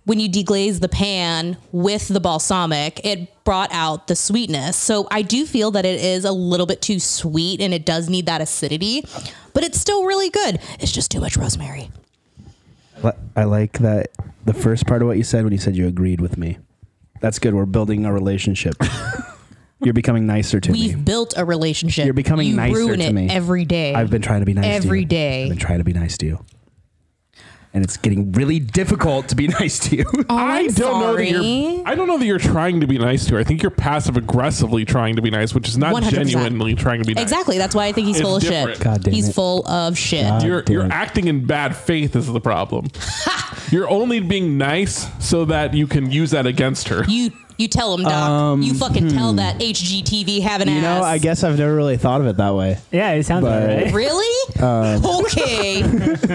[SPEAKER 7] when you deglaze the pan with the balsamic, it brought out the sweetness. So I do feel that it is a little bit too sweet and it does need that acidity, but it's still really good. It's just too much rosemary.
[SPEAKER 1] Li- I like that the first part of what you said when you said you agreed with me. That's good. We're building a relationship. You're becoming nicer to
[SPEAKER 7] We've
[SPEAKER 1] me.
[SPEAKER 7] built a relationship.
[SPEAKER 1] You're becoming
[SPEAKER 7] you
[SPEAKER 1] nicer
[SPEAKER 7] ruin
[SPEAKER 1] to
[SPEAKER 7] it
[SPEAKER 1] me.
[SPEAKER 7] every day.
[SPEAKER 1] I've been trying to be nice to you.
[SPEAKER 7] Every day.
[SPEAKER 1] I've been trying to be nice to you. And it's getting really difficult to be nice to you.
[SPEAKER 7] Oh,
[SPEAKER 2] I don't know that
[SPEAKER 7] sorry.
[SPEAKER 2] you're. I don't know that you're trying to be nice to her. I think you're passive aggressively trying to be nice, which is not
[SPEAKER 7] 100%.
[SPEAKER 2] genuinely trying to be nice.
[SPEAKER 7] Exactly. That's why I think he's
[SPEAKER 2] It's
[SPEAKER 7] full of
[SPEAKER 2] different.
[SPEAKER 7] shit.
[SPEAKER 1] God damn
[SPEAKER 7] he's
[SPEAKER 1] it.
[SPEAKER 7] full of shit.
[SPEAKER 2] You're
[SPEAKER 1] damn
[SPEAKER 2] you're
[SPEAKER 1] it.
[SPEAKER 2] acting in bad faith is the problem. you're only being nice so that you can use that against her.
[SPEAKER 7] You you tell him, Doc. you fucking tell that HGTV have an
[SPEAKER 1] Um, hmm. you
[SPEAKER 7] ass.
[SPEAKER 1] know, I guess I've never really thought of it that way.
[SPEAKER 3] yeah, it sounds
[SPEAKER 1] But-
[SPEAKER 3] like right.
[SPEAKER 7] Really?
[SPEAKER 1] Uh,
[SPEAKER 7] okay.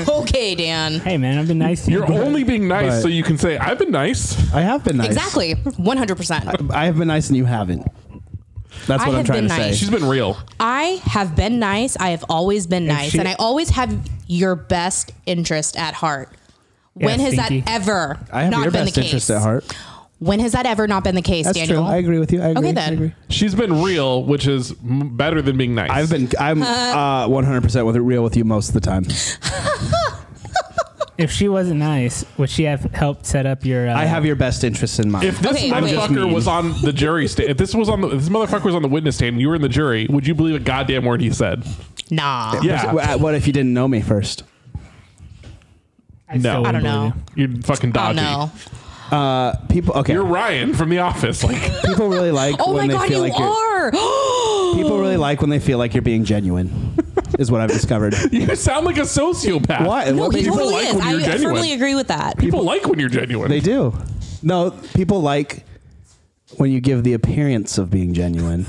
[SPEAKER 7] okay, Dan.
[SPEAKER 3] Hey man, I've been nice to you.
[SPEAKER 2] You're only being nice
[SPEAKER 1] But-
[SPEAKER 2] so you can say I've been nice.
[SPEAKER 1] I have been nice.
[SPEAKER 7] Exactly. 100%.
[SPEAKER 1] I have been nice and you haven't. That's what
[SPEAKER 7] I
[SPEAKER 1] I am
[SPEAKER 7] have
[SPEAKER 1] trying to
[SPEAKER 7] been
[SPEAKER 1] say.
[SPEAKER 7] nice.
[SPEAKER 2] She's been real.
[SPEAKER 7] I have been nice. I have always been nice,
[SPEAKER 3] she-
[SPEAKER 7] and I always have your best interest at heart. When has
[SPEAKER 3] Stinky.
[SPEAKER 7] that ever
[SPEAKER 1] I have
[SPEAKER 7] not
[SPEAKER 1] your
[SPEAKER 7] been
[SPEAKER 1] best
[SPEAKER 7] the case?
[SPEAKER 1] interest at heart.
[SPEAKER 7] When has that ever not been the case,
[SPEAKER 1] That's
[SPEAKER 7] Daniel?
[SPEAKER 1] true. I agree with you. I agree.
[SPEAKER 7] then.
[SPEAKER 1] I agree.
[SPEAKER 2] She's been real, which is m- better than being nice.
[SPEAKER 1] I've been I'm uh, 100% with it real with you most of the time.
[SPEAKER 3] If she wasn't nice, would she have helped set up your? Uh,
[SPEAKER 1] I have your best interests in mind.
[SPEAKER 2] If this
[SPEAKER 7] Okay, I'm just
[SPEAKER 2] motherfucker
[SPEAKER 1] mean.
[SPEAKER 2] was on the jury stand, if this was on the if this motherfucker was on the witness stand, and you were in the jury. Would you believe a goddamn word he said?
[SPEAKER 7] Nah,
[SPEAKER 2] Yeah,
[SPEAKER 1] Uh, what if you didn't know me first?
[SPEAKER 3] I still
[SPEAKER 2] no.
[SPEAKER 7] I
[SPEAKER 3] wouldn't
[SPEAKER 7] don't know.
[SPEAKER 3] believe you.
[SPEAKER 2] you'd fucking
[SPEAKER 7] I don't
[SPEAKER 2] dodgy.
[SPEAKER 7] know.
[SPEAKER 1] People okay.
[SPEAKER 2] You're Ryan from The Office. Like
[SPEAKER 1] People really like
[SPEAKER 7] Oh
[SPEAKER 1] when
[SPEAKER 7] my
[SPEAKER 1] they
[SPEAKER 7] god,
[SPEAKER 1] feel
[SPEAKER 7] you
[SPEAKER 1] like you're,
[SPEAKER 7] are.
[SPEAKER 1] people really like when they feel like you're being genuine. is what I've discovered.
[SPEAKER 2] you sound like a sociopath.
[SPEAKER 1] Why?
[SPEAKER 7] no,
[SPEAKER 1] what
[SPEAKER 7] he
[SPEAKER 1] makes-
[SPEAKER 2] people
[SPEAKER 7] totally
[SPEAKER 2] like
[SPEAKER 7] is.
[SPEAKER 2] when
[SPEAKER 7] I
[SPEAKER 2] you're genuine.
[SPEAKER 7] firmly agree with that.
[SPEAKER 2] People like when you're genuine.
[SPEAKER 1] They do. No, people like when you give the appearance of being genuine.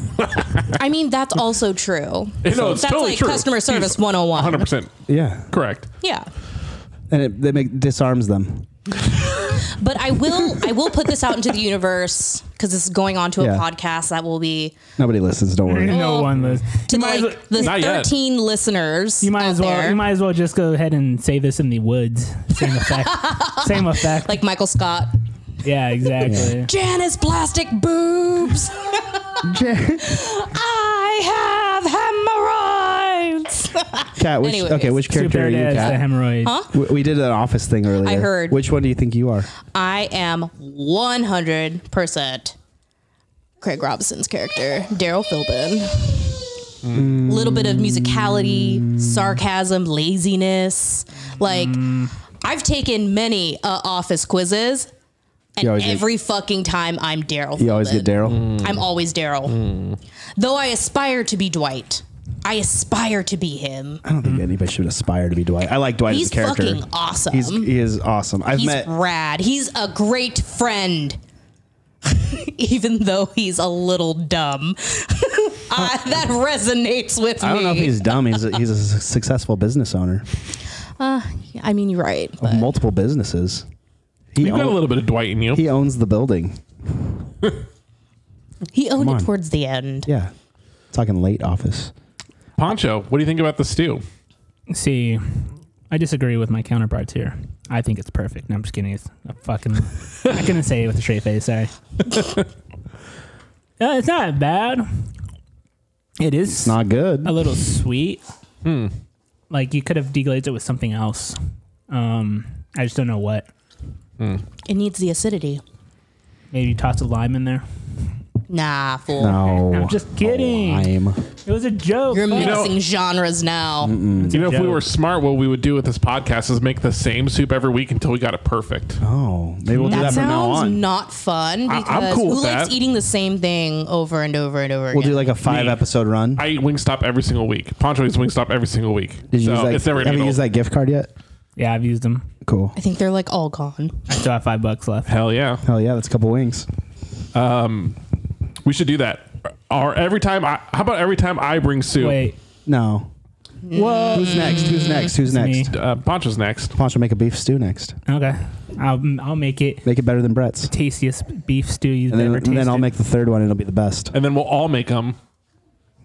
[SPEAKER 7] I mean, that's also true.
[SPEAKER 2] No, it's
[SPEAKER 7] that's
[SPEAKER 2] totally
[SPEAKER 7] like
[SPEAKER 2] true.
[SPEAKER 7] customer service
[SPEAKER 2] He's
[SPEAKER 7] 101.
[SPEAKER 2] 100 percent
[SPEAKER 1] yeah,
[SPEAKER 2] correct.
[SPEAKER 7] Yeah.
[SPEAKER 1] and it they make disarms them.
[SPEAKER 7] But I will I will put this out into the universe cuz this is going on to a
[SPEAKER 1] Yeah.
[SPEAKER 7] podcast that will be
[SPEAKER 1] Nobody listens. Don't worry.
[SPEAKER 3] No
[SPEAKER 7] Well,
[SPEAKER 3] one was.
[SPEAKER 7] to
[SPEAKER 3] You might,
[SPEAKER 7] like
[SPEAKER 3] as well,
[SPEAKER 7] the
[SPEAKER 2] Not yet.
[SPEAKER 7] 13 listeners
[SPEAKER 3] you might
[SPEAKER 7] out
[SPEAKER 3] as well.
[SPEAKER 7] there.
[SPEAKER 3] You might as well just go ahead and say this in the woods. Same effect. Same effect.
[SPEAKER 7] like Michael Scott.
[SPEAKER 3] yeah, exactly.
[SPEAKER 7] Janice plastic boobs. I have hemorrhoids.
[SPEAKER 1] Cat. Which,
[SPEAKER 7] Anyways.
[SPEAKER 1] okay, which
[SPEAKER 3] Super
[SPEAKER 1] character are you,
[SPEAKER 3] Dad, the
[SPEAKER 1] Cat?
[SPEAKER 3] hemorrhoid.
[SPEAKER 1] We, we did an office thing earlier.
[SPEAKER 7] I heard.
[SPEAKER 1] Which one do you think you are?
[SPEAKER 7] I am 100% Craig Robinson's character, Daryl Philbin.
[SPEAKER 1] Mm.
[SPEAKER 7] A little bit of musicality, sarcasm, laziness. Like,
[SPEAKER 1] Mm.
[SPEAKER 7] I've taken many uh, office quizzes, and
[SPEAKER 1] You always get-
[SPEAKER 7] every fucking time I'm Daryl.
[SPEAKER 1] You always Mm. get
[SPEAKER 7] Philbin.
[SPEAKER 1] Daryl.
[SPEAKER 2] Mm.
[SPEAKER 7] I'm always Daryl. Though I aspire to be Dwight. I aspire to be him.
[SPEAKER 1] I don't think anybody should aspire to be Dwight. I like Dwight
[SPEAKER 7] He's
[SPEAKER 1] as a character.
[SPEAKER 7] fucking awesome.
[SPEAKER 1] He's he is awesome. I've
[SPEAKER 7] He's
[SPEAKER 1] met
[SPEAKER 7] rad. He's a great friend. Even though he's a little dumb, I, that resonates with me.
[SPEAKER 1] I don't know if he's dumb. He's a, he's a su- successful business owner
[SPEAKER 7] I mean, you're right.
[SPEAKER 1] of
[SPEAKER 7] but-
[SPEAKER 1] multiple businesses. He,
[SPEAKER 2] You've got a
[SPEAKER 1] own-
[SPEAKER 2] little bit of Dwight in you.
[SPEAKER 1] he owns the building.
[SPEAKER 7] He owned
[SPEAKER 1] Come
[SPEAKER 7] it
[SPEAKER 1] on.
[SPEAKER 7] towards the end.
[SPEAKER 1] Yeah, talking late office.
[SPEAKER 2] Poncho, what do you think about the stew?
[SPEAKER 3] See, I disagree with my counterparts here. I think it's perfect. No, I'm just kidding. It's a fucking. I couldn't say it with a straight face. Sorry. Uh, it's not bad. It is
[SPEAKER 1] Not good.
[SPEAKER 3] a little sweet.
[SPEAKER 1] Hmm.
[SPEAKER 3] Like you could have deglazed it with something else. Um, I just don't know what.
[SPEAKER 7] It needs the acidity.
[SPEAKER 3] Maybe toss a lime in there.
[SPEAKER 7] Nah, fool.
[SPEAKER 1] No, Oh,
[SPEAKER 3] I'm just kidding.
[SPEAKER 1] Lime.
[SPEAKER 3] It was a joke.
[SPEAKER 7] You're
[SPEAKER 3] Fuck.
[SPEAKER 2] know-
[SPEAKER 7] mixing genres now.
[SPEAKER 2] You know, if we
[SPEAKER 3] joke.
[SPEAKER 2] were smart, what we would do with this podcast is make the same soup every week until we got it perfect.
[SPEAKER 3] Uh-huh.
[SPEAKER 1] Oh, maybe we'll do
[SPEAKER 7] That
[SPEAKER 1] that from now
[SPEAKER 7] sounds
[SPEAKER 1] on.
[SPEAKER 7] not fun
[SPEAKER 2] I- I'm
[SPEAKER 7] because
[SPEAKER 2] cool
[SPEAKER 7] who
[SPEAKER 2] with
[SPEAKER 7] likes
[SPEAKER 2] that.
[SPEAKER 7] eating the same thing over and over and over
[SPEAKER 1] we'll
[SPEAKER 7] again?
[SPEAKER 1] do like a five
[SPEAKER 2] Me.
[SPEAKER 1] episode run.
[SPEAKER 2] I eat Wingstop every single week. Poncho eats Wingstop every single week.
[SPEAKER 1] Did you
[SPEAKER 2] so
[SPEAKER 1] use that?
[SPEAKER 2] it's never
[SPEAKER 1] have
[SPEAKER 2] gonna
[SPEAKER 1] you
[SPEAKER 2] get
[SPEAKER 1] used
[SPEAKER 2] old.
[SPEAKER 1] that gift card yet?
[SPEAKER 3] yeah, I've used them.
[SPEAKER 1] Cool.
[SPEAKER 7] I think they're like all gone.
[SPEAKER 3] I still have five bucks left.
[SPEAKER 2] Hell yeah.
[SPEAKER 1] Hell yeah, that's a couple wings.
[SPEAKER 2] We should do that. Or every time I how about every time I bring soup?
[SPEAKER 3] Wait,
[SPEAKER 1] No. Whoa. Who's next?
[SPEAKER 7] Mm,
[SPEAKER 1] Who's next? Who's next?
[SPEAKER 3] me.
[SPEAKER 2] Uh, Poncho's next.
[SPEAKER 1] Poncho make a beef stew next.
[SPEAKER 3] okay. I'll I'll make it
[SPEAKER 1] Make it better than Brett's.
[SPEAKER 3] tastiest beef stew you've
[SPEAKER 1] And then,
[SPEAKER 3] ever tasted.
[SPEAKER 1] and then I'll make the third one. and It'll be the best.
[SPEAKER 2] And then we'll all make them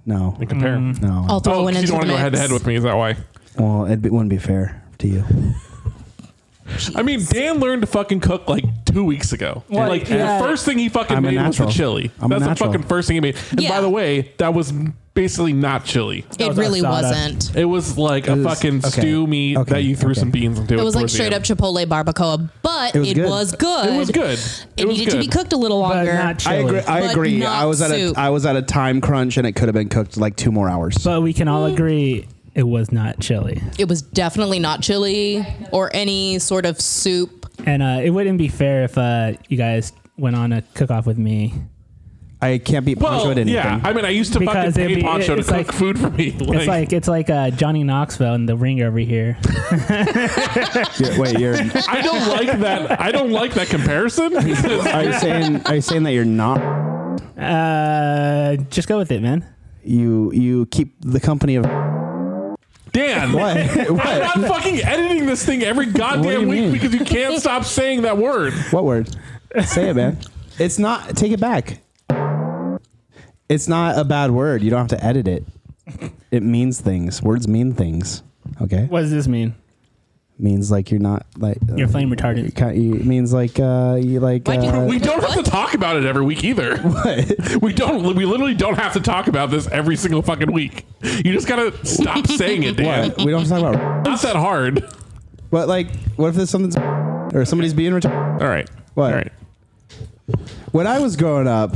[SPEAKER 1] No,
[SPEAKER 2] and compare.
[SPEAKER 3] Mm-hmm.
[SPEAKER 1] no.
[SPEAKER 7] I'll throw
[SPEAKER 2] Oh,
[SPEAKER 7] one
[SPEAKER 2] 'cause
[SPEAKER 7] into
[SPEAKER 2] you don't want to
[SPEAKER 7] the
[SPEAKER 2] go
[SPEAKER 7] mix.
[SPEAKER 2] head to head with me, is that why?
[SPEAKER 1] Well, it be, wouldn't be fair to you.
[SPEAKER 2] I mean, Dan learned to fucking cook like two weeks ago. like
[SPEAKER 3] yeah.
[SPEAKER 2] the first thing he fucking
[SPEAKER 1] I'm a
[SPEAKER 2] made was the
[SPEAKER 1] natural.
[SPEAKER 2] chili.
[SPEAKER 1] I'm a
[SPEAKER 2] That's the
[SPEAKER 1] natural.
[SPEAKER 2] fucking first thing he made. And
[SPEAKER 7] Yeah.
[SPEAKER 2] by the way, that was basically not chili.
[SPEAKER 7] It
[SPEAKER 3] was
[SPEAKER 7] really
[SPEAKER 3] asada.
[SPEAKER 7] wasn't.
[SPEAKER 2] It was like a
[SPEAKER 1] was-
[SPEAKER 2] fucking
[SPEAKER 1] okay,
[SPEAKER 2] stew meat
[SPEAKER 1] okay,
[SPEAKER 2] that you threw
[SPEAKER 1] okay.
[SPEAKER 2] some beans into.
[SPEAKER 7] It was like
[SPEAKER 2] towards the
[SPEAKER 7] straight up
[SPEAKER 2] end.
[SPEAKER 7] Chipotle barbacoa, but
[SPEAKER 1] It was
[SPEAKER 7] it
[SPEAKER 1] good.
[SPEAKER 7] was good.
[SPEAKER 2] It was good.
[SPEAKER 7] It,
[SPEAKER 2] was good.
[SPEAKER 7] needed to be cooked a little
[SPEAKER 3] But
[SPEAKER 7] longer.
[SPEAKER 3] not
[SPEAKER 1] I
[SPEAKER 3] chili.
[SPEAKER 1] agree. I
[SPEAKER 7] But
[SPEAKER 1] agree.
[SPEAKER 7] not
[SPEAKER 1] I was at
[SPEAKER 7] soup.
[SPEAKER 1] a I was at a time crunch, and it could have been cooked like two more hours.
[SPEAKER 3] but we can all agree it was not chili,
[SPEAKER 7] it was definitely not chili or any sort of soup.
[SPEAKER 3] and uh, it wouldn't be fair if uh, you guys went on a cook-off with me.
[SPEAKER 1] I can't beat Poncho
[SPEAKER 2] Well,
[SPEAKER 1] at anything.
[SPEAKER 2] yeah. I mean, I used to
[SPEAKER 3] Because
[SPEAKER 2] fucking
[SPEAKER 3] it'd
[SPEAKER 2] pay
[SPEAKER 3] be-
[SPEAKER 2] Poncho to
[SPEAKER 3] it's
[SPEAKER 2] cook
[SPEAKER 3] like-
[SPEAKER 2] food for me.
[SPEAKER 3] It's like it's like uh, Johnny Knoxville and the ring over here.
[SPEAKER 1] You're- wait, you're
[SPEAKER 2] I don't like that. I don't like that comparison.
[SPEAKER 1] are you saying are you saying that you're not
[SPEAKER 3] uh, just go with it, man.
[SPEAKER 1] you you keep the company of
[SPEAKER 2] Dan,
[SPEAKER 1] what
[SPEAKER 2] I'm
[SPEAKER 1] what
[SPEAKER 2] not fucking editing this thing every
[SPEAKER 1] you
[SPEAKER 2] goddamn week
[SPEAKER 1] mean?
[SPEAKER 2] because you can't stop saying that word.
[SPEAKER 1] what word? Say it, man. It's not. Take it back. It's not a bad word. You don't have to edit it. It means things. Words mean things. Okay,
[SPEAKER 3] What does this mean?
[SPEAKER 1] means like you're not like uh,
[SPEAKER 3] You're flame retardant.
[SPEAKER 1] kind- you- it means like uh, you like.
[SPEAKER 7] Why'd you-
[SPEAKER 1] uh,
[SPEAKER 2] We don't have to talk about it every week either. We don't. We literally don't have to talk about this every single fucking week. You just gotta stop saying it, Dan.
[SPEAKER 1] we don't have to talk about.
[SPEAKER 2] Not that hard.
[SPEAKER 1] But like, what if there's something's or somebody's being retarded?
[SPEAKER 2] All right.
[SPEAKER 1] What?
[SPEAKER 2] All right.
[SPEAKER 1] When I was growing up,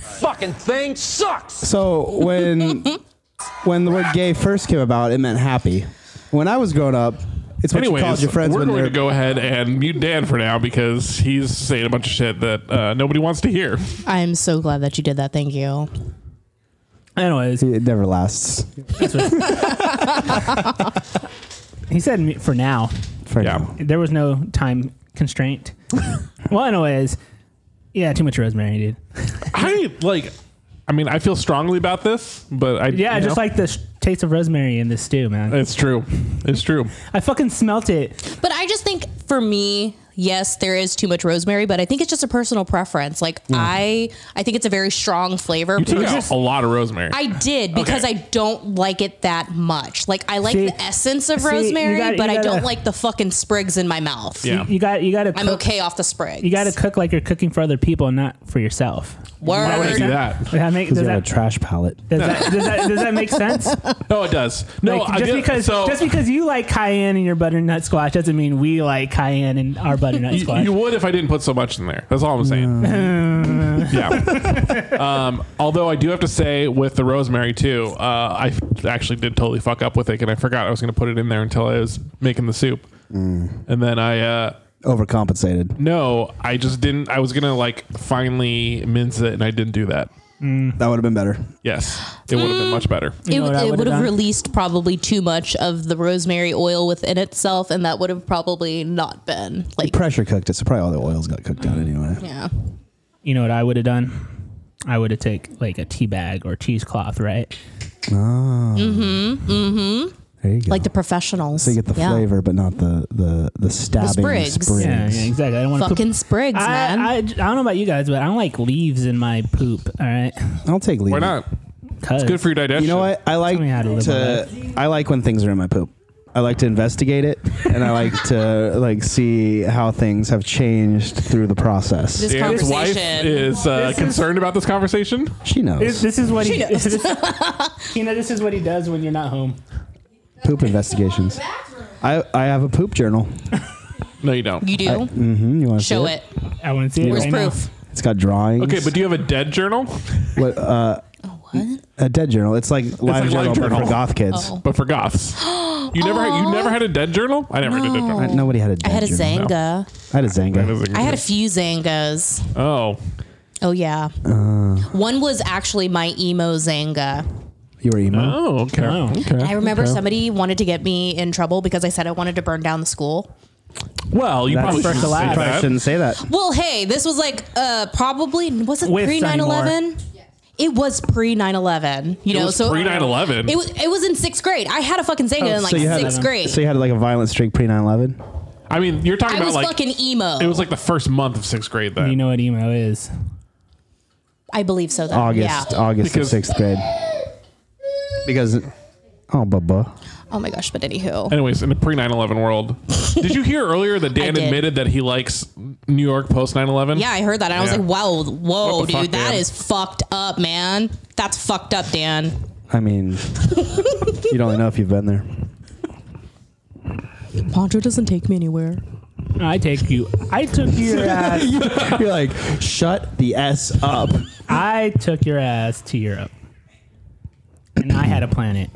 [SPEAKER 9] Fucking thing sucks.
[SPEAKER 1] so when when the word gay first came about, it meant happy. When I was growing up, it's what you called
[SPEAKER 2] Anyways,
[SPEAKER 1] your friends
[SPEAKER 2] we're
[SPEAKER 1] when
[SPEAKER 2] going
[SPEAKER 1] they're
[SPEAKER 2] to go ahead and mute Dan for now because he's saying a bunch of shit that uh, nobody wants to hear.
[SPEAKER 7] I'm so glad that you did that. Thank you.
[SPEAKER 3] Anyways,
[SPEAKER 1] It never lasts.
[SPEAKER 3] he said me- for now.
[SPEAKER 1] For
[SPEAKER 2] Yeah.
[SPEAKER 1] now.
[SPEAKER 3] There was no time constraint. well, anyways, yeah, too much rosemary, dude.
[SPEAKER 2] I like. I mean, I feel strongly about this, but I
[SPEAKER 3] Yeah,
[SPEAKER 2] you
[SPEAKER 3] just
[SPEAKER 2] know,
[SPEAKER 3] like the sh- taste of rosemary in this stew, man.
[SPEAKER 2] it's true. It's true.
[SPEAKER 3] I fucking smelt it.
[SPEAKER 7] But I just think for me, yes, there is too much rosemary, but I think it's just a personal preference. Like I I think it's a very strong flavor.
[SPEAKER 2] You took
[SPEAKER 7] because-
[SPEAKER 2] out a lot of rosemary.
[SPEAKER 7] I did because
[SPEAKER 2] Okay.
[SPEAKER 7] I don't like it that much. Like I like
[SPEAKER 3] See-
[SPEAKER 7] the essence of
[SPEAKER 3] see, you
[SPEAKER 7] rosemary,
[SPEAKER 3] gotta- you
[SPEAKER 7] but I don't
[SPEAKER 3] gotta-
[SPEAKER 7] like the fucking sprigs in my mouth.
[SPEAKER 2] yeah.
[SPEAKER 3] You got you got to.
[SPEAKER 7] I'm okay off the sprigs.
[SPEAKER 3] You got to cook like you're cooking for other people, and not for yourself.
[SPEAKER 2] Why would I do
[SPEAKER 7] Word.
[SPEAKER 2] that?
[SPEAKER 3] Does that make does
[SPEAKER 1] You have a
[SPEAKER 3] that,
[SPEAKER 1] trash palate.
[SPEAKER 3] does, that, does, that, does that make sense?
[SPEAKER 2] No, it does. No,
[SPEAKER 3] Like,
[SPEAKER 2] I
[SPEAKER 3] just
[SPEAKER 2] did-
[SPEAKER 3] because
[SPEAKER 2] so-
[SPEAKER 3] just because you like cayenne in your butternut squash doesn't mean we like cayenne in our butternut
[SPEAKER 2] You,
[SPEAKER 3] squash.
[SPEAKER 2] you would if I didn't put so much in there. That's all I'm saying. yeah. Um, although I do have to say, with the rosemary too, uh, I f- actually did totally fuck up with it, and I forgot I was going to put it in there until I was making the soup,
[SPEAKER 1] Mm.
[SPEAKER 2] and then I uh,
[SPEAKER 1] Overcompensated.
[SPEAKER 2] no, I just didn't. I was going to like finally mince it, and I didn't do that.
[SPEAKER 1] That would have been better.
[SPEAKER 2] Yes, it would have
[SPEAKER 7] Mm.
[SPEAKER 2] been much better.
[SPEAKER 7] It,
[SPEAKER 3] know what I
[SPEAKER 7] it
[SPEAKER 3] would've
[SPEAKER 7] would have
[SPEAKER 3] done?
[SPEAKER 7] released probably too much of the rosemary oil within itself, and that would have probably not been like
[SPEAKER 1] Pressure cooked it, so probably all the oils got cooked out anyway.
[SPEAKER 7] yeah.
[SPEAKER 3] You know what I would have done? I would have take like a tea bag or cheesecloth, right?
[SPEAKER 1] There you go.
[SPEAKER 7] like the professionals.
[SPEAKER 1] so you get the
[SPEAKER 7] Yeah.
[SPEAKER 1] flavor, but not the the the stabbing
[SPEAKER 7] sprigs.
[SPEAKER 1] sprigs.
[SPEAKER 3] Yeah, yeah, exactly. I don't want
[SPEAKER 7] Fucking
[SPEAKER 3] to.
[SPEAKER 7] sprigs,
[SPEAKER 3] I,
[SPEAKER 7] man.
[SPEAKER 3] I, I don't know about you guys, but I don't like leaves in my poop. All right,
[SPEAKER 1] I'll take leave.
[SPEAKER 2] Why not?
[SPEAKER 3] Cause
[SPEAKER 2] Good for your digestion.
[SPEAKER 1] You know what? I like
[SPEAKER 3] me how to live
[SPEAKER 1] to. I like when things are in my poop. I like to investigate it, and I like to like see how things have changed through the process.
[SPEAKER 7] This
[SPEAKER 2] Dan's wife
[SPEAKER 7] conversation.
[SPEAKER 2] is uh, concerned about this conversation.
[SPEAKER 1] she knows
[SPEAKER 3] This, this is what he.
[SPEAKER 7] knows.
[SPEAKER 3] This, you know, this is what he does when you're not home.
[SPEAKER 1] poop investigations. I I have a poop journal.
[SPEAKER 2] No, you don't.
[SPEAKER 7] you do
[SPEAKER 1] Hmm, you want to
[SPEAKER 7] show
[SPEAKER 1] see it?
[SPEAKER 7] it.
[SPEAKER 3] I want to see it.
[SPEAKER 7] Where's
[SPEAKER 3] right now.
[SPEAKER 7] proof?
[SPEAKER 1] It's got drawings.
[SPEAKER 2] Okay, but do you have a dead journal?
[SPEAKER 1] what, uh,
[SPEAKER 7] What?
[SPEAKER 1] a dead journal. It's like live
[SPEAKER 2] like
[SPEAKER 1] journal,
[SPEAKER 2] live
[SPEAKER 1] but
[SPEAKER 2] journal.
[SPEAKER 1] for goth kids.
[SPEAKER 7] Oh.
[SPEAKER 2] But for goths, you never had,
[SPEAKER 3] Oh.
[SPEAKER 2] you never had a dead journal. I never did a dead
[SPEAKER 1] I,
[SPEAKER 2] journal.
[SPEAKER 1] nobody had a. Dead
[SPEAKER 7] I had a
[SPEAKER 1] journal.
[SPEAKER 7] Zanga.
[SPEAKER 1] I had a Zanga.
[SPEAKER 7] I had a few Zangas.
[SPEAKER 2] oh,
[SPEAKER 7] Oh yeah.
[SPEAKER 1] Uh.
[SPEAKER 7] One was actually my emo Zanga.
[SPEAKER 1] You were emo.
[SPEAKER 2] oh, okay, okay.
[SPEAKER 7] I remember somebody wanted to get me in trouble because I said I wanted to burn down the school.
[SPEAKER 2] Well, you probably
[SPEAKER 1] That's-
[SPEAKER 2] shouldn't
[SPEAKER 1] you
[SPEAKER 2] say
[SPEAKER 1] probably
[SPEAKER 2] that.
[SPEAKER 1] shouldn't say that.
[SPEAKER 7] Well, hey, this was like uh probably was it
[SPEAKER 3] With
[SPEAKER 7] pre
[SPEAKER 3] Sunny
[SPEAKER 7] 9
[SPEAKER 3] Moore.
[SPEAKER 7] 11? It was pre 9 11. You
[SPEAKER 2] It
[SPEAKER 7] know,
[SPEAKER 2] was
[SPEAKER 7] so uh,
[SPEAKER 2] pre 9/11.
[SPEAKER 7] It was it was in sixth grade. I had a fucking Zanga in like
[SPEAKER 1] so you had
[SPEAKER 7] sixth
[SPEAKER 1] a-
[SPEAKER 7] grade.
[SPEAKER 1] So you had like a violent streak pre 9/11.
[SPEAKER 2] I mean, you're talking
[SPEAKER 7] I was
[SPEAKER 2] about like
[SPEAKER 7] fucking emo.
[SPEAKER 2] it was like the first month of sixth grade then.
[SPEAKER 3] You know what emo is?
[SPEAKER 7] I believe so. Though.
[SPEAKER 1] August,
[SPEAKER 7] Yeah.
[SPEAKER 1] August
[SPEAKER 2] Because-
[SPEAKER 1] of sixth grade. Because, oh, bubba.
[SPEAKER 7] Oh my gosh. But anywho,
[SPEAKER 2] Anyways, in the pre 9/11 world, did you hear earlier that Dan
[SPEAKER 7] did.
[SPEAKER 2] admitted that he likes New York post 9/11?
[SPEAKER 7] yeah, I heard that and I was
[SPEAKER 2] Yeah.
[SPEAKER 7] like, wow, whoa,
[SPEAKER 2] What the
[SPEAKER 7] dude, that
[SPEAKER 2] fuck,
[SPEAKER 7] is
[SPEAKER 2] Dan?
[SPEAKER 7] fucked up, man. That's fucked up, Dan.
[SPEAKER 1] I mean, you'd only know if you've been there.
[SPEAKER 7] Poncho doesn't take me anywhere.
[SPEAKER 3] I take you. I took your ass.
[SPEAKER 1] You're like, shut the s up.
[SPEAKER 3] I took your ass to Europe, and I had a planet.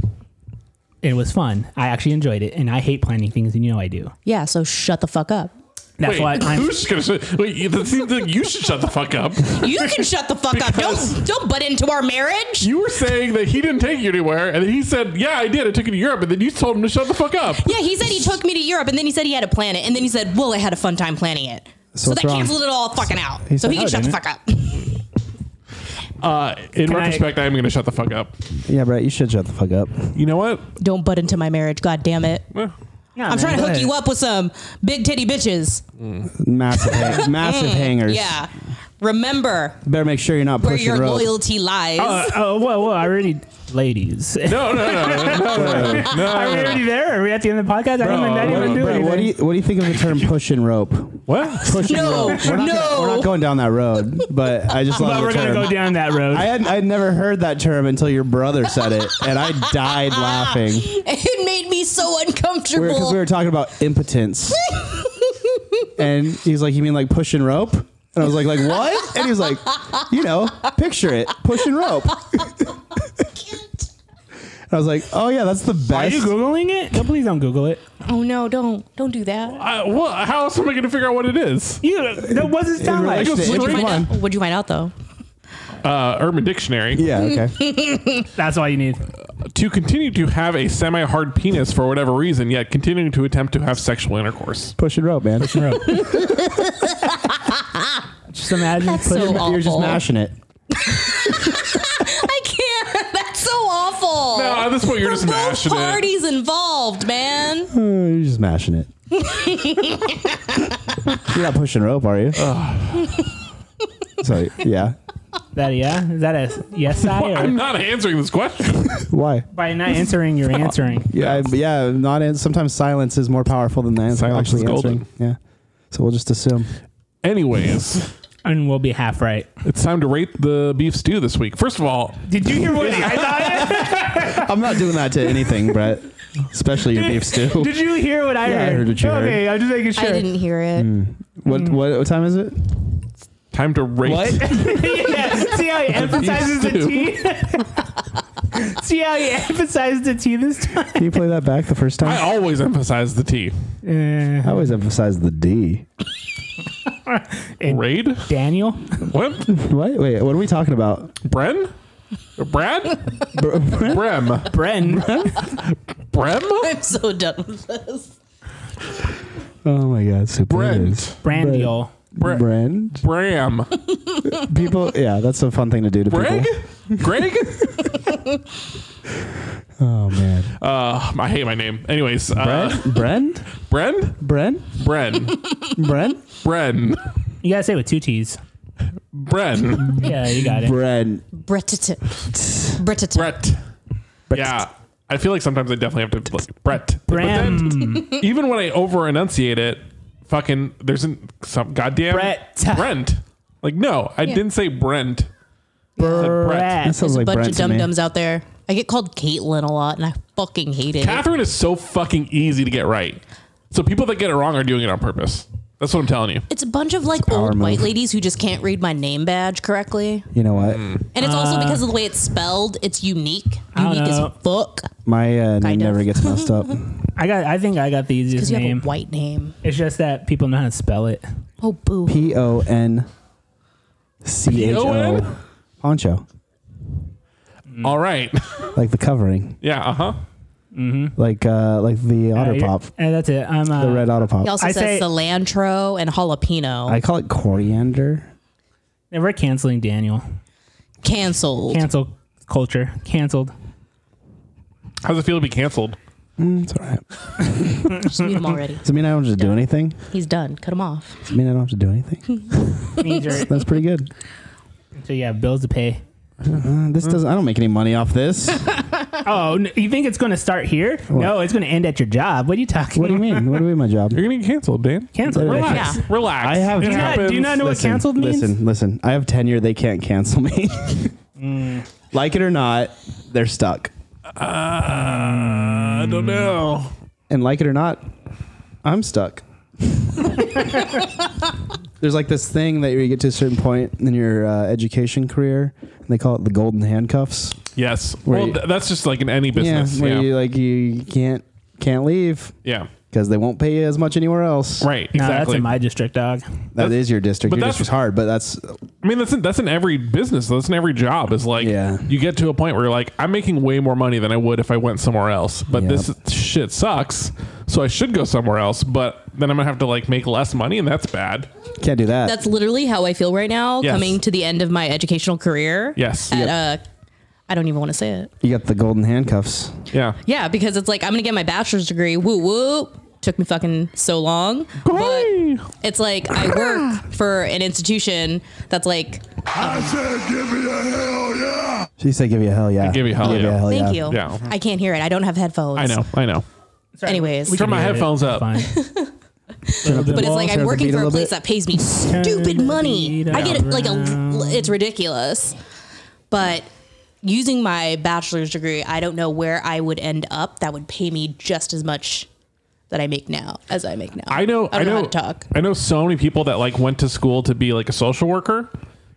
[SPEAKER 3] It was fun. I actually enjoyed it, and I hate planning things, and you know I do.
[SPEAKER 7] Yeah. So shut the fuck up.
[SPEAKER 3] That's
[SPEAKER 2] Wait,
[SPEAKER 3] why I'm.
[SPEAKER 2] who's gonna say, wait, you, that seems like you should shut the fuck up.
[SPEAKER 7] You can shut the fuck up.
[SPEAKER 2] Because-
[SPEAKER 7] Don't don't butt into our marriage.
[SPEAKER 2] You were saying that he didn't take you anywhere, and then he said, "Yeah, I did. I took you to Europe," and then you told him to shut the fuck up.
[SPEAKER 7] Yeah, he said he took me to Europe, and then he said he had a plan it, and then he said, "Well, I had a fun time planning it." So,
[SPEAKER 1] what's
[SPEAKER 7] that
[SPEAKER 1] wrong?
[SPEAKER 7] canceled it all fucking out. so
[SPEAKER 1] said,
[SPEAKER 7] he can
[SPEAKER 1] "No,
[SPEAKER 7] shut the
[SPEAKER 1] didn't
[SPEAKER 7] fuck up.
[SPEAKER 2] Uh, in
[SPEAKER 3] Can I-
[SPEAKER 2] retrospect, I, am going to shut the fuck up.
[SPEAKER 1] Yeah, Brett, you should shut the fuck up.
[SPEAKER 2] You know what?
[SPEAKER 7] Don't butt into my marriage. God damn it!
[SPEAKER 3] Nah,
[SPEAKER 7] I'm
[SPEAKER 3] man,
[SPEAKER 7] trying to
[SPEAKER 3] go
[SPEAKER 7] hook
[SPEAKER 3] ahead.
[SPEAKER 7] you up with some big titty bitches.
[SPEAKER 1] Massive, hang- massive hangers.
[SPEAKER 7] Mm, Yeah, Remember
[SPEAKER 1] Better make sure you're not
[SPEAKER 7] where
[SPEAKER 1] pushing
[SPEAKER 7] your
[SPEAKER 1] rope.
[SPEAKER 7] loyalty lies.
[SPEAKER 3] Oh, whoa, whoa! I already, ladies.
[SPEAKER 2] No, no, no, no, no, no, no,
[SPEAKER 3] Are we
[SPEAKER 2] no, no.
[SPEAKER 3] already there? Are we at the end of the podcast? I
[SPEAKER 2] Bro,
[SPEAKER 3] haven't not
[SPEAKER 2] what-
[SPEAKER 3] even
[SPEAKER 1] Bro,
[SPEAKER 3] doing
[SPEAKER 1] what do you what do you think of the term pushing rope?
[SPEAKER 2] What?
[SPEAKER 1] Pushing
[SPEAKER 7] No,
[SPEAKER 1] rope. We're not
[SPEAKER 7] no.
[SPEAKER 1] gonna- we're not going down that road. But I just love
[SPEAKER 3] But
[SPEAKER 1] the
[SPEAKER 3] we're gonna
[SPEAKER 1] term.
[SPEAKER 3] go down that road.
[SPEAKER 1] I had I'd never heard that term until your brother said it, and I died laughing.
[SPEAKER 7] it made me so
[SPEAKER 1] We were, 'cause
[SPEAKER 7] uncomfortable.
[SPEAKER 1] we were talking about impotence, and he's like, "You mean like pushing rope?" And I was like, "Like what?" And he's like, "You know, picture it, pushing rope." and I was like, "Oh yeah, that's the best."
[SPEAKER 3] Are you googling it? No, please don't Google it.
[SPEAKER 7] oh no, don't don't do that.
[SPEAKER 2] I, what? How else am I going to figure out what it is?
[SPEAKER 3] You. That wasn't sound like.
[SPEAKER 1] relation- it-
[SPEAKER 2] Would you
[SPEAKER 1] come
[SPEAKER 7] Find
[SPEAKER 1] on.
[SPEAKER 7] out- What'd you find out though?
[SPEAKER 2] Uh, Urban Dictionary.
[SPEAKER 1] Yeah. Okay.
[SPEAKER 3] That's all you need.
[SPEAKER 2] To continue to have a semi-hard penis for whatever reason, yet continuing to attempt to have sexual intercourse.
[SPEAKER 1] pushing rope, man. Pushing rope.
[SPEAKER 3] Just imagine.
[SPEAKER 7] That's
[SPEAKER 3] putting-
[SPEAKER 7] so awful.
[SPEAKER 1] You're just mashing it.
[SPEAKER 7] I can't. That's so awful.
[SPEAKER 2] No, Uh, at this point, you're
[SPEAKER 7] For
[SPEAKER 2] just
[SPEAKER 7] both
[SPEAKER 2] mashing it.
[SPEAKER 7] parties involved, man.
[SPEAKER 1] Uh, You're just mashing it. You're not pushing rope, are you? so yeah.
[SPEAKER 3] that yeah. Is that a yes I
[SPEAKER 2] I'm
[SPEAKER 3] or
[SPEAKER 2] not answering this question.
[SPEAKER 1] Why?
[SPEAKER 3] by not answering you're answering.
[SPEAKER 1] Yeah, I, yeah. Not in, sometimes silence is more powerful than the answer.
[SPEAKER 2] Silence
[SPEAKER 1] actually
[SPEAKER 2] is golden.
[SPEAKER 1] answering. Yeah. So we'll just assume.
[SPEAKER 2] Anyways,
[SPEAKER 3] And we'll be half right.
[SPEAKER 2] it's time to rate the beef stew this week. First of all,
[SPEAKER 3] Did you hear what I thought?
[SPEAKER 1] I'm not doing that to anything, Brett. Especially your beef stew.
[SPEAKER 3] Did you hear what I
[SPEAKER 1] Yeah, I
[SPEAKER 3] heard?
[SPEAKER 1] heard what you heard.
[SPEAKER 3] okay, I'm just making sure.
[SPEAKER 7] I didn't hear it.
[SPEAKER 1] What, what what time is it?
[SPEAKER 2] time to rate.
[SPEAKER 3] Yeah, See how he emphasizes the T? See how he emphasizes the T this time?
[SPEAKER 1] Can you play that back the first
[SPEAKER 2] I
[SPEAKER 1] time?
[SPEAKER 2] always emphasize the T.
[SPEAKER 1] I always emphasize the D.
[SPEAKER 2] Raid?
[SPEAKER 3] Daniel?
[SPEAKER 2] What?
[SPEAKER 1] What? Wait, what are we talking about?
[SPEAKER 2] Bren? Brad? Brem?
[SPEAKER 3] Bren.
[SPEAKER 2] Brem?
[SPEAKER 7] I'm so done with this.
[SPEAKER 1] Oh my God, super.
[SPEAKER 2] Brent.
[SPEAKER 3] Brandiel.
[SPEAKER 2] Bre-
[SPEAKER 1] Brand.
[SPEAKER 2] Bram?
[SPEAKER 1] People. Yeah, that's a fun thing to do to
[SPEAKER 2] Greg?
[SPEAKER 1] people.
[SPEAKER 2] Greg?
[SPEAKER 1] Oh man.
[SPEAKER 2] Uh, I hate my name. Anyways, uh,
[SPEAKER 1] Brent.
[SPEAKER 2] Bren?
[SPEAKER 1] Brent.
[SPEAKER 2] Bren?
[SPEAKER 1] Brent.
[SPEAKER 2] Bren?
[SPEAKER 3] You gotta say it with two T's.
[SPEAKER 2] Bren?
[SPEAKER 3] Yeah, you got it.
[SPEAKER 1] Brent.
[SPEAKER 7] Brettit. Brettit.
[SPEAKER 2] Brett? Yeah. I feel like sometimes I definitely have to like, Brett. But then,
[SPEAKER 3] Bram.
[SPEAKER 2] even when I over enunciate it, fucking, there's an, some goddamn
[SPEAKER 3] Brett.
[SPEAKER 2] Brent. Like, no, I didn't say Brent.
[SPEAKER 1] That
[SPEAKER 3] Brett.
[SPEAKER 1] sounds
[SPEAKER 7] There's a
[SPEAKER 1] like
[SPEAKER 7] bunch
[SPEAKER 1] Brent
[SPEAKER 7] of
[SPEAKER 1] to
[SPEAKER 7] dum
[SPEAKER 1] me.
[SPEAKER 7] dums out there. I get called Caitlin a lot, and I fucking hate it.
[SPEAKER 2] Catherine is so fucking easy to get right. So people that get it wrong are doing it on purpose. That's what I'm telling you.
[SPEAKER 7] It's a bunch of like
[SPEAKER 1] a power
[SPEAKER 7] old white
[SPEAKER 1] move.
[SPEAKER 7] ladies who just can't read my name badge correctly,
[SPEAKER 1] You know what?
[SPEAKER 7] and it's also because of the way it's spelled. It's unique,
[SPEAKER 3] Uh, don't
[SPEAKER 7] unique as
[SPEAKER 3] know.
[SPEAKER 7] fuck.
[SPEAKER 1] My uh, name
[SPEAKER 7] Kind of.
[SPEAKER 1] never gets messed up.
[SPEAKER 3] I got. I think I got the
[SPEAKER 7] Because
[SPEAKER 3] easiest
[SPEAKER 7] you have
[SPEAKER 3] name.
[SPEAKER 7] a white name.
[SPEAKER 3] It's just that people know how to spell it.
[SPEAKER 7] Oh boo.
[SPEAKER 1] P O N C H O.
[SPEAKER 2] P-O-N?
[SPEAKER 1] Poncho,
[SPEAKER 2] All right.
[SPEAKER 1] like the covering,
[SPEAKER 2] Yeah. Uh huh.
[SPEAKER 1] like uh, like the otter
[SPEAKER 3] Uh,
[SPEAKER 1] pop,
[SPEAKER 3] yeah, that's it. I'm uh,
[SPEAKER 1] the red otter pop.
[SPEAKER 7] He also
[SPEAKER 3] I
[SPEAKER 7] says
[SPEAKER 3] say-
[SPEAKER 7] cilantro and jalapeno.
[SPEAKER 1] I call it coriander.
[SPEAKER 3] yeah, We're canceling Daniel.
[SPEAKER 7] Canceled.
[SPEAKER 3] Cancel culture. Canceled.
[SPEAKER 2] How's it feel to be canceled?
[SPEAKER 1] Mm, it's all right.
[SPEAKER 7] Just mute him already.
[SPEAKER 1] Does it mean I don't have to do anything?
[SPEAKER 7] He's done. Cut him off.
[SPEAKER 1] Does it mean I don't have to do anything?
[SPEAKER 3] Means you're-
[SPEAKER 1] That's pretty good.
[SPEAKER 3] so you have bills to pay.
[SPEAKER 1] Uh, this doesn't. I don't make any money off this.
[SPEAKER 3] Oh, n- you think it's going to start here? No, it's going to end at your job. What are you talking?
[SPEAKER 1] What do you mean? What do you mean, my job?
[SPEAKER 2] You're getting canceled, Dan.
[SPEAKER 3] Cancel.
[SPEAKER 1] Yeah.
[SPEAKER 2] Relax. Relax.
[SPEAKER 1] I have-
[SPEAKER 2] It
[SPEAKER 1] Do you
[SPEAKER 3] not- do you
[SPEAKER 2] happens.
[SPEAKER 3] not know what canceled means?
[SPEAKER 1] Listen, listen. I have tenure. They can't cancel me.
[SPEAKER 3] Mm.
[SPEAKER 1] Like it or not, they're stuck.
[SPEAKER 2] I don't know.
[SPEAKER 1] and like it or not, I'm stuck. There's like this thing that you get to a certain point in your uh, education career, and they call it the golden handcuffs.
[SPEAKER 2] Yes.
[SPEAKER 1] Where
[SPEAKER 2] well,
[SPEAKER 1] you-
[SPEAKER 2] th- that's just like in any
[SPEAKER 1] Yeah,
[SPEAKER 2] business.
[SPEAKER 1] where
[SPEAKER 2] Yeah.
[SPEAKER 1] you
[SPEAKER 2] Yeah.
[SPEAKER 1] like you can't can't leave because they won't pay you as much anywhere else.
[SPEAKER 2] Right. Exactly.
[SPEAKER 3] No, that's in my district, dog.
[SPEAKER 1] that is your district.
[SPEAKER 2] but
[SPEAKER 1] your
[SPEAKER 2] that's-
[SPEAKER 1] district's hard, but that's
[SPEAKER 2] I mean, that's in, that's in every business. That's in every job. Is like
[SPEAKER 1] Yeah.
[SPEAKER 2] you get to a point where you're like, I'm making way more money than I would if I went somewhere else. But
[SPEAKER 1] Yep.
[SPEAKER 2] this shit sucks, so I should go somewhere else. But then I'm gonna have to like make less money, and that's bad.
[SPEAKER 1] can't do that.
[SPEAKER 7] That's literally how I feel right now
[SPEAKER 2] Yes.
[SPEAKER 7] coming to the end of my educational career.
[SPEAKER 2] Yes.
[SPEAKER 7] At,
[SPEAKER 1] Yep.
[SPEAKER 7] uh, I don't even want to say it.
[SPEAKER 1] you got the golden handcuffs.
[SPEAKER 2] Yeah.
[SPEAKER 7] Yeah, because it's like I'm going to get my bachelor's degree. Woo woo. took me fucking so long. But it's like I work for an institution that's like,
[SPEAKER 4] I said, give me a hell yeah.
[SPEAKER 1] She said, "Give you a hell yeah."
[SPEAKER 2] Give you a hell yeah.
[SPEAKER 7] thank you.
[SPEAKER 2] Yeah.
[SPEAKER 7] I can't hear it. I don't have headphones.
[SPEAKER 2] I know, I know.
[SPEAKER 7] Anyways,
[SPEAKER 2] Turn my headphones up.
[SPEAKER 3] Fine.
[SPEAKER 7] but it's like
[SPEAKER 1] Turn
[SPEAKER 7] I'm
[SPEAKER 1] up the
[SPEAKER 7] working
[SPEAKER 1] beat a
[SPEAKER 7] for a
[SPEAKER 1] little
[SPEAKER 7] place
[SPEAKER 1] bit.
[SPEAKER 7] that pays me stupid
[SPEAKER 3] the
[SPEAKER 7] money.
[SPEAKER 3] beat
[SPEAKER 7] I get it like a,
[SPEAKER 3] around.
[SPEAKER 7] it's ridiculous. But using my bachelor's degree, I don't know where I would end up that would pay me just as much that I make now as I make now.
[SPEAKER 2] I know. I,
[SPEAKER 7] don't
[SPEAKER 2] know.
[SPEAKER 7] how to talk.
[SPEAKER 2] I know so many people that like went to school to be like a social worker,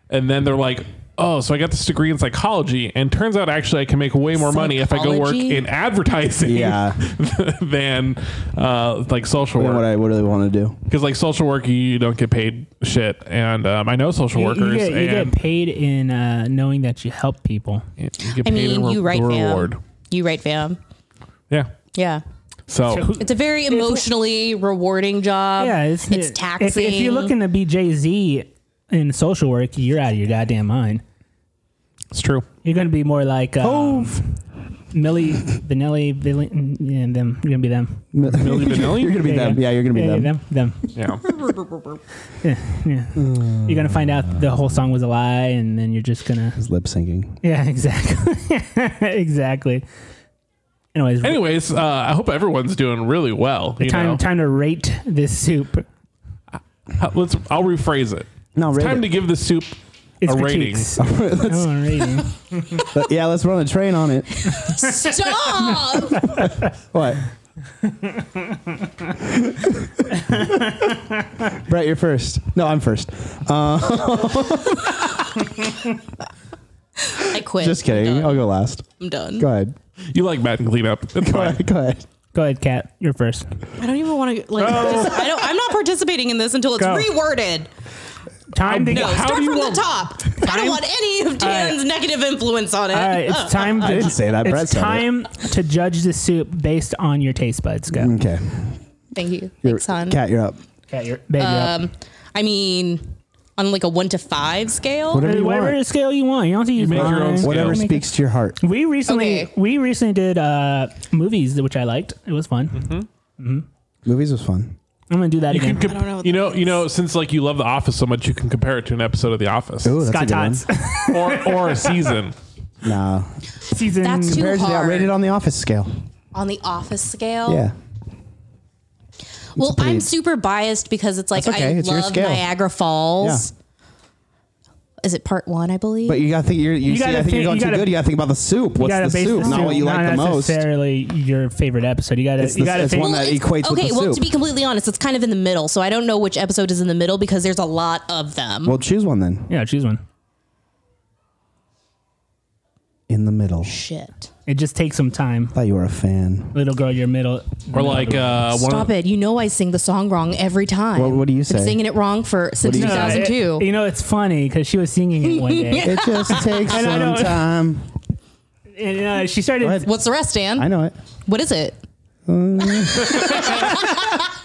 [SPEAKER 2] and then they're like, "Oh, so I got this degree in psychology, and turns out actually I can make way more money if I go work
[SPEAKER 7] Psychology?
[SPEAKER 2] in advertising
[SPEAKER 1] Yeah.
[SPEAKER 2] than uh, like social
[SPEAKER 1] What
[SPEAKER 2] work."
[SPEAKER 1] I really want to do.
[SPEAKER 2] Because like social work, you don't get paid shit, and um, I know social
[SPEAKER 3] You,
[SPEAKER 2] workers
[SPEAKER 3] you, get, you
[SPEAKER 2] and
[SPEAKER 3] get paid in uh, knowing that you help people.
[SPEAKER 2] you get
[SPEAKER 7] I
[SPEAKER 2] paid in
[SPEAKER 7] mean,
[SPEAKER 2] re-
[SPEAKER 7] you right,
[SPEAKER 2] the
[SPEAKER 7] fam.
[SPEAKER 2] reward.
[SPEAKER 7] You right, fam.
[SPEAKER 2] Yeah.
[SPEAKER 7] Yeah.
[SPEAKER 2] So
[SPEAKER 7] It's a very emotionally rewarding job.
[SPEAKER 3] Yeah,
[SPEAKER 7] Um, it's,
[SPEAKER 3] it's,
[SPEAKER 7] taxing.
[SPEAKER 3] If, if you're looking to be Jay Z in social work, you're out of your goddamn mind.
[SPEAKER 2] it's true.
[SPEAKER 3] You're going to be more like um, Millie Vanilli, Billy, and them. You're going to be them.
[SPEAKER 1] Millie
[SPEAKER 2] Vanilli?
[SPEAKER 1] You're gonna be them. Yeah, you're gonna be
[SPEAKER 3] Yeah, yeah,
[SPEAKER 1] them.
[SPEAKER 3] them. Them.
[SPEAKER 2] Yeah.
[SPEAKER 3] You're going to find out the whole song was a lie, and then you're just going to.
[SPEAKER 1] It's lip syncing.
[SPEAKER 3] Yeah, exactly. exactly. Anyways,
[SPEAKER 2] Anyways, uh, I hope everyone's doing really well. You
[SPEAKER 3] time
[SPEAKER 2] know,
[SPEAKER 3] time to rate this soup.
[SPEAKER 2] Uh, let's. I'll rephrase it.
[SPEAKER 1] No,
[SPEAKER 2] It's
[SPEAKER 1] rate
[SPEAKER 2] time
[SPEAKER 1] it.
[SPEAKER 2] to give the soup
[SPEAKER 3] It's
[SPEAKER 2] a
[SPEAKER 3] for
[SPEAKER 2] rating.
[SPEAKER 3] cheeks. Oh, a rating.
[SPEAKER 1] But yeah, let's run a train on it.
[SPEAKER 7] Stop!
[SPEAKER 1] What? Brett, you're first. No, I'm first.
[SPEAKER 7] I quit.
[SPEAKER 1] Just kidding.
[SPEAKER 7] I'm
[SPEAKER 1] I'll
[SPEAKER 7] done.
[SPEAKER 1] go last.
[SPEAKER 7] I'm done.
[SPEAKER 1] Go ahead.
[SPEAKER 2] You like Matt and cleanup. It's
[SPEAKER 1] Go
[SPEAKER 2] fine.
[SPEAKER 1] ahead. Go ahead.
[SPEAKER 3] Go ahead, Kat. You're first.
[SPEAKER 7] I don't even want to. Like, just- I don't. I'm not participating in this until it's
[SPEAKER 3] Oh. Go.
[SPEAKER 7] reworded.
[SPEAKER 3] Time to
[SPEAKER 2] I'm-
[SPEAKER 3] go.
[SPEAKER 7] No,
[SPEAKER 2] How
[SPEAKER 7] start
[SPEAKER 2] do you
[SPEAKER 7] from
[SPEAKER 2] want-
[SPEAKER 7] the top. I don't want any of Dan's negative influence on it.
[SPEAKER 3] All right, it's time. To,
[SPEAKER 1] I didn't say that. Brett
[SPEAKER 3] It's
[SPEAKER 1] said it.
[SPEAKER 3] time to judge the soup based on your taste buds. Go.
[SPEAKER 1] Okay.
[SPEAKER 7] Thank you.
[SPEAKER 1] You're,
[SPEAKER 7] Thanks, hon.
[SPEAKER 1] Kat, you're up.
[SPEAKER 3] Kat, you're, baby, up.
[SPEAKER 7] Um, I mean, on like a one to five scale.
[SPEAKER 1] Whatever you
[SPEAKER 3] Whatever
[SPEAKER 1] want.
[SPEAKER 3] scale you want. You don't have to use
[SPEAKER 2] make your own
[SPEAKER 3] mine.
[SPEAKER 2] scale.
[SPEAKER 1] Whatever
[SPEAKER 2] Yeah.
[SPEAKER 1] speaks to your heart.
[SPEAKER 3] We recently
[SPEAKER 7] Okay.
[SPEAKER 3] we recently did uh, movies, which I liked. It was fun.
[SPEAKER 1] Movies was fun.
[SPEAKER 3] I'm gonna do that again.
[SPEAKER 2] You, know, you know, since like you love The Office so much, you can compare it to an episode of The Office
[SPEAKER 1] Ooh, that's
[SPEAKER 3] Scott
[SPEAKER 1] a good
[SPEAKER 3] Tots
[SPEAKER 2] or or a
[SPEAKER 1] one.
[SPEAKER 2] season.
[SPEAKER 1] Nah.
[SPEAKER 3] season.
[SPEAKER 7] That's too
[SPEAKER 1] Compared to the
[SPEAKER 7] hard. Oh,
[SPEAKER 1] outrated on the office scale.
[SPEAKER 7] on the office scale.
[SPEAKER 1] Yeah.
[SPEAKER 7] Well,
[SPEAKER 1] pretty-
[SPEAKER 7] I'm super biased because it's like
[SPEAKER 1] That's okay.
[SPEAKER 7] I
[SPEAKER 1] It's your
[SPEAKER 7] love
[SPEAKER 1] scale.
[SPEAKER 7] Niagara Falls. Is it part one? I believe.
[SPEAKER 1] But you gotta think you're you, see,
[SPEAKER 3] gotta
[SPEAKER 1] I think,
[SPEAKER 3] think-
[SPEAKER 1] you're going
[SPEAKER 3] you
[SPEAKER 1] too
[SPEAKER 3] gotta-
[SPEAKER 1] good. You gotta think about the soup. What's the soup? Not what you
[SPEAKER 3] not
[SPEAKER 1] like the most.
[SPEAKER 3] necessarily your favorite episode. You gotta
[SPEAKER 1] It's
[SPEAKER 3] you
[SPEAKER 1] the-
[SPEAKER 3] gotta
[SPEAKER 1] it's
[SPEAKER 3] think.
[SPEAKER 1] one that
[SPEAKER 7] it's-
[SPEAKER 1] Uh, equates with
[SPEAKER 7] okay,
[SPEAKER 1] the
[SPEAKER 7] well, to
[SPEAKER 1] soup.
[SPEAKER 7] be completely honest, it's kind of in the middle, so I don't know which episode is in the middle because there's a lot of them.
[SPEAKER 1] Well choose one then.
[SPEAKER 3] yeah, choose one.
[SPEAKER 1] In the middle.
[SPEAKER 7] Shit.
[SPEAKER 3] It just takes some time.
[SPEAKER 1] thought you were a fan.
[SPEAKER 3] Little girl, your middle.
[SPEAKER 2] Or like uh, one
[SPEAKER 7] Stop
[SPEAKER 2] of,
[SPEAKER 7] it. You know I sing the song wrong every time.
[SPEAKER 1] What- what do you
[SPEAKER 7] Been
[SPEAKER 1] say?
[SPEAKER 7] singing it wrong for since
[SPEAKER 1] do you say?
[SPEAKER 7] 2002.
[SPEAKER 3] it- you know, it's funny because she was singing it one day.
[SPEAKER 1] It just takes
[SPEAKER 3] And I
[SPEAKER 1] some
[SPEAKER 3] don't-
[SPEAKER 1] time.
[SPEAKER 3] and, uh, she started.
[SPEAKER 1] Go ahead.
[SPEAKER 7] What's the rest, Dan?
[SPEAKER 1] I know it.
[SPEAKER 7] What is it?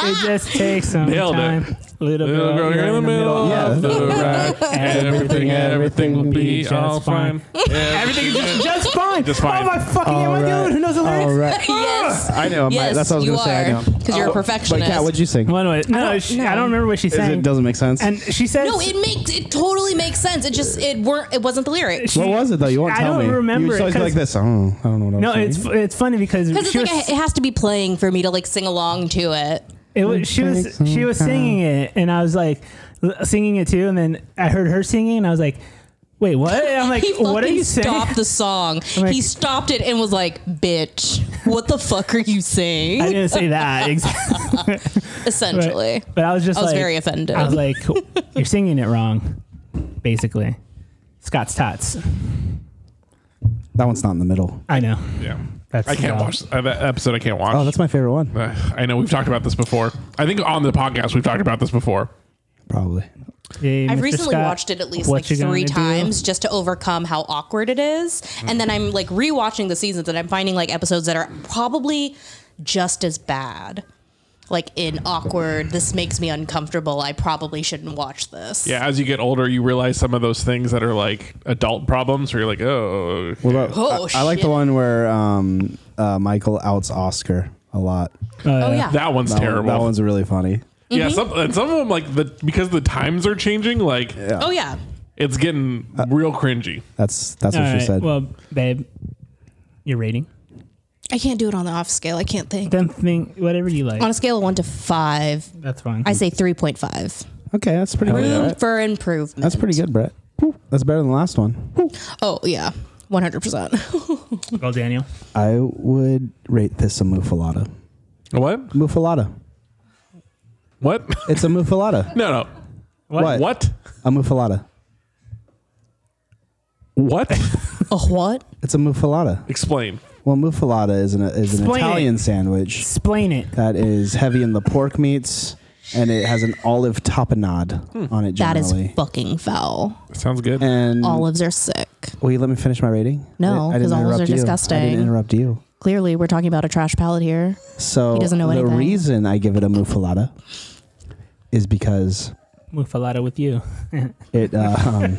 [SPEAKER 3] It just takes some
[SPEAKER 2] Nailed it.
[SPEAKER 3] time. Little girl,
[SPEAKER 2] Little girl,
[SPEAKER 3] you're in the middle.
[SPEAKER 1] Yeah.
[SPEAKER 2] of the rack. Everything, everything will be
[SPEAKER 3] just
[SPEAKER 2] all fine.
[SPEAKER 3] fine.
[SPEAKER 2] Everything is just
[SPEAKER 3] Just fine.
[SPEAKER 2] Just fine.
[SPEAKER 3] Oh my fucking!
[SPEAKER 1] All
[SPEAKER 3] Am I the only
[SPEAKER 1] right.
[SPEAKER 3] one who knows the lyrics?
[SPEAKER 1] All right.
[SPEAKER 7] yes.
[SPEAKER 1] I know.
[SPEAKER 7] Yes,
[SPEAKER 1] my, that's what I was
[SPEAKER 7] you
[SPEAKER 1] going to say. I
[SPEAKER 7] are,
[SPEAKER 1] know.
[SPEAKER 7] 'cause you're a
[SPEAKER 1] Oh,
[SPEAKER 7] perfectionist.
[SPEAKER 1] But Kat, what'd you sing?
[SPEAKER 3] Well, no, no,
[SPEAKER 7] don't
[SPEAKER 3] she,
[SPEAKER 7] know.
[SPEAKER 3] I don't remember what she
[SPEAKER 1] Is
[SPEAKER 3] sang.
[SPEAKER 1] it doesn't make sense.
[SPEAKER 3] and she said,
[SPEAKER 7] No, it makes it totally makes sense. It just it weren't it wasn't the lyrics.
[SPEAKER 1] what was it though? You won't
[SPEAKER 3] I
[SPEAKER 1] tell
[SPEAKER 3] don't
[SPEAKER 1] me.
[SPEAKER 3] remember
[SPEAKER 1] You
[SPEAKER 3] it
[SPEAKER 1] just always go
[SPEAKER 3] 'cause-
[SPEAKER 1] like this. Oh, I don't know. What I
[SPEAKER 3] No,
[SPEAKER 1] was saying.
[SPEAKER 3] it's it's funny because
[SPEAKER 7] Because it's
[SPEAKER 3] she
[SPEAKER 7] like
[SPEAKER 3] was,
[SPEAKER 7] a, it has to be playing for me to like sing along to it.
[SPEAKER 3] It was, she was she was singing it, and I was like l- singing it too. And then I heard her singing, and I was like, "Wait, what?" And I'm like,
[SPEAKER 7] he
[SPEAKER 3] "What are
[SPEAKER 7] fucking
[SPEAKER 3] you saying?"
[SPEAKER 7] stopped the song.
[SPEAKER 3] like-
[SPEAKER 7] he stopped it and was like, "Bitch, what the fuck are you
[SPEAKER 3] I
[SPEAKER 7] saying?"
[SPEAKER 3] didn't say that exactly,
[SPEAKER 7] Essentially,
[SPEAKER 3] but I was just
[SPEAKER 7] I was
[SPEAKER 3] like,
[SPEAKER 7] very offended.
[SPEAKER 3] I was like, "You're singing it wrong," basically. Scott's tots.
[SPEAKER 1] that one's not in the middle.
[SPEAKER 3] I know.
[SPEAKER 2] yeah.
[SPEAKER 3] That's
[SPEAKER 2] I can't
[SPEAKER 3] uh,
[SPEAKER 2] watch uh, that episode. I can't watch.
[SPEAKER 1] Oh, that's my favorite one.
[SPEAKER 2] Uh, I know we've talked about this before. I think on the podcast we've talked about this before.
[SPEAKER 1] Probably.
[SPEAKER 3] Hey,
[SPEAKER 7] I've
[SPEAKER 3] Mr.
[SPEAKER 7] recently
[SPEAKER 3] Scott,
[SPEAKER 7] watched it at least
[SPEAKER 3] what
[SPEAKER 7] like
[SPEAKER 3] you gonna
[SPEAKER 7] three
[SPEAKER 3] do?
[SPEAKER 7] times just to overcome how awkward it is. And then I'm like rewatching the seasons and I'm finding like episodes that are probably just as bad. Like in awkward, this makes me uncomfortable. I probably shouldn't watch this.
[SPEAKER 2] Yeah, as you get older, you realize some of those things that are like adult problems, where you're like, oh,
[SPEAKER 1] What about?
[SPEAKER 7] Oh,
[SPEAKER 1] I, I like the
[SPEAKER 7] shit.
[SPEAKER 1] one where um, uh, Michael outs Oscar. a lot.
[SPEAKER 7] oh yeah.
[SPEAKER 2] That one's
[SPEAKER 1] That, One,
[SPEAKER 2] terrible.
[SPEAKER 1] that one's really funny.
[SPEAKER 2] yeah, some and some of them like the because the times are changing, like
[SPEAKER 7] oh yeah.
[SPEAKER 2] it's getting
[SPEAKER 1] Uh,
[SPEAKER 2] real cringy.
[SPEAKER 1] That's that's what
[SPEAKER 3] All
[SPEAKER 1] she
[SPEAKER 3] right,
[SPEAKER 1] said.
[SPEAKER 3] Well, babe, your rating.
[SPEAKER 7] I can't do it on the off scale. I can't think.
[SPEAKER 3] Then think whatever you like.
[SPEAKER 7] On a scale of one to five,
[SPEAKER 3] That's fine.
[SPEAKER 7] I say three point five.
[SPEAKER 1] okay, that's pretty good.
[SPEAKER 7] Room
[SPEAKER 1] Brett.
[SPEAKER 7] for improvement.
[SPEAKER 1] That's pretty good, Brett. That's better than the last one.
[SPEAKER 7] Oh yeah, one hundred percent.
[SPEAKER 3] well, Daniel.
[SPEAKER 1] I would rate this a mufalata.
[SPEAKER 2] What?
[SPEAKER 1] Mufalata.
[SPEAKER 2] What?
[SPEAKER 1] It's a mufalata.
[SPEAKER 2] no, no.
[SPEAKER 1] what?
[SPEAKER 2] What?
[SPEAKER 1] A mufalata.
[SPEAKER 2] What?
[SPEAKER 7] A what?
[SPEAKER 1] It's a mufalata.
[SPEAKER 2] Explain.
[SPEAKER 1] Well, mufalata is an is an
[SPEAKER 3] Explain it.
[SPEAKER 1] Italian sandwich
[SPEAKER 3] Explain it.
[SPEAKER 1] that is heavy in the pork meats and it has an olive tapenade
[SPEAKER 3] Hmm.
[SPEAKER 1] on it
[SPEAKER 7] That is
[SPEAKER 1] generally.
[SPEAKER 7] fucking foul.
[SPEAKER 2] Sounds good.
[SPEAKER 1] and
[SPEAKER 7] Olives are sick.
[SPEAKER 1] will you let me finish my rating?
[SPEAKER 7] No,
[SPEAKER 1] I- I didn't
[SPEAKER 7] 'cause olives
[SPEAKER 1] interrupt
[SPEAKER 7] are
[SPEAKER 1] you. I
[SPEAKER 7] disgusting.
[SPEAKER 1] didn't interrupt you.
[SPEAKER 7] Clearly, we're talking about a trash palate here.
[SPEAKER 1] So
[SPEAKER 7] He doesn't know
[SPEAKER 1] the
[SPEAKER 7] anything.
[SPEAKER 1] reason I give it a mufalata is because
[SPEAKER 3] Mufalata with you.
[SPEAKER 1] it uh, um,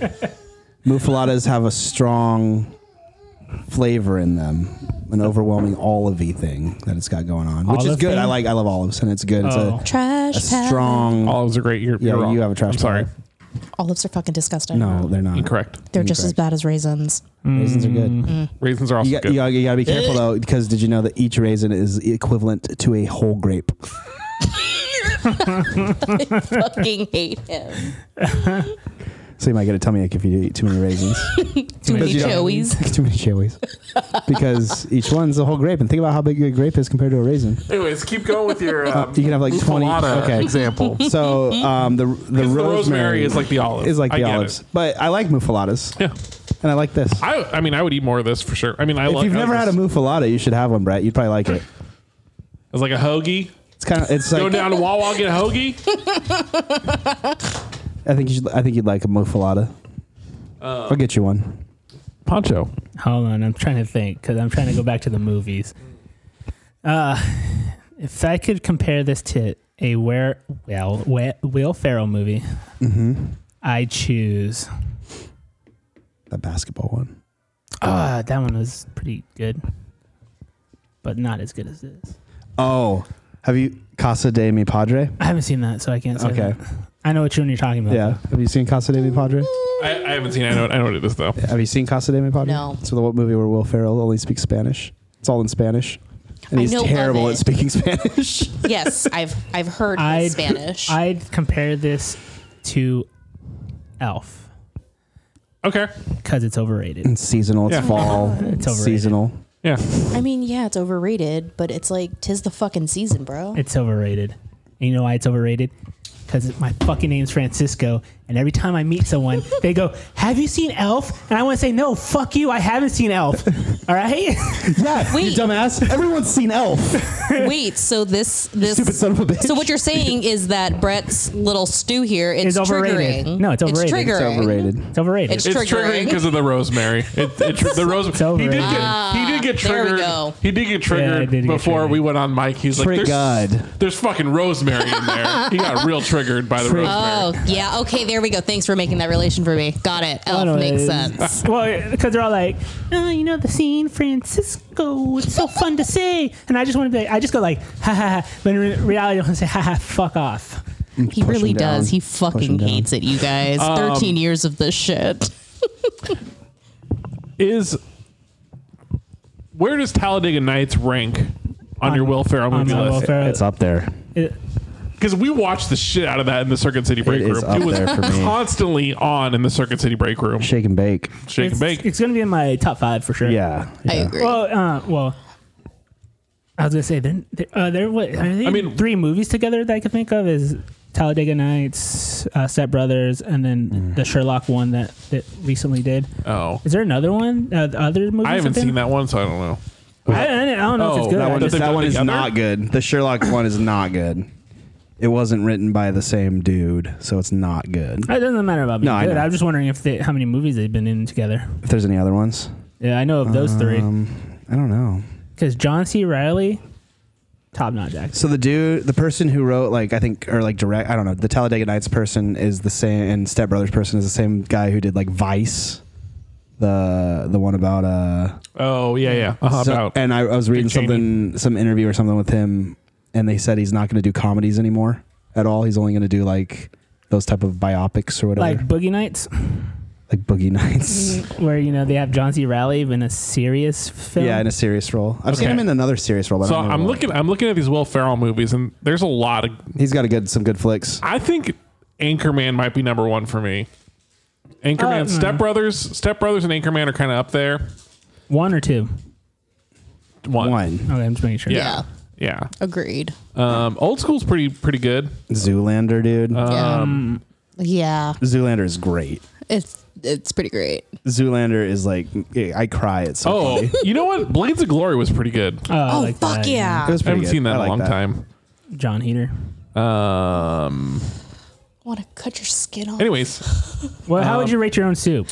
[SPEAKER 1] mufaladas have a strong flavor in them, an overwhelming olivey thing that it's got going on, which is
[SPEAKER 3] Olive
[SPEAKER 1] good.
[SPEAKER 3] thing?
[SPEAKER 1] I like I love olives and it's good. It's a,
[SPEAKER 3] Oh.
[SPEAKER 7] Trash
[SPEAKER 1] a
[SPEAKER 7] palate.
[SPEAKER 1] strong.
[SPEAKER 2] Olives are great. You're,
[SPEAKER 1] Yeah,
[SPEAKER 2] you're wrong.
[SPEAKER 1] you have a trash
[SPEAKER 2] I'm sorry.
[SPEAKER 1] palate.
[SPEAKER 7] Olives are fucking disgusting.
[SPEAKER 1] No, they're not.
[SPEAKER 2] Incorrect.
[SPEAKER 7] They're just as
[SPEAKER 1] Incorrect.
[SPEAKER 7] bad as raisins.
[SPEAKER 1] Raisins are good.
[SPEAKER 2] Raisins are also
[SPEAKER 1] You got,
[SPEAKER 2] good.
[SPEAKER 1] you, got, you got to be careful though, because did you know that each raisin is equivalent to a whole grape?
[SPEAKER 7] fucking hate him.
[SPEAKER 1] So you might get a tummy ache if you eat too many raisins.
[SPEAKER 7] Too many
[SPEAKER 1] you don't-
[SPEAKER 7] Joey's.
[SPEAKER 1] too many chowies. because each one's a whole grape, and think about how big a grape is compared to a raisin.
[SPEAKER 2] Anyways, keep going with your. Um,
[SPEAKER 1] You can have like twenty.
[SPEAKER 2] Mufalata
[SPEAKER 1] Okay,
[SPEAKER 2] example.
[SPEAKER 1] So um, the the rosemary,
[SPEAKER 2] the rosemary is like the olive.
[SPEAKER 1] Is like
[SPEAKER 2] I
[SPEAKER 1] the
[SPEAKER 2] get it.
[SPEAKER 1] olives, but I like mufaladas,
[SPEAKER 2] yeah.
[SPEAKER 1] and I like this.
[SPEAKER 2] I, I mean, I would eat more of this for sure. I mean, I
[SPEAKER 1] if
[SPEAKER 2] like.
[SPEAKER 1] you've
[SPEAKER 2] I
[SPEAKER 1] never
[SPEAKER 2] like
[SPEAKER 1] had a
[SPEAKER 2] this.
[SPEAKER 1] mufalada, you should have one, Brett. You'd probably like it.
[SPEAKER 2] It's like a hoagie.
[SPEAKER 1] It's kind of it's
[SPEAKER 2] Go
[SPEAKER 1] like
[SPEAKER 2] down to Wawa get a hoagie.
[SPEAKER 1] I think you should, I think you'd like a mufalada.
[SPEAKER 2] Uh,
[SPEAKER 1] I'll get you one.
[SPEAKER 2] Poncho.
[SPEAKER 3] Hold on, I'm trying to think because I'm trying to go back to the movies. Uh, if I could compare this to a where well where, Will Ferrell movie,
[SPEAKER 1] Mm-hmm.
[SPEAKER 3] I choose.
[SPEAKER 1] That basketball one.
[SPEAKER 3] Uh, that one was pretty good, but not as good as this.
[SPEAKER 1] Oh, have you Casa de Mi Padre?
[SPEAKER 3] I haven't seen that, so I can't say.
[SPEAKER 1] Okay.
[SPEAKER 3] that. I know what you're, you're talking about.
[SPEAKER 1] Yeah. Have you seen Casa de Mi Padre?
[SPEAKER 2] I, I haven't seen. it. I know. I know what it is though.
[SPEAKER 1] Have you seen Casa de Mi Padre?
[SPEAKER 7] No.
[SPEAKER 1] It's the what movie where Will Ferrell only speaks Spanish. It's all in Spanish, and
[SPEAKER 7] I
[SPEAKER 1] he's
[SPEAKER 7] know of
[SPEAKER 1] terrible
[SPEAKER 7] it.
[SPEAKER 1] at speaking Spanish.
[SPEAKER 7] yes, I've I've heard his
[SPEAKER 3] I'd,
[SPEAKER 7] Spanish.
[SPEAKER 3] I'd compare this to Elf
[SPEAKER 2] Okay.
[SPEAKER 3] because it's overrated.
[SPEAKER 1] seasonal. It's
[SPEAKER 2] Yeah.
[SPEAKER 1] fall.
[SPEAKER 3] It's overrated.
[SPEAKER 1] seasonal.
[SPEAKER 2] Yeah.
[SPEAKER 7] I mean, yeah, it's overrated, but it's like tis the fucking season, bro.
[SPEAKER 3] It's overrated. And you know why it's overrated? Because my fucking name's Francisco, and every time I meet someone, they go, "Have you seen Elf?" And I want to say, "No, fuck you, I haven't seen Elf." All right,
[SPEAKER 1] Yeah,
[SPEAKER 7] Wait.
[SPEAKER 1] you dumbass. Everyone's seen Elf.
[SPEAKER 7] Wait, so this this
[SPEAKER 1] Stupid son of a bitch.
[SPEAKER 7] So what you're saying is that Brett's little stew here it's
[SPEAKER 3] It's overrated.
[SPEAKER 7] triggering.
[SPEAKER 3] No, it's overrated.
[SPEAKER 7] It's
[SPEAKER 3] It's
[SPEAKER 7] triggering.
[SPEAKER 1] Overrated.
[SPEAKER 3] it's overrated.
[SPEAKER 7] It's
[SPEAKER 2] It's triggering
[SPEAKER 7] triggering.
[SPEAKER 2] because of the rosemary. It, it, tr- the rosemary. He did
[SPEAKER 3] overrated.
[SPEAKER 2] get. he did get
[SPEAKER 7] Ah, there we
[SPEAKER 2] triggered.
[SPEAKER 7] go.
[SPEAKER 2] He did get triggered
[SPEAKER 3] I did get
[SPEAKER 2] before
[SPEAKER 3] triggered.
[SPEAKER 2] we went on mic. He's like,
[SPEAKER 1] Triggered.
[SPEAKER 2] there's, there's fucking rosemary in there. He got real triggered by the
[SPEAKER 1] Trig-
[SPEAKER 2] rosemary.
[SPEAKER 7] Oh yeah, okay, there we go. Thanks for making that relation for me. Got it. Elf makes sense.
[SPEAKER 3] Well, because they're all like, "Oh, you know the scene, Francisco. It's so fun to say," and I just want to be. Like, I just go like, "Ha ha!" ha. But in re- reality, I want to say, "Ha ha!" Fuck off.
[SPEAKER 7] He
[SPEAKER 1] Push
[SPEAKER 7] really
[SPEAKER 1] him down.
[SPEAKER 7] does. He
[SPEAKER 1] Push him
[SPEAKER 7] fucking
[SPEAKER 1] down.
[SPEAKER 7] hates it, you guys. 13 years of this shit.
[SPEAKER 2] Is where does Talladega Nights rank on, your Will Ferrell
[SPEAKER 3] on
[SPEAKER 2] movie
[SPEAKER 3] my Will
[SPEAKER 2] list?
[SPEAKER 3] Ferrell.
[SPEAKER 1] It's up there.
[SPEAKER 3] It-
[SPEAKER 2] Because we watched the shit out of that in the Circuit City break room.
[SPEAKER 1] is up
[SPEAKER 2] it was
[SPEAKER 1] there for me.
[SPEAKER 2] constantly on in the Circuit City break room.
[SPEAKER 1] Shake and bake.
[SPEAKER 2] Shake and
[SPEAKER 3] it's,
[SPEAKER 2] bake.
[SPEAKER 3] it's gonna be in my top five for sure.
[SPEAKER 1] Yeah.
[SPEAKER 7] I
[SPEAKER 1] yeah.
[SPEAKER 7] agree.
[SPEAKER 3] Well, uh, well, I was gonna say they're they're, uh, they're what are they?
[SPEAKER 2] I mean-
[SPEAKER 3] three movies together that I could think of is Talladega Nights, uh, Step Brothers, and then the Sherlock one that that recently did.
[SPEAKER 2] Oh,
[SPEAKER 3] Is there another one? Uh, the other movie?
[SPEAKER 2] I haven't
[SPEAKER 3] something?
[SPEAKER 2] seen that one, so I don't know.
[SPEAKER 3] I, I don't- I don't know if
[SPEAKER 2] Oh,
[SPEAKER 3] it's good.
[SPEAKER 2] that
[SPEAKER 3] I
[SPEAKER 1] That one,
[SPEAKER 2] That
[SPEAKER 1] is,
[SPEAKER 2] they
[SPEAKER 1] that
[SPEAKER 2] put
[SPEAKER 1] one is
[SPEAKER 2] together?
[SPEAKER 1] not good. The Sherlock one is not good. It wasn't written by the same dude, so it's not good.
[SPEAKER 3] It doesn't matter about being
[SPEAKER 1] No, I
[SPEAKER 3] good.
[SPEAKER 1] know.
[SPEAKER 3] I'm just wondering if they, how many movies they've been in together.
[SPEAKER 1] If there's any other ones,
[SPEAKER 3] Yeah, I know of those
[SPEAKER 1] Um,
[SPEAKER 3] three
[SPEAKER 1] I don't know.
[SPEAKER 3] because John C. Riley, top notch actor.
[SPEAKER 1] So the dude, the person who wrote, like I think, or like direct, I don't know. The Talladega Nights person is the same, and Step Brothers person is the same guy who did like Vice, the the one about uh
[SPEAKER 2] Oh yeah, yeah. Uh-huh,
[SPEAKER 1] so-
[SPEAKER 2] about
[SPEAKER 1] and I, I was reading
[SPEAKER 2] Dick Cheney.
[SPEAKER 1] something some interview or something with him and they said he's not going to do comedies anymore at all. He's only going to do like those type of biopics or whatever.
[SPEAKER 3] Like
[SPEAKER 1] Like,
[SPEAKER 3] Boogie Nights,
[SPEAKER 1] Boogie Nights.
[SPEAKER 7] Mm-hmm.
[SPEAKER 3] where you know they have John C. Raleigh in a serious film.
[SPEAKER 1] Yeah, in a serious role. I've seen
[SPEAKER 2] Okay.
[SPEAKER 1] him in another serious role. But I
[SPEAKER 2] so
[SPEAKER 1] don't know
[SPEAKER 2] I'm
[SPEAKER 1] what.
[SPEAKER 2] looking. I'm looking at these Will Ferrell movies, and there's a lot of.
[SPEAKER 1] He's got a good some good flicks.
[SPEAKER 2] I think Anchorman might be number one for me. Anchorman,
[SPEAKER 3] Uh,
[SPEAKER 1] mm.
[SPEAKER 2] Step Brothers, Step Brothers, and Anchorman are kind of up there.
[SPEAKER 3] one or two.
[SPEAKER 2] One.
[SPEAKER 1] One
[SPEAKER 3] Okay, I'm just making sure.
[SPEAKER 2] Yeah. Yeah.
[SPEAKER 7] Agreed.
[SPEAKER 2] Um, old school's pretty pretty good.
[SPEAKER 1] Zoolander, dude.
[SPEAKER 2] Uh,
[SPEAKER 7] um, yeah.
[SPEAKER 1] Zoolander is great.
[SPEAKER 7] It's it's pretty great.
[SPEAKER 1] Zoolander is like I cry at some.
[SPEAKER 2] Oh, you know what? Blades of Glory was pretty good.
[SPEAKER 3] Oh, I
[SPEAKER 7] oh
[SPEAKER 3] like
[SPEAKER 7] fuck
[SPEAKER 3] that.
[SPEAKER 7] yeah.
[SPEAKER 1] It was
[SPEAKER 2] I haven't
[SPEAKER 1] Uh, pretty good.
[SPEAKER 2] seen that
[SPEAKER 1] I
[SPEAKER 2] in a
[SPEAKER 1] like
[SPEAKER 2] long
[SPEAKER 1] that.
[SPEAKER 2] time.
[SPEAKER 3] John Heater.
[SPEAKER 2] Um.
[SPEAKER 7] Want to cut your skin off?
[SPEAKER 2] Anyways,
[SPEAKER 3] Well, how would
[SPEAKER 1] Um,
[SPEAKER 3] you rate your own soup?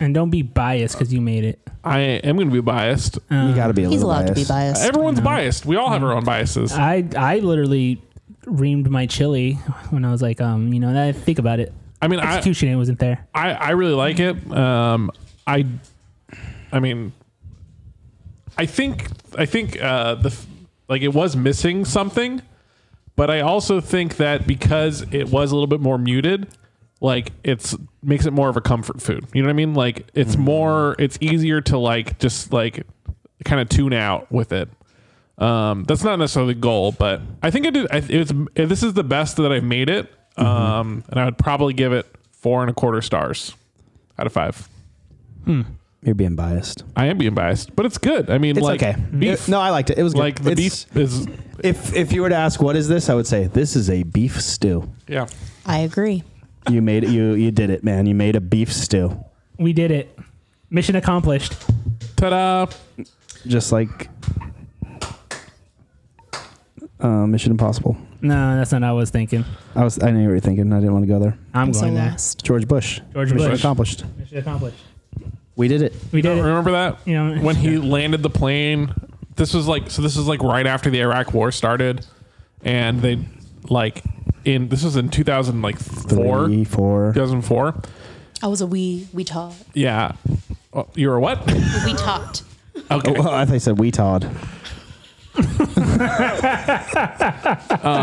[SPEAKER 3] And don't be biased because you made it.
[SPEAKER 2] I am going to be biased.
[SPEAKER 1] You got to be a
[SPEAKER 7] He's
[SPEAKER 1] little
[SPEAKER 7] allowed to be
[SPEAKER 1] biased.
[SPEAKER 7] biased.
[SPEAKER 2] Everyone's biased. We all have our own biases.
[SPEAKER 3] I I literally reamed my chili when I was like, um, you know, that think about it.
[SPEAKER 2] I mean, I,
[SPEAKER 3] Execution it wasn't there.
[SPEAKER 2] I I really like it. Um, I, I mean, I think I think uh, the f- like it was missing something, but I also think that because it was a little bit more muted, like it's makes it more of a comfort food. You know what I mean? Like it's more, it's easier to like just like kind of tune out with it. Um, that's not necessarily the goal, but I think I did. I, it's this is the best that I've made it,
[SPEAKER 1] Mm-hmm.
[SPEAKER 2] um, and I would probably give it four and a quarter stars out of five.
[SPEAKER 1] You're being biased.
[SPEAKER 2] I am being biased, but it's good. I mean,
[SPEAKER 1] It's
[SPEAKER 2] like
[SPEAKER 1] okay.
[SPEAKER 2] beef.
[SPEAKER 1] It- no, I liked it. It was good.
[SPEAKER 2] like the
[SPEAKER 1] It's-
[SPEAKER 2] beef is
[SPEAKER 1] If if you were to ask what is this, I would say this is a beef stew.
[SPEAKER 2] yeah.
[SPEAKER 7] I agree.
[SPEAKER 1] You made it. You you did it, man. You made a beef stew,
[SPEAKER 3] We did it. Mission accomplished.
[SPEAKER 2] Ta-da!
[SPEAKER 1] just like uh, Mission Impossible.
[SPEAKER 3] No, that's not what I was thinking.
[SPEAKER 1] I was I knew you were thinking. I didn't want to go there.
[SPEAKER 3] I'm,
[SPEAKER 7] I'm so
[SPEAKER 3] going there.
[SPEAKER 7] lost.
[SPEAKER 1] George Bush.
[SPEAKER 3] George
[SPEAKER 1] Mission
[SPEAKER 3] Bush.
[SPEAKER 1] accomplished.
[SPEAKER 3] Mission accomplished.
[SPEAKER 1] We did it.
[SPEAKER 3] We did it.
[SPEAKER 2] Remember that
[SPEAKER 3] You know,
[SPEAKER 2] when he landed the plane. This was like so. This is like right after the Iraq War started, and they like in this was in two thousand like four,
[SPEAKER 1] Three,
[SPEAKER 2] two
[SPEAKER 1] four.
[SPEAKER 2] thousand four.
[SPEAKER 7] I was a wee we taught.
[SPEAKER 2] Yeah, oh, you were what?
[SPEAKER 7] We taught.
[SPEAKER 2] Okay.
[SPEAKER 1] Oh, I thought you said we Todd.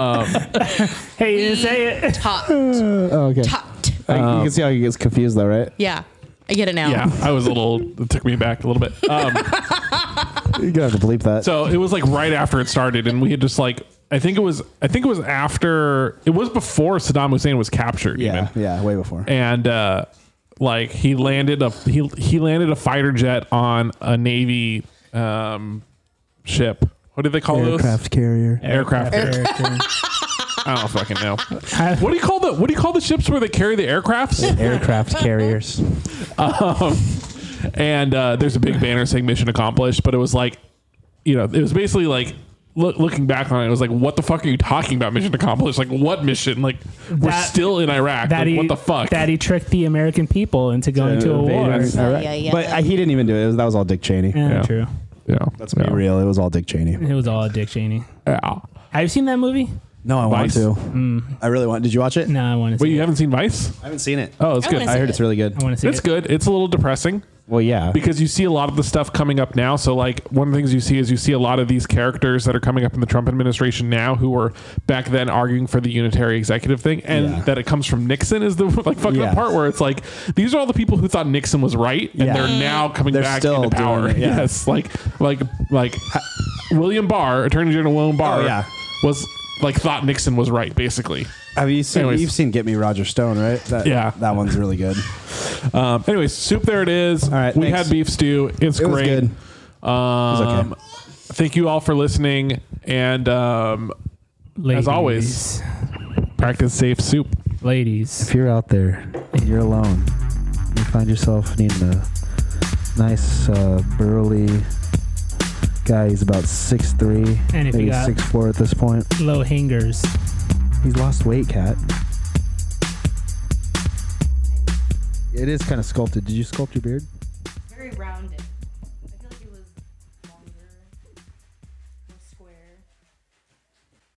[SPEAKER 3] Hey, you didn't say it.
[SPEAKER 7] Taught.
[SPEAKER 1] Oh, okay.
[SPEAKER 7] Taught.
[SPEAKER 1] I-
[SPEAKER 2] Um,
[SPEAKER 1] you can see how he gets confused though, right?
[SPEAKER 7] Yeah. I get it now.
[SPEAKER 1] Um,
[SPEAKER 2] Yeah, I was a little. It took me back a little bit.
[SPEAKER 1] Uh,
[SPEAKER 2] Um,
[SPEAKER 1] You're gonna have to bleep that.
[SPEAKER 2] so it was like right after it started, and we had just like I think it was I think it was after it was before Saddam Hussein was captured.
[SPEAKER 1] yeah,
[SPEAKER 2] even.
[SPEAKER 1] yeah, way before.
[SPEAKER 2] and uh, like he landed a he he landed a fighter jet on a navy um, ship. What do they call
[SPEAKER 1] Aircraft carrier.
[SPEAKER 2] those? Aircraft. carrier.
[SPEAKER 3] Aircraft.
[SPEAKER 2] I don't fucking know. what do you call the What do you call the ships where they carry the aircrafts?
[SPEAKER 1] Aircraft carriers.
[SPEAKER 2] and uh, there's a big banner saying mission accomplished but it was like you know it was basically like look, looking back on it it was like what the fuck are you talking about mission accomplished like what mission like we're
[SPEAKER 3] That-
[SPEAKER 2] still in iraq
[SPEAKER 3] that
[SPEAKER 2] like,
[SPEAKER 3] he,
[SPEAKER 2] what the fuck
[SPEAKER 3] That e he tricked the American people into going to a war.
[SPEAKER 1] Invaders.
[SPEAKER 7] Yeah,
[SPEAKER 1] All right.
[SPEAKER 7] yeah, yeah.
[SPEAKER 1] But uh, he didn't even do it. It was- That was all Dick Cheney.
[SPEAKER 3] Yeah,
[SPEAKER 2] Yeah.
[SPEAKER 3] true.
[SPEAKER 2] yeah
[SPEAKER 1] Let's be real. It was all Dick Cheney.
[SPEAKER 3] It was all Dick Cheney.
[SPEAKER 2] yeah.
[SPEAKER 3] Have you seen that movie?
[SPEAKER 1] No, I
[SPEAKER 2] Vice.
[SPEAKER 1] want to. I really want. Did you watch it?
[SPEAKER 3] No, I want to see.
[SPEAKER 2] wait you
[SPEAKER 3] it.
[SPEAKER 2] haven't seen vice
[SPEAKER 1] I haven't seen it.
[SPEAKER 2] oh it's
[SPEAKER 7] I
[SPEAKER 2] good
[SPEAKER 7] wanna
[SPEAKER 1] I heard
[SPEAKER 7] it.
[SPEAKER 1] it's really good.
[SPEAKER 3] I want to see.
[SPEAKER 2] it's
[SPEAKER 3] it.
[SPEAKER 2] good it's a little depressing
[SPEAKER 1] Well, yeah.
[SPEAKER 2] because you see a lot of the stuff coming up now. So, like, one of the things you see is you see a lot of these characters that are coming up in the Trump administration now who were back then arguing for the unitary executive thing. And
[SPEAKER 1] Yeah.
[SPEAKER 2] that it comes from Nixon is the like fucking
[SPEAKER 1] Yeah.
[SPEAKER 2] up part where it's like, these are all the people who thought Nixon was right and
[SPEAKER 1] Yeah.
[SPEAKER 2] they're now coming
[SPEAKER 1] They're
[SPEAKER 2] back
[SPEAKER 1] still
[SPEAKER 2] into
[SPEAKER 1] doing
[SPEAKER 2] power.
[SPEAKER 1] it, yeah.
[SPEAKER 2] Yes. Like, like, like William Barr, Attorney General William Barr,
[SPEAKER 1] Oh, yeah.
[SPEAKER 2] was like, thought Nixon was right, basically.
[SPEAKER 1] Have you seen?
[SPEAKER 2] Anyways.
[SPEAKER 1] You've seen Get Me Roger Stone, right? That,
[SPEAKER 2] Yeah.
[SPEAKER 1] that one's really good.
[SPEAKER 2] Um, anyways, soup, there it is. All
[SPEAKER 1] right,
[SPEAKER 2] We
[SPEAKER 1] thanks.
[SPEAKER 2] had beef stew. It's
[SPEAKER 1] It
[SPEAKER 2] great.
[SPEAKER 1] was good.
[SPEAKER 2] Um,
[SPEAKER 1] okay.
[SPEAKER 2] Thank you all for listening, and um,
[SPEAKER 3] Ladies.
[SPEAKER 2] always. practice safe soup.
[SPEAKER 3] ladies.
[SPEAKER 1] If you're out there and you're alone, you find yourself needing a nice uh, burly guy. He's about six three,
[SPEAKER 3] And if you
[SPEAKER 1] maybe
[SPEAKER 3] got-
[SPEAKER 1] six four at this point.
[SPEAKER 3] Low hangers.
[SPEAKER 1] He's lost weight, cat. It is kind of sculpted. Did you sculpt your beard?
[SPEAKER 5] Very rounded.